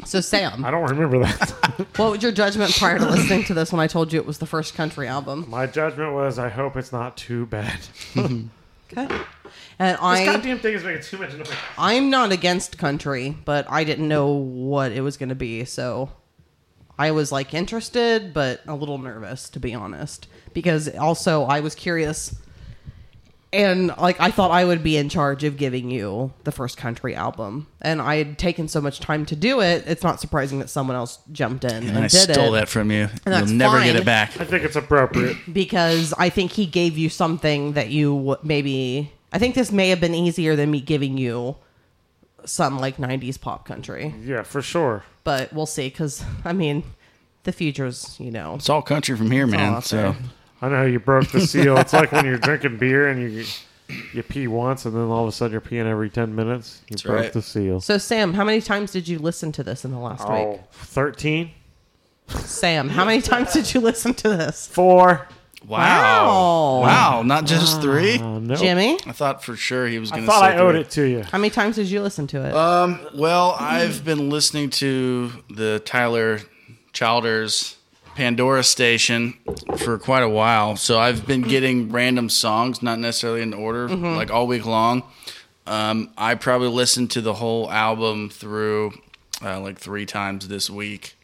[SPEAKER 3] so, Sam,
[SPEAKER 1] I don't remember that.
[SPEAKER 3] what was your judgment prior to listening to this when I told you it was the first country album?
[SPEAKER 1] My judgment was I hope it's not too bad.
[SPEAKER 3] Okay. And
[SPEAKER 1] This
[SPEAKER 3] I.
[SPEAKER 1] goddamn thing is making too much noise.
[SPEAKER 3] I'm not against country, but I didn't know what it was going to be, so I was like interested but a little nervous to be honest because also I was curious and like I thought I would be in charge of giving you the first country album and I had taken so much time to do it, it's not surprising that someone else jumped in and,
[SPEAKER 4] And I
[SPEAKER 3] did
[SPEAKER 4] stole
[SPEAKER 3] it
[SPEAKER 4] that from you. You'll
[SPEAKER 3] that's
[SPEAKER 4] never get
[SPEAKER 3] fine.
[SPEAKER 4] it back.
[SPEAKER 1] I think it's appropriate.
[SPEAKER 3] because I think he gave you something that you w- maybe. I think this may have been easier than me giving you some like 90s pop country,
[SPEAKER 1] Yeah, for sure.
[SPEAKER 3] but we'll see. Because, I mean, the future's, you know.
[SPEAKER 4] It's all country from here,
[SPEAKER 3] all
[SPEAKER 4] man.
[SPEAKER 3] out
[SPEAKER 4] So
[SPEAKER 1] I know you broke the seal. It's like when you're drinking beer and you you pee once and then all of a sudden you're peeing every 10 minutes. You broke
[SPEAKER 4] right.
[SPEAKER 1] the seal.
[SPEAKER 3] So, Sam, how many times did you listen to this in the last
[SPEAKER 1] Oh,
[SPEAKER 3] week?
[SPEAKER 1] 13?
[SPEAKER 3] Sam, how many times did you listen to this?
[SPEAKER 1] 4?
[SPEAKER 4] wow,
[SPEAKER 3] Wow.
[SPEAKER 4] wow, not just three.
[SPEAKER 1] Uh, no.
[SPEAKER 3] Jimmy,
[SPEAKER 4] I thought for sure he was
[SPEAKER 1] I
[SPEAKER 4] going to.
[SPEAKER 1] thought I owed it to you.
[SPEAKER 3] how many times did you listen to it?
[SPEAKER 1] Uh,
[SPEAKER 4] Um, well, I've been listening to the Tyler Childers Pandora station for quite a while. So I've been getting random songs, not necessarily in order,
[SPEAKER 1] Mm-hmm.
[SPEAKER 4] like all week long. Um, I probably listened to the whole album through uh, like three times this week.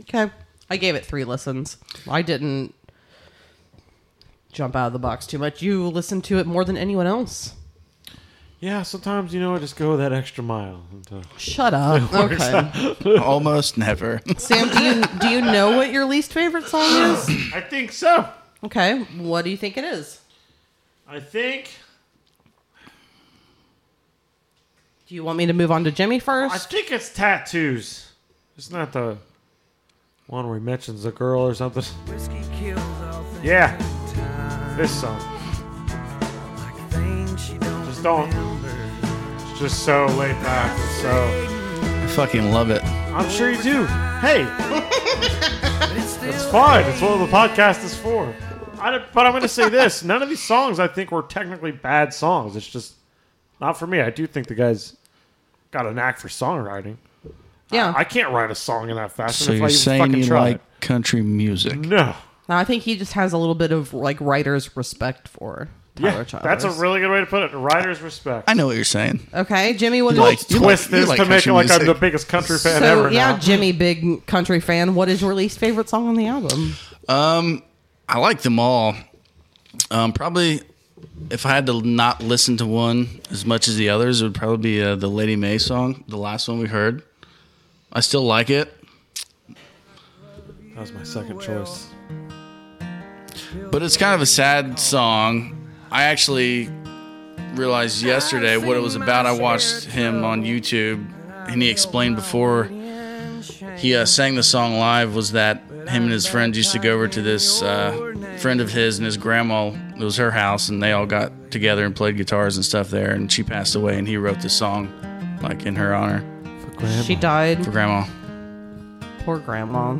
[SPEAKER 3] okay. I gave it three listens. I didn't jump out of the box too much. You listened to it more than anyone else.
[SPEAKER 1] Yeah, sometimes, you know, I just go that extra mile. And, uh,
[SPEAKER 3] Shut up. Okay.
[SPEAKER 4] Almost never.
[SPEAKER 3] Sam, do you do you know what your least favorite song is?
[SPEAKER 1] I think so.
[SPEAKER 3] Okay. What do you think it is?
[SPEAKER 1] I think.
[SPEAKER 3] Do you want me to move on to Jimmy
[SPEAKER 1] I
[SPEAKER 3] first?
[SPEAKER 1] think it's tattoos. It's not the one where he mentions a girl or something.
[SPEAKER 5] Whiskey kills all things.
[SPEAKER 1] Yeah.
[SPEAKER 5] in time,
[SPEAKER 1] This song.
[SPEAKER 5] like things she don't
[SPEAKER 1] Just don't.
[SPEAKER 5] remember.
[SPEAKER 1] It's just so laid back. and so.
[SPEAKER 4] I fucking love it.
[SPEAKER 1] I'm sure you do. Hey,
[SPEAKER 5] But it's still
[SPEAKER 1] it's fine. It's what the podcast is for. I, don't- but I'm going to say this none of these songs, I think, were technically bad songs. It's just not for me. I do think the guy's got a knack for songwriting.
[SPEAKER 3] yeah.
[SPEAKER 1] I can't write a song in that fashion
[SPEAKER 4] So
[SPEAKER 1] if
[SPEAKER 4] you're
[SPEAKER 1] I even
[SPEAKER 4] saying
[SPEAKER 1] fucking
[SPEAKER 4] you
[SPEAKER 1] try.
[SPEAKER 4] like country music?
[SPEAKER 1] no.
[SPEAKER 3] no, I think he just has a little bit of like writer's respect for Tyler
[SPEAKER 1] Yeah,
[SPEAKER 3] Childers.
[SPEAKER 1] that's a really good way to put it. Writer's respect.
[SPEAKER 4] I know what you're saying.
[SPEAKER 3] okay. Jimmy, what is
[SPEAKER 4] Like, you
[SPEAKER 1] twist
[SPEAKER 4] like- you
[SPEAKER 1] this
[SPEAKER 4] like
[SPEAKER 1] to make it
[SPEAKER 4] country
[SPEAKER 1] like I'm the
[SPEAKER 4] music.
[SPEAKER 1] biggest country fan
[SPEAKER 3] so
[SPEAKER 1] ever.
[SPEAKER 3] yeah,
[SPEAKER 1] now.
[SPEAKER 3] Jimmy, big country fan. What is your least favorite song on the album?
[SPEAKER 4] Um, I like them all. Um, probably if I had to not listen to one as much as the others, it would probably be uh, the Lady May song, the last one we heard. I still like it,
[SPEAKER 1] that was my second choice.
[SPEAKER 4] but it's kind of a sad song. I actually realized yesterday what it was about. I watched him on YouTube, and he explained before he uh, sang the song live was that him and his friends used to go over to this uh, friend of his and his grandma. It was her house, and they all got together and played guitars and stuff there. And she passed away, and he wrote this song, like in her honor
[SPEAKER 3] She died.
[SPEAKER 4] for grandma.
[SPEAKER 3] Poor grandma.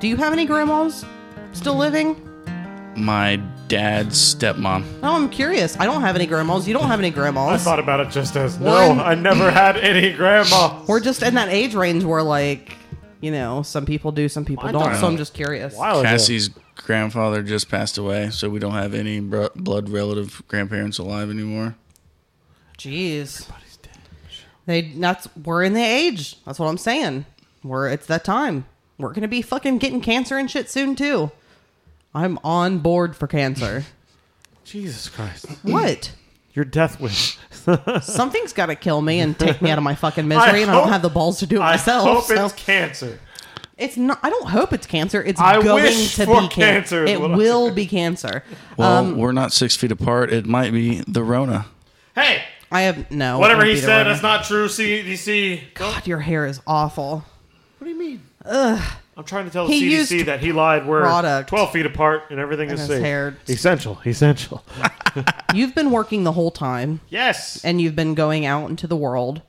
[SPEAKER 3] Do you have any grandmas still living?
[SPEAKER 4] My dad's stepmom.
[SPEAKER 3] No, I'm curious. I don't have any grandmas. You don't have any grandmas.
[SPEAKER 1] I thought about it just as
[SPEAKER 3] One-
[SPEAKER 1] no, I never had any grandma.
[SPEAKER 3] We're just in that age range where, like, you know, some people do, some people
[SPEAKER 1] I
[SPEAKER 3] don't.
[SPEAKER 1] don't
[SPEAKER 3] So I'm
[SPEAKER 4] know.
[SPEAKER 3] just curious.
[SPEAKER 1] Wow,
[SPEAKER 4] Cassie's grandfather just passed away, so we don't have any br- blood relative grandparents alive anymore.
[SPEAKER 3] Jeez. They that's we're in the age. That's what I'm saying. We're it's that time. We're gonna be fucking getting cancer and shit soon too. I'm on board for cancer.
[SPEAKER 1] Jesus Christ,
[SPEAKER 3] what?
[SPEAKER 1] your death wish.
[SPEAKER 3] Something's gotta kill me and take me out of my fucking misery, and I don't
[SPEAKER 1] hope-
[SPEAKER 3] have the balls to do it
[SPEAKER 1] I
[SPEAKER 3] myself.
[SPEAKER 1] hope
[SPEAKER 3] so-
[SPEAKER 1] it's cancer.
[SPEAKER 3] It's not. I don't hope it's cancer. It's
[SPEAKER 1] I
[SPEAKER 3] going
[SPEAKER 1] wish
[SPEAKER 3] to
[SPEAKER 1] for
[SPEAKER 3] be
[SPEAKER 1] cancer
[SPEAKER 3] cancer.
[SPEAKER 1] is
[SPEAKER 3] It
[SPEAKER 1] what I-
[SPEAKER 3] will be cancer.
[SPEAKER 4] Well,
[SPEAKER 3] um,
[SPEAKER 4] we're not six feet apart. It might be the Rona.
[SPEAKER 1] Hey,
[SPEAKER 3] I have no. it
[SPEAKER 1] whatever
[SPEAKER 3] won't
[SPEAKER 1] he
[SPEAKER 3] be the
[SPEAKER 1] said,
[SPEAKER 3] Rona.
[SPEAKER 1] that's not true. CDC.
[SPEAKER 3] God, your hair is awful.
[SPEAKER 1] What do you mean? Ugh. I'm trying to tell the
[SPEAKER 3] He
[SPEAKER 1] CDC
[SPEAKER 3] used
[SPEAKER 1] that he lied. We're
[SPEAKER 3] product.
[SPEAKER 1] 12 feet apart and everything is
[SPEAKER 3] his
[SPEAKER 1] safe.
[SPEAKER 3] hair-
[SPEAKER 1] Essential. Essential.
[SPEAKER 3] You've been working the whole time,
[SPEAKER 1] Yes.
[SPEAKER 3] and you've been going out into the world.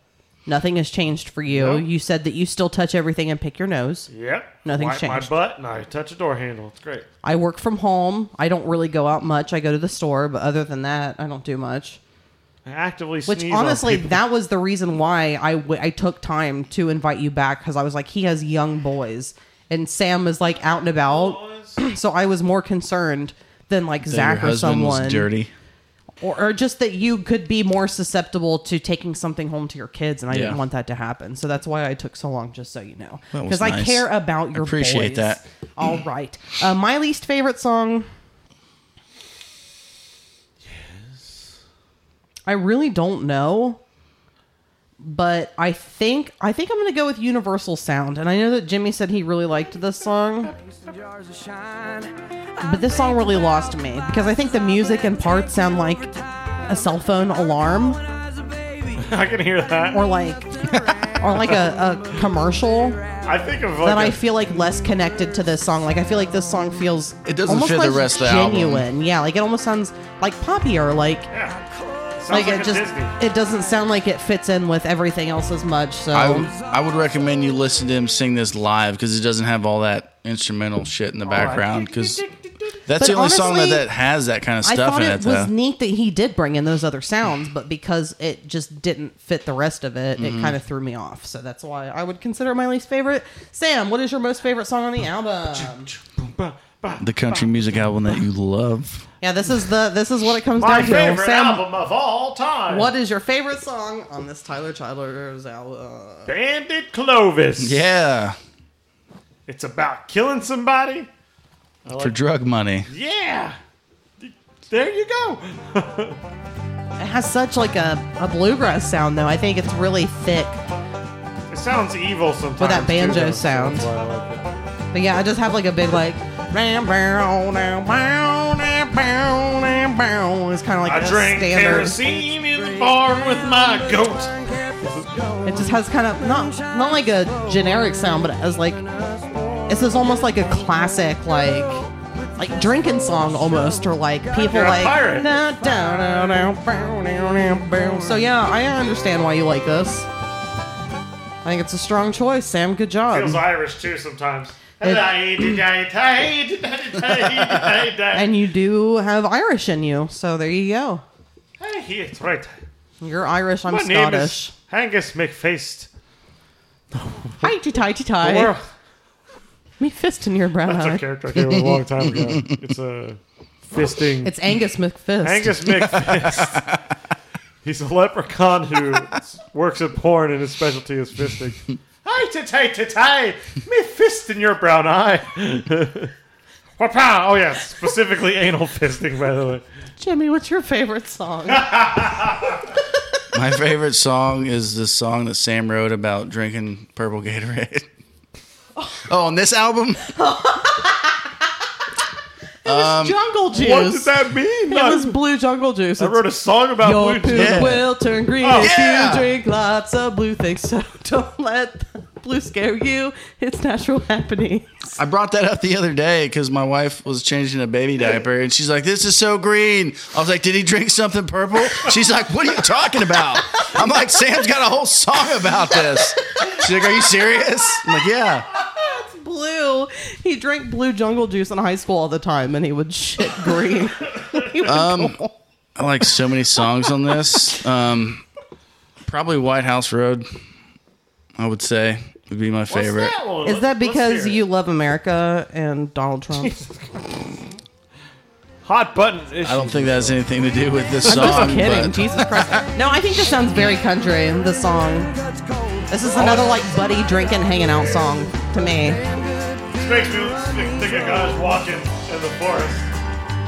[SPEAKER 3] Nothing has changed for you.
[SPEAKER 1] Nope.
[SPEAKER 3] You said that you still touch everything and pick your nose.
[SPEAKER 1] yep.
[SPEAKER 3] Nothing's
[SPEAKER 1] Wipe my
[SPEAKER 3] changed.
[SPEAKER 1] butt and I touch a door handle. It's great.
[SPEAKER 3] I work from home. I don't really go out much. I go to the store, but other than that, I don't do much.
[SPEAKER 1] I actively
[SPEAKER 3] Which
[SPEAKER 1] sneeze on
[SPEAKER 3] honestly,
[SPEAKER 1] people.
[SPEAKER 3] that was the reason why I, w- I took time to invite you back because I was like, he has young boys, and Sam is like out and about, so I was more concerned than like
[SPEAKER 4] That
[SPEAKER 3] Zach
[SPEAKER 4] your
[SPEAKER 3] or
[SPEAKER 4] husband
[SPEAKER 3] someone,
[SPEAKER 4] was dirty.
[SPEAKER 3] Or, or just that you could be more susceptible to taking something home to your kids, and I
[SPEAKER 4] Yeah.
[SPEAKER 3] didn't want that to happen. So that's why I took so long, just so you know,
[SPEAKER 4] That was
[SPEAKER 3] because I
[SPEAKER 4] nice.
[SPEAKER 3] care about your
[SPEAKER 4] appreciate
[SPEAKER 3] boys.
[SPEAKER 4] that.
[SPEAKER 3] All right, uh, my least favorite song. I really don't know. But I think I think I'm gonna go with Universal Sound, and I know that Jimmy said he really liked this song,
[SPEAKER 5] Jars of shine.
[SPEAKER 3] but this song really lost me because I think the music and parts sound like a cell phone alarm
[SPEAKER 5] Eyes of baby.
[SPEAKER 1] I can hear that.
[SPEAKER 3] or like or like a, a commercial
[SPEAKER 1] I think of
[SPEAKER 3] that I
[SPEAKER 1] like a-
[SPEAKER 3] feel like less connected to this song. Like I feel like this song feels
[SPEAKER 4] It doesn't
[SPEAKER 3] almost
[SPEAKER 4] fit the
[SPEAKER 3] less
[SPEAKER 4] rest of the album.
[SPEAKER 3] genuine. Yeah, like it almost sounds like poppy or like
[SPEAKER 1] yeah. Sounds
[SPEAKER 3] like,
[SPEAKER 1] like,
[SPEAKER 3] it
[SPEAKER 1] a
[SPEAKER 3] just
[SPEAKER 1] Disney.
[SPEAKER 3] it doesn't sound like it fits in with everything else as much. So
[SPEAKER 4] I would, I would recommend you listen to him sing this live because it doesn't have all that instrumental shit in the background. Because that's
[SPEAKER 3] Oh, But
[SPEAKER 4] the only song that,
[SPEAKER 3] honestly,
[SPEAKER 4] that has that kind of
[SPEAKER 3] I
[SPEAKER 4] stuff
[SPEAKER 3] thought
[SPEAKER 4] in
[SPEAKER 3] it was
[SPEAKER 4] it. though.
[SPEAKER 3] neat that he did bring in those other sounds, but because it just didn't fit the rest of it,
[SPEAKER 4] Mm-hmm.
[SPEAKER 3] it kind of threw me off. So that's why I would consider it my least favorite. Sam, what is your most favorite song on the album?
[SPEAKER 4] the country music album that you love.
[SPEAKER 3] Yeah, this is the this is what it comes
[SPEAKER 1] My
[SPEAKER 3] down to.
[SPEAKER 1] favorite
[SPEAKER 3] Sam,
[SPEAKER 1] album of all time.
[SPEAKER 3] what is your favorite song on this Tyler Childers album?
[SPEAKER 1] Bandit Clovis.
[SPEAKER 4] Yeah,
[SPEAKER 1] It's about killing somebody.
[SPEAKER 4] for drug money.
[SPEAKER 1] Yeah. There you go.
[SPEAKER 3] It has such like a, a bluegrass sound though. I think it's really thick.
[SPEAKER 1] It sounds evil sometimes.
[SPEAKER 3] that banjo
[SPEAKER 1] too, though, so
[SPEAKER 3] sound.
[SPEAKER 1] that's why I like it.
[SPEAKER 3] But yeah, I just have like a big like. It's kind of like
[SPEAKER 1] I
[SPEAKER 3] a
[SPEAKER 1] drank
[SPEAKER 3] standard.
[SPEAKER 1] kerosene in the barn with my goat.
[SPEAKER 3] It just has kind of not not like a generic sound, but as like this is almost like a classic like like drinking song almost, or like people
[SPEAKER 1] You're a
[SPEAKER 3] like.
[SPEAKER 1] pirate.
[SPEAKER 3] "Na, da, da, da, bow, dow, dow, bow." So yeah, I understand why you like this. I think it's a strong choice, Sam. Good job.
[SPEAKER 1] Feels Irish too sometimes.
[SPEAKER 3] It-
[SPEAKER 1] And
[SPEAKER 3] and you do have Irish in you, so there you go.
[SPEAKER 1] hey, it's right.
[SPEAKER 3] You're Irish. I'm
[SPEAKER 1] My name
[SPEAKER 3] Scottish.
[SPEAKER 1] is Angus McFeast.
[SPEAKER 3] Hi, ti tie, ti tie.
[SPEAKER 1] Or-
[SPEAKER 3] Me fist in your brown
[SPEAKER 1] That's
[SPEAKER 3] eye.
[SPEAKER 1] a character I came up with a long time ago. It's a fisting.
[SPEAKER 3] It's Angus McFist.
[SPEAKER 1] Angus McFist. He's a leprechaun who works at porn and his specialty is fisting. Hi, tatay, tatay, me fist in your brown eye. Wapa! Oh, yeah, specifically anal fisting, by the way.
[SPEAKER 3] Jimmy, what's your favorite song?
[SPEAKER 4] My favorite song is the song that Sam wrote about drinking purple Gatorade. Oh, on this album,
[SPEAKER 3] jungle juice.
[SPEAKER 1] Um, What does that mean?
[SPEAKER 3] it was blue jungle juice.
[SPEAKER 1] I wrote a song about
[SPEAKER 3] Your
[SPEAKER 1] blue
[SPEAKER 3] poop
[SPEAKER 1] juice.
[SPEAKER 4] Yeah.
[SPEAKER 3] will turn green
[SPEAKER 1] Oh.
[SPEAKER 3] if
[SPEAKER 4] Yeah.
[SPEAKER 3] you drink lots of blue things. So don't let the blue scare you. It's natural happening.
[SPEAKER 4] I brought that up the other day because my wife was changing a baby diaper and she's like, "This is so green." I was like, "Did he drink something purple?" She's like, "What are you talking about?" I'm like, "Sam's got a whole song about this." She's like, "Are you serious?" I'm like, "Yeah."
[SPEAKER 3] It's blue. He drank blue jungle juice in high school all the time, and he would shit green. He would go-
[SPEAKER 4] I like so many songs on this. Um, probably White House Road. I would say would be my
[SPEAKER 1] What's
[SPEAKER 4] favorite.
[SPEAKER 1] that one?
[SPEAKER 3] Is
[SPEAKER 1] Let's
[SPEAKER 3] that
[SPEAKER 1] hear
[SPEAKER 3] because
[SPEAKER 1] it.
[SPEAKER 3] you love America and Donald Trump?
[SPEAKER 1] Hot button issue.
[SPEAKER 4] I don't think that has anything to do with this song.
[SPEAKER 3] I'm just kidding.
[SPEAKER 4] but-
[SPEAKER 3] Jesus Christ. No, I think this sounds very country, the song. This is another, like, buddy drinking, hanging out song to me.
[SPEAKER 1] This makes me think think a guy's walking in the forest.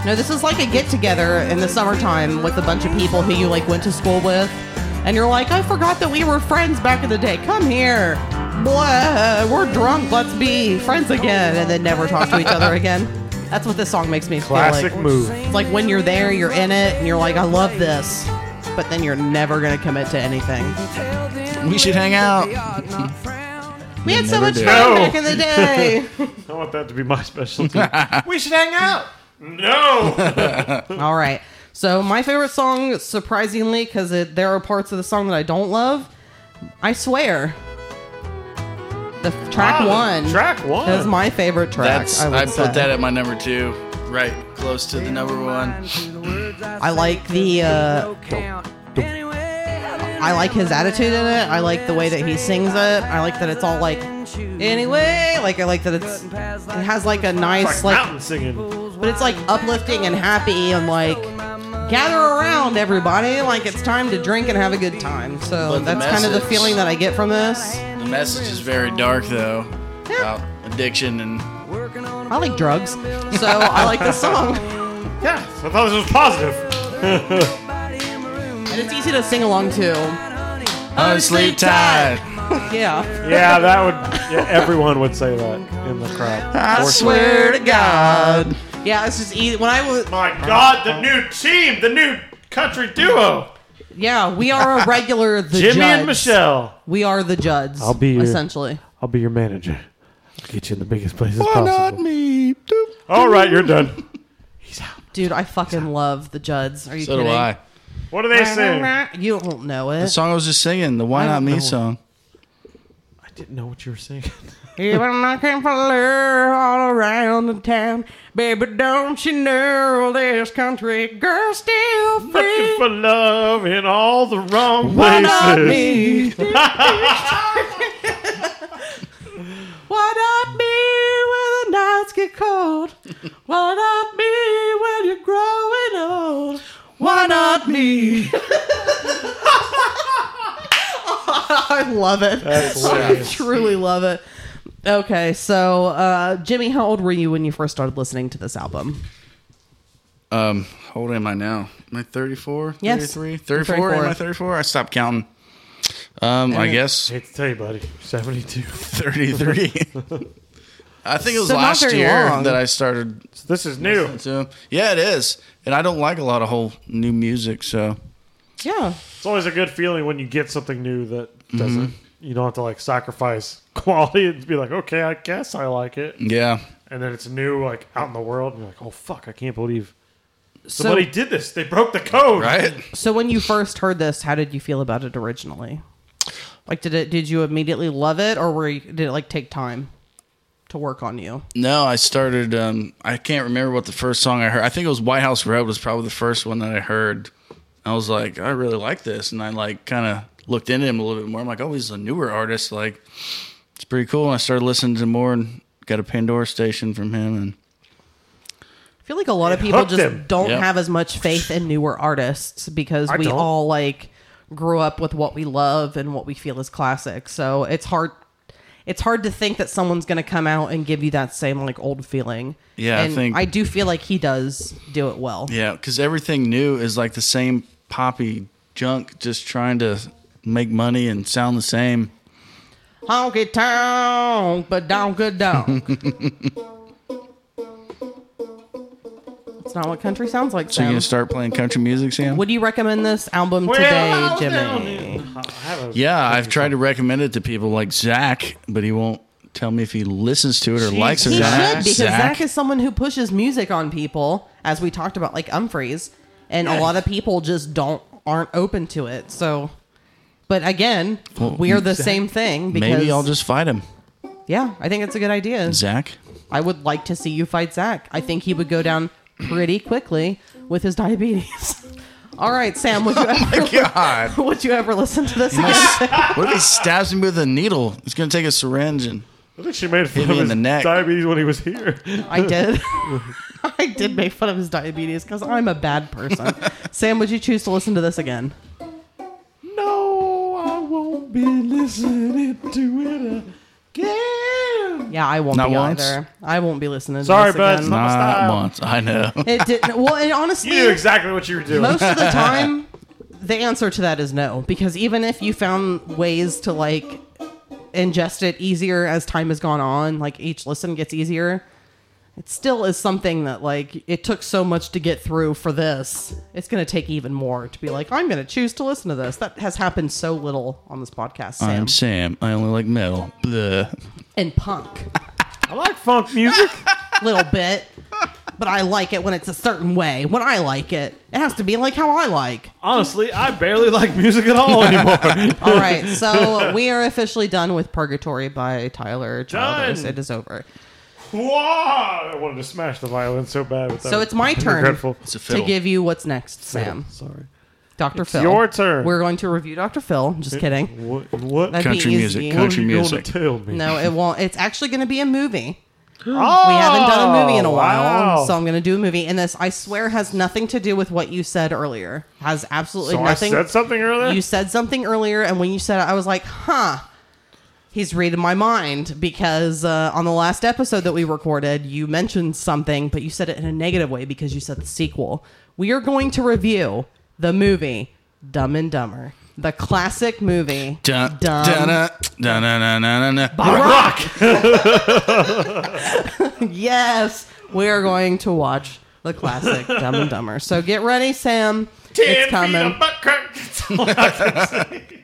[SPEAKER 3] No, this is like a get together in the summertime with a bunch of people who you, like, went to school with. And you're like, I forgot that we were friends back in the day. Come here. blah, we're drunk, let's be friends again, and then never talk to each other again. That's what this song makes me
[SPEAKER 1] Classic
[SPEAKER 3] feel like.
[SPEAKER 1] move.
[SPEAKER 3] It's like when you're there, you're in it, and you're like, I love this, but then you're never gonna commit to anything.
[SPEAKER 4] We should hang out.
[SPEAKER 3] We had so
[SPEAKER 4] never
[SPEAKER 3] much
[SPEAKER 4] do.
[SPEAKER 3] fun
[SPEAKER 1] No.
[SPEAKER 3] back in the day.
[SPEAKER 1] I want that to be my specialty. we should hang out. No.
[SPEAKER 3] All right. So my favorite song, surprisingly, because there are parts of the song that I don't love. I swear. The f- track one
[SPEAKER 1] Track one.
[SPEAKER 3] is my favorite track.
[SPEAKER 4] That's
[SPEAKER 3] I, would
[SPEAKER 4] I,
[SPEAKER 3] say.
[SPEAKER 4] put that at my number two, right close to the number one.
[SPEAKER 3] I like the. Uh, I like his attitude in it. I like the way that he sings it. I like that it's all like. Anyway, like I like that it's it has like a
[SPEAKER 1] It's like
[SPEAKER 3] nice like
[SPEAKER 1] mountain singing.
[SPEAKER 3] but it's like uplifting and happy and like gather around everybody like it's time to drink and have a good time so
[SPEAKER 4] But the
[SPEAKER 3] that's kind of the
[SPEAKER 4] message-
[SPEAKER 3] feeling that i get from this
[SPEAKER 4] The message is very dark though, about addiction and
[SPEAKER 3] i like drugs so i like this song
[SPEAKER 1] Yeah, so I thought this was positive.
[SPEAKER 3] and it's easy to sing along to
[SPEAKER 4] unsleep tied.
[SPEAKER 3] yeah
[SPEAKER 1] Yeah, that would. Yeah, everyone would say that in the crowd.
[SPEAKER 4] I
[SPEAKER 1] Or-
[SPEAKER 4] swear to God.
[SPEAKER 3] yeah it's just easy when i was
[SPEAKER 1] My God, the new team, the new country duo,
[SPEAKER 3] yeah we are a regular the
[SPEAKER 1] Jimmy
[SPEAKER 3] Judds.
[SPEAKER 1] and Michelle.
[SPEAKER 3] we are the Judds.
[SPEAKER 6] I'll be your-
[SPEAKER 3] essentially
[SPEAKER 6] I'll be your manager. I'll get you in the biggest places
[SPEAKER 4] Why not
[SPEAKER 6] possible.
[SPEAKER 4] me? Doop.
[SPEAKER 1] All right, you're done.
[SPEAKER 3] dude i fucking love the Judds. are you
[SPEAKER 4] So do
[SPEAKER 3] kidding
[SPEAKER 4] I.
[SPEAKER 1] What do they sing?
[SPEAKER 3] you don't know
[SPEAKER 4] The
[SPEAKER 3] it
[SPEAKER 4] song I was just singing, the Why
[SPEAKER 3] I
[SPEAKER 4] Not
[SPEAKER 3] don't
[SPEAKER 4] Me
[SPEAKER 3] know.
[SPEAKER 4] song.
[SPEAKER 1] I didn't know what you were singing.
[SPEAKER 3] Even looking for love all around the town. Baby, don't you know this country girl still
[SPEAKER 1] Looking
[SPEAKER 3] free?
[SPEAKER 1] for love in all the wrong
[SPEAKER 3] Why not
[SPEAKER 1] places.
[SPEAKER 3] me? Why not me when the nights get cold? Why not me when you're growing old?
[SPEAKER 4] Why not me?
[SPEAKER 3] I love it. I truly love it. Okay, so uh, Jimmy, how old were you when you first started listening to this album?
[SPEAKER 4] Um, how old am I now? Am I 34?
[SPEAKER 3] Yes.
[SPEAKER 4] 33?
[SPEAKER 3] You're
[SPEAKER 4] 34?
[SPEAKER 3] 34.
[SPEAKER 4] Am I 34? I stopped counting. Um, I guess
[SPEAKER 1] hate to tell you, buddy. 72.
[SPEAKER 4] 33. I think it was
[SPEAKER 3] So not
[SPEAKER 4] last
[SPEAKER 3] very
[SPEAKER 4] year
[SPEAKER 3] long.
[SPEAKER 4] that I started
[SPEAKER 1] So this is new.
[SPEAKER 4] to. Yeah, it is. And I don't like a lot of whole new music, so
[SPEAKER 3] Yeah,
[SPEAKER 1] It's always a good feeling when you get something new that
[SPEAKER 4] Mm-hmm.
[SPEAKER 1] doesn't. You don't have to like sacrifice quality and be like, okay, I guess I like it.
[SPEAKER 4] yeah.
[SPEAKER 1] And then it's new, like out in the world, and you're like, oh fuck, I can't believe
[SPEAKER 3] so
[SPEAKER 1] somebody did this. They broke the code.
[SPEAKER 4] Right?
[SPEAKER 3] So when you first heard this, how did you feel about it originally? Like, did it? Did you immediately love it, or were you, did it like take time to work on you?
[SPEAKER 4] No, I started. Um, I can't remember what the first song I heard. I think it was White House Road was probably the first one that I heard. I was like, I really like this, and I like kind of looked into him a little bit more. I'm like, oh, he's a newer artist. Like, it's pretty cool. And I started listening to more and got a Pandora station from him. And
[SPEAKER 3] I feel like a lot of people
[SPEAKER 1] hooked
[SPEAKER 3] just
[SPEAKER 1] him.
[SPEAKER 3] don't
[SPEAKER 4] Yeah.
[SPEAKER 3] have as much faith in newer artists because
[SPEAKER 1] I
[SPEAKER 3] we
[SPEAKER 1] don't.
[SPEAKER 3] all like grew up with what we love and what we feel is classic. So it's hard. It's hard to think that someone's going to come out and give you that same like old feeling.
[SPEAKER 4] Yeah, I
[SPEAKER 3] and
[SPEAKER 4] think-
[SPEAKER 3] I do feel like he does do it well.
[SPEAKER 4] yeah, because everything new is like the same poppy junk, just trying to make money and sound the same.
[SPEAKER 3] Honky tonk, but donk a donk. That's not what country sounds like,
[SPEAKER 4] So you
[SPEAKER 3] Sam.
[SPEAKER 4] gonna start playing country music, Sam?
[SPEAKER 3] Would you recommend this album
[SPEAKER 1] Well,
[SPEAKER 3] today,
[SPEAKER 1] I'll down
[SPEAKER 3] Jimmy?
[SPEAKER 1] it. I have a-
[SPEAKER 4] Yeah, I've tried to recommend it to people like Zach, but he won't tell me if he listens to it or likes it.
[SPEAKER 3] He
[SPEAKER 4] or
[SPEAKER 3] should
[SPEAKER 4] not.
[SPEAKER 3] because Zach is someone who pushes music on people, as we talked about, like Umphreys, and a lot of people just don't aren't open to it. So, but again,
[SPEAKER 4] Well,
[SPEAKER 3] we are the
[SPEAKER 4] Zach-
[SPEAKER 3] same thing. Because,
[SPEAKER 4] Maybe I'll just fight him,
[SPEAKER 3] yeah. I think it's a good idea.
[SPEAKER 4] Zach.
[SPEAKER 3] I would like to see you fight Zach. I think he would go down pretty quickly with his diabetes. All right, Sam, would you ever
[SPEAKER 4] God,
[SPEAKER 3] would you ever listen to this? again?
[SPEAKER 4] what if he stabs me with a needle? He's gonna take a syringe and
[SPEAKER 1] I think she made fun of
[SPEAKER 4] Hit me in
[SPEAKER 1] his
[SPEAKER 4] the neck.
[SPEAKER 1] diabetes when he was here.
[SPEAKER 3] I did. I did make fun of his diabetes because I'm a bad person. Sam, would you choose to listen to this again?
[SPEAKER 1] no, I won't be listening to it again.
[SPEAKER 3] Yeah, I won't
[SPEAKER 4] Not
[SPEAKER 3] be
[SPEAKER 4] once?
[SPEAKER 3] either. I won't be listening.
[SPEAKER 1] Sorry,
[SPEAKER 3] to
[SPEAKER 1] bud.
[SPEAKER 3] this again.
[SPEAKER 1] Not my
[SPEAKER 4] not
[SPEAKER 1] style.
[SPEAKER 4] once. I know.
[SPEAKER 3] It didn't. Well, and honestly,
[SPEAKER 1] You knew exactly what you were doing.
[SPEAKER 3] most of the time the answer to that is no because even if you found ways to like ingest it easier as time has gone on. Like each listen gets easier. It still is something that like it took so much to get through for this. It's going to take even more to be like I'm going to choose to listen to this. That has happened so little on this podcast, Sam,
[SPEAKER 4] I'm Sam. I only like metal. Blah.
[SPEAKER 3] and punk.
[SPEAKER 1] I like funk music.
[SPEAKER 3] little bit, but I like it when it's a certain way. When I like it, it has to be like how I like.
[SPEAKER 1] Honestly, I barely like music at all anymore.
[SPEAKER 3] All right, so we are officially done with Purgatory by Tyler Childers.
[SPEAKER 1] Done.
[SPEAKER 3] It is over.
[SPEAKER 1] Whoa! I wanted to smash the violin so bad with that.
[SPEAKER 3] So it's my turn
[SPEAKER 1] Regretful.
[SPEAKER 4] It's a
[SPEAKER 3] to
[SPEAKER 4] fiddle.
[SPEAKER 3] give you what's next, Sam.
[SPEAKER 1] Sorry.
[SPEAKER 3] Dr. Phil.
[SPEAKER 1] your turn.
[SPEAKER 3] We're going to review Dr. Phil. Just kidding.
[SPEAKER 1] What? What?
[SPEAKER 3] That'd
[SPEAKER 4] Country
[SPEAKER 3] be
[SPEAKER 4] music,
[SPEAKER 3] easy.
[SPEAKER 1] what are
[SPEAKER 4] country
[SPEAKER 1] you
[SPEAKER 4] music.
[SPEAKER 1] going to tell me?
[SPEAKER 3] No, it won't. It's actually going to be a movie.
[SPEAKER 1] Oh,
[SPEAKER 3] We haven't done a movie in a while,
[SPEAKER 1] wow.
[SPEAKER 3] so I'm going to do a movie. And this, I swear, has nothing to do with what you said earlier. Has absolutely
[SPEAKER 1] So I
[SPEAKER 3] nothing.
[SPEAKER 1] said something earlier.
[SPEAKER 3] you said something earlier, and when you said it, I was like, huh, he's reading my mind because uh, on the last episode that we recorded, you mentioned something, but you said it in a negative way because you said the sequel. We are going to review the movie Dumb and Dumber, the classic movie.
[SPEAKER 4] Dun,
[SPEAKER 3] Dumb.
[SPEAKER 4] dun, dun, dun, dun, dun, dun, dun.
[SPEAKER 3] Yes, we are going to watch the classic Dumb and Dumber. So get ready, Sam. it's coming.
[SPEAKER 1] butt crack. That's all I can say.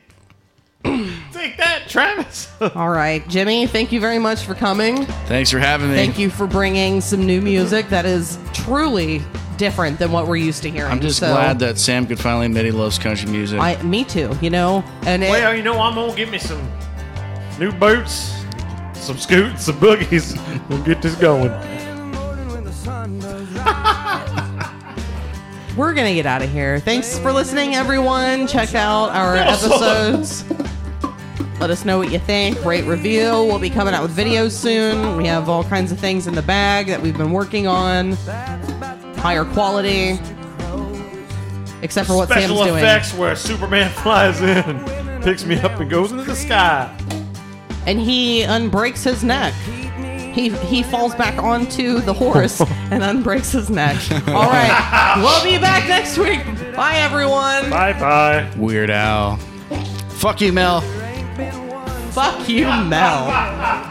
[SPEAKER 1] Take that, Travis.
[SPEAKER 3] All right, Jimmy, thank you very much for coming.
[SPEAKER 4] Thanks for having me.
[SPEAKER 3] Thank you for bringing some new music that is truly different than what we're used to hearing.
[SPEAKER 4] I'm just
[SPEAKER 3] So,
[SPEAKER 4] glad that Sam could finally admit he loves country music.
[SPEAKER 3] I, me too, you know, and it,
[SPEAKER 1] Well, you know, I'm gonna give me some new boots, some scoots, some boogies. We'll get this going.
[SPEAKER 3] we're gonna get out of here. Thanks for listening, everyone. Check out our episodes. Let us know what you think. Rate, review. We'll be coming out with videos soon. We have all kinds of things in the bag that we've been working on, higher quality. Except for what
[SPEAKER 1] Special
[SPEAKER 3] Sam's
[SPEAKER 1] effects where Superman flies in, picks me up, and goes into the sky.
[SPEAKER 3] doing, and he unbreaks his neck. He he falls back onto the horse and unbreaks his neck. All right, we'll be back next week. Bye, everyone.
[SPEAKER 1] Bye bye.
[SPEAKER 4] Weird Al. Fuck you, Mel.
[SPEAKER 3] Fuck you, Mel.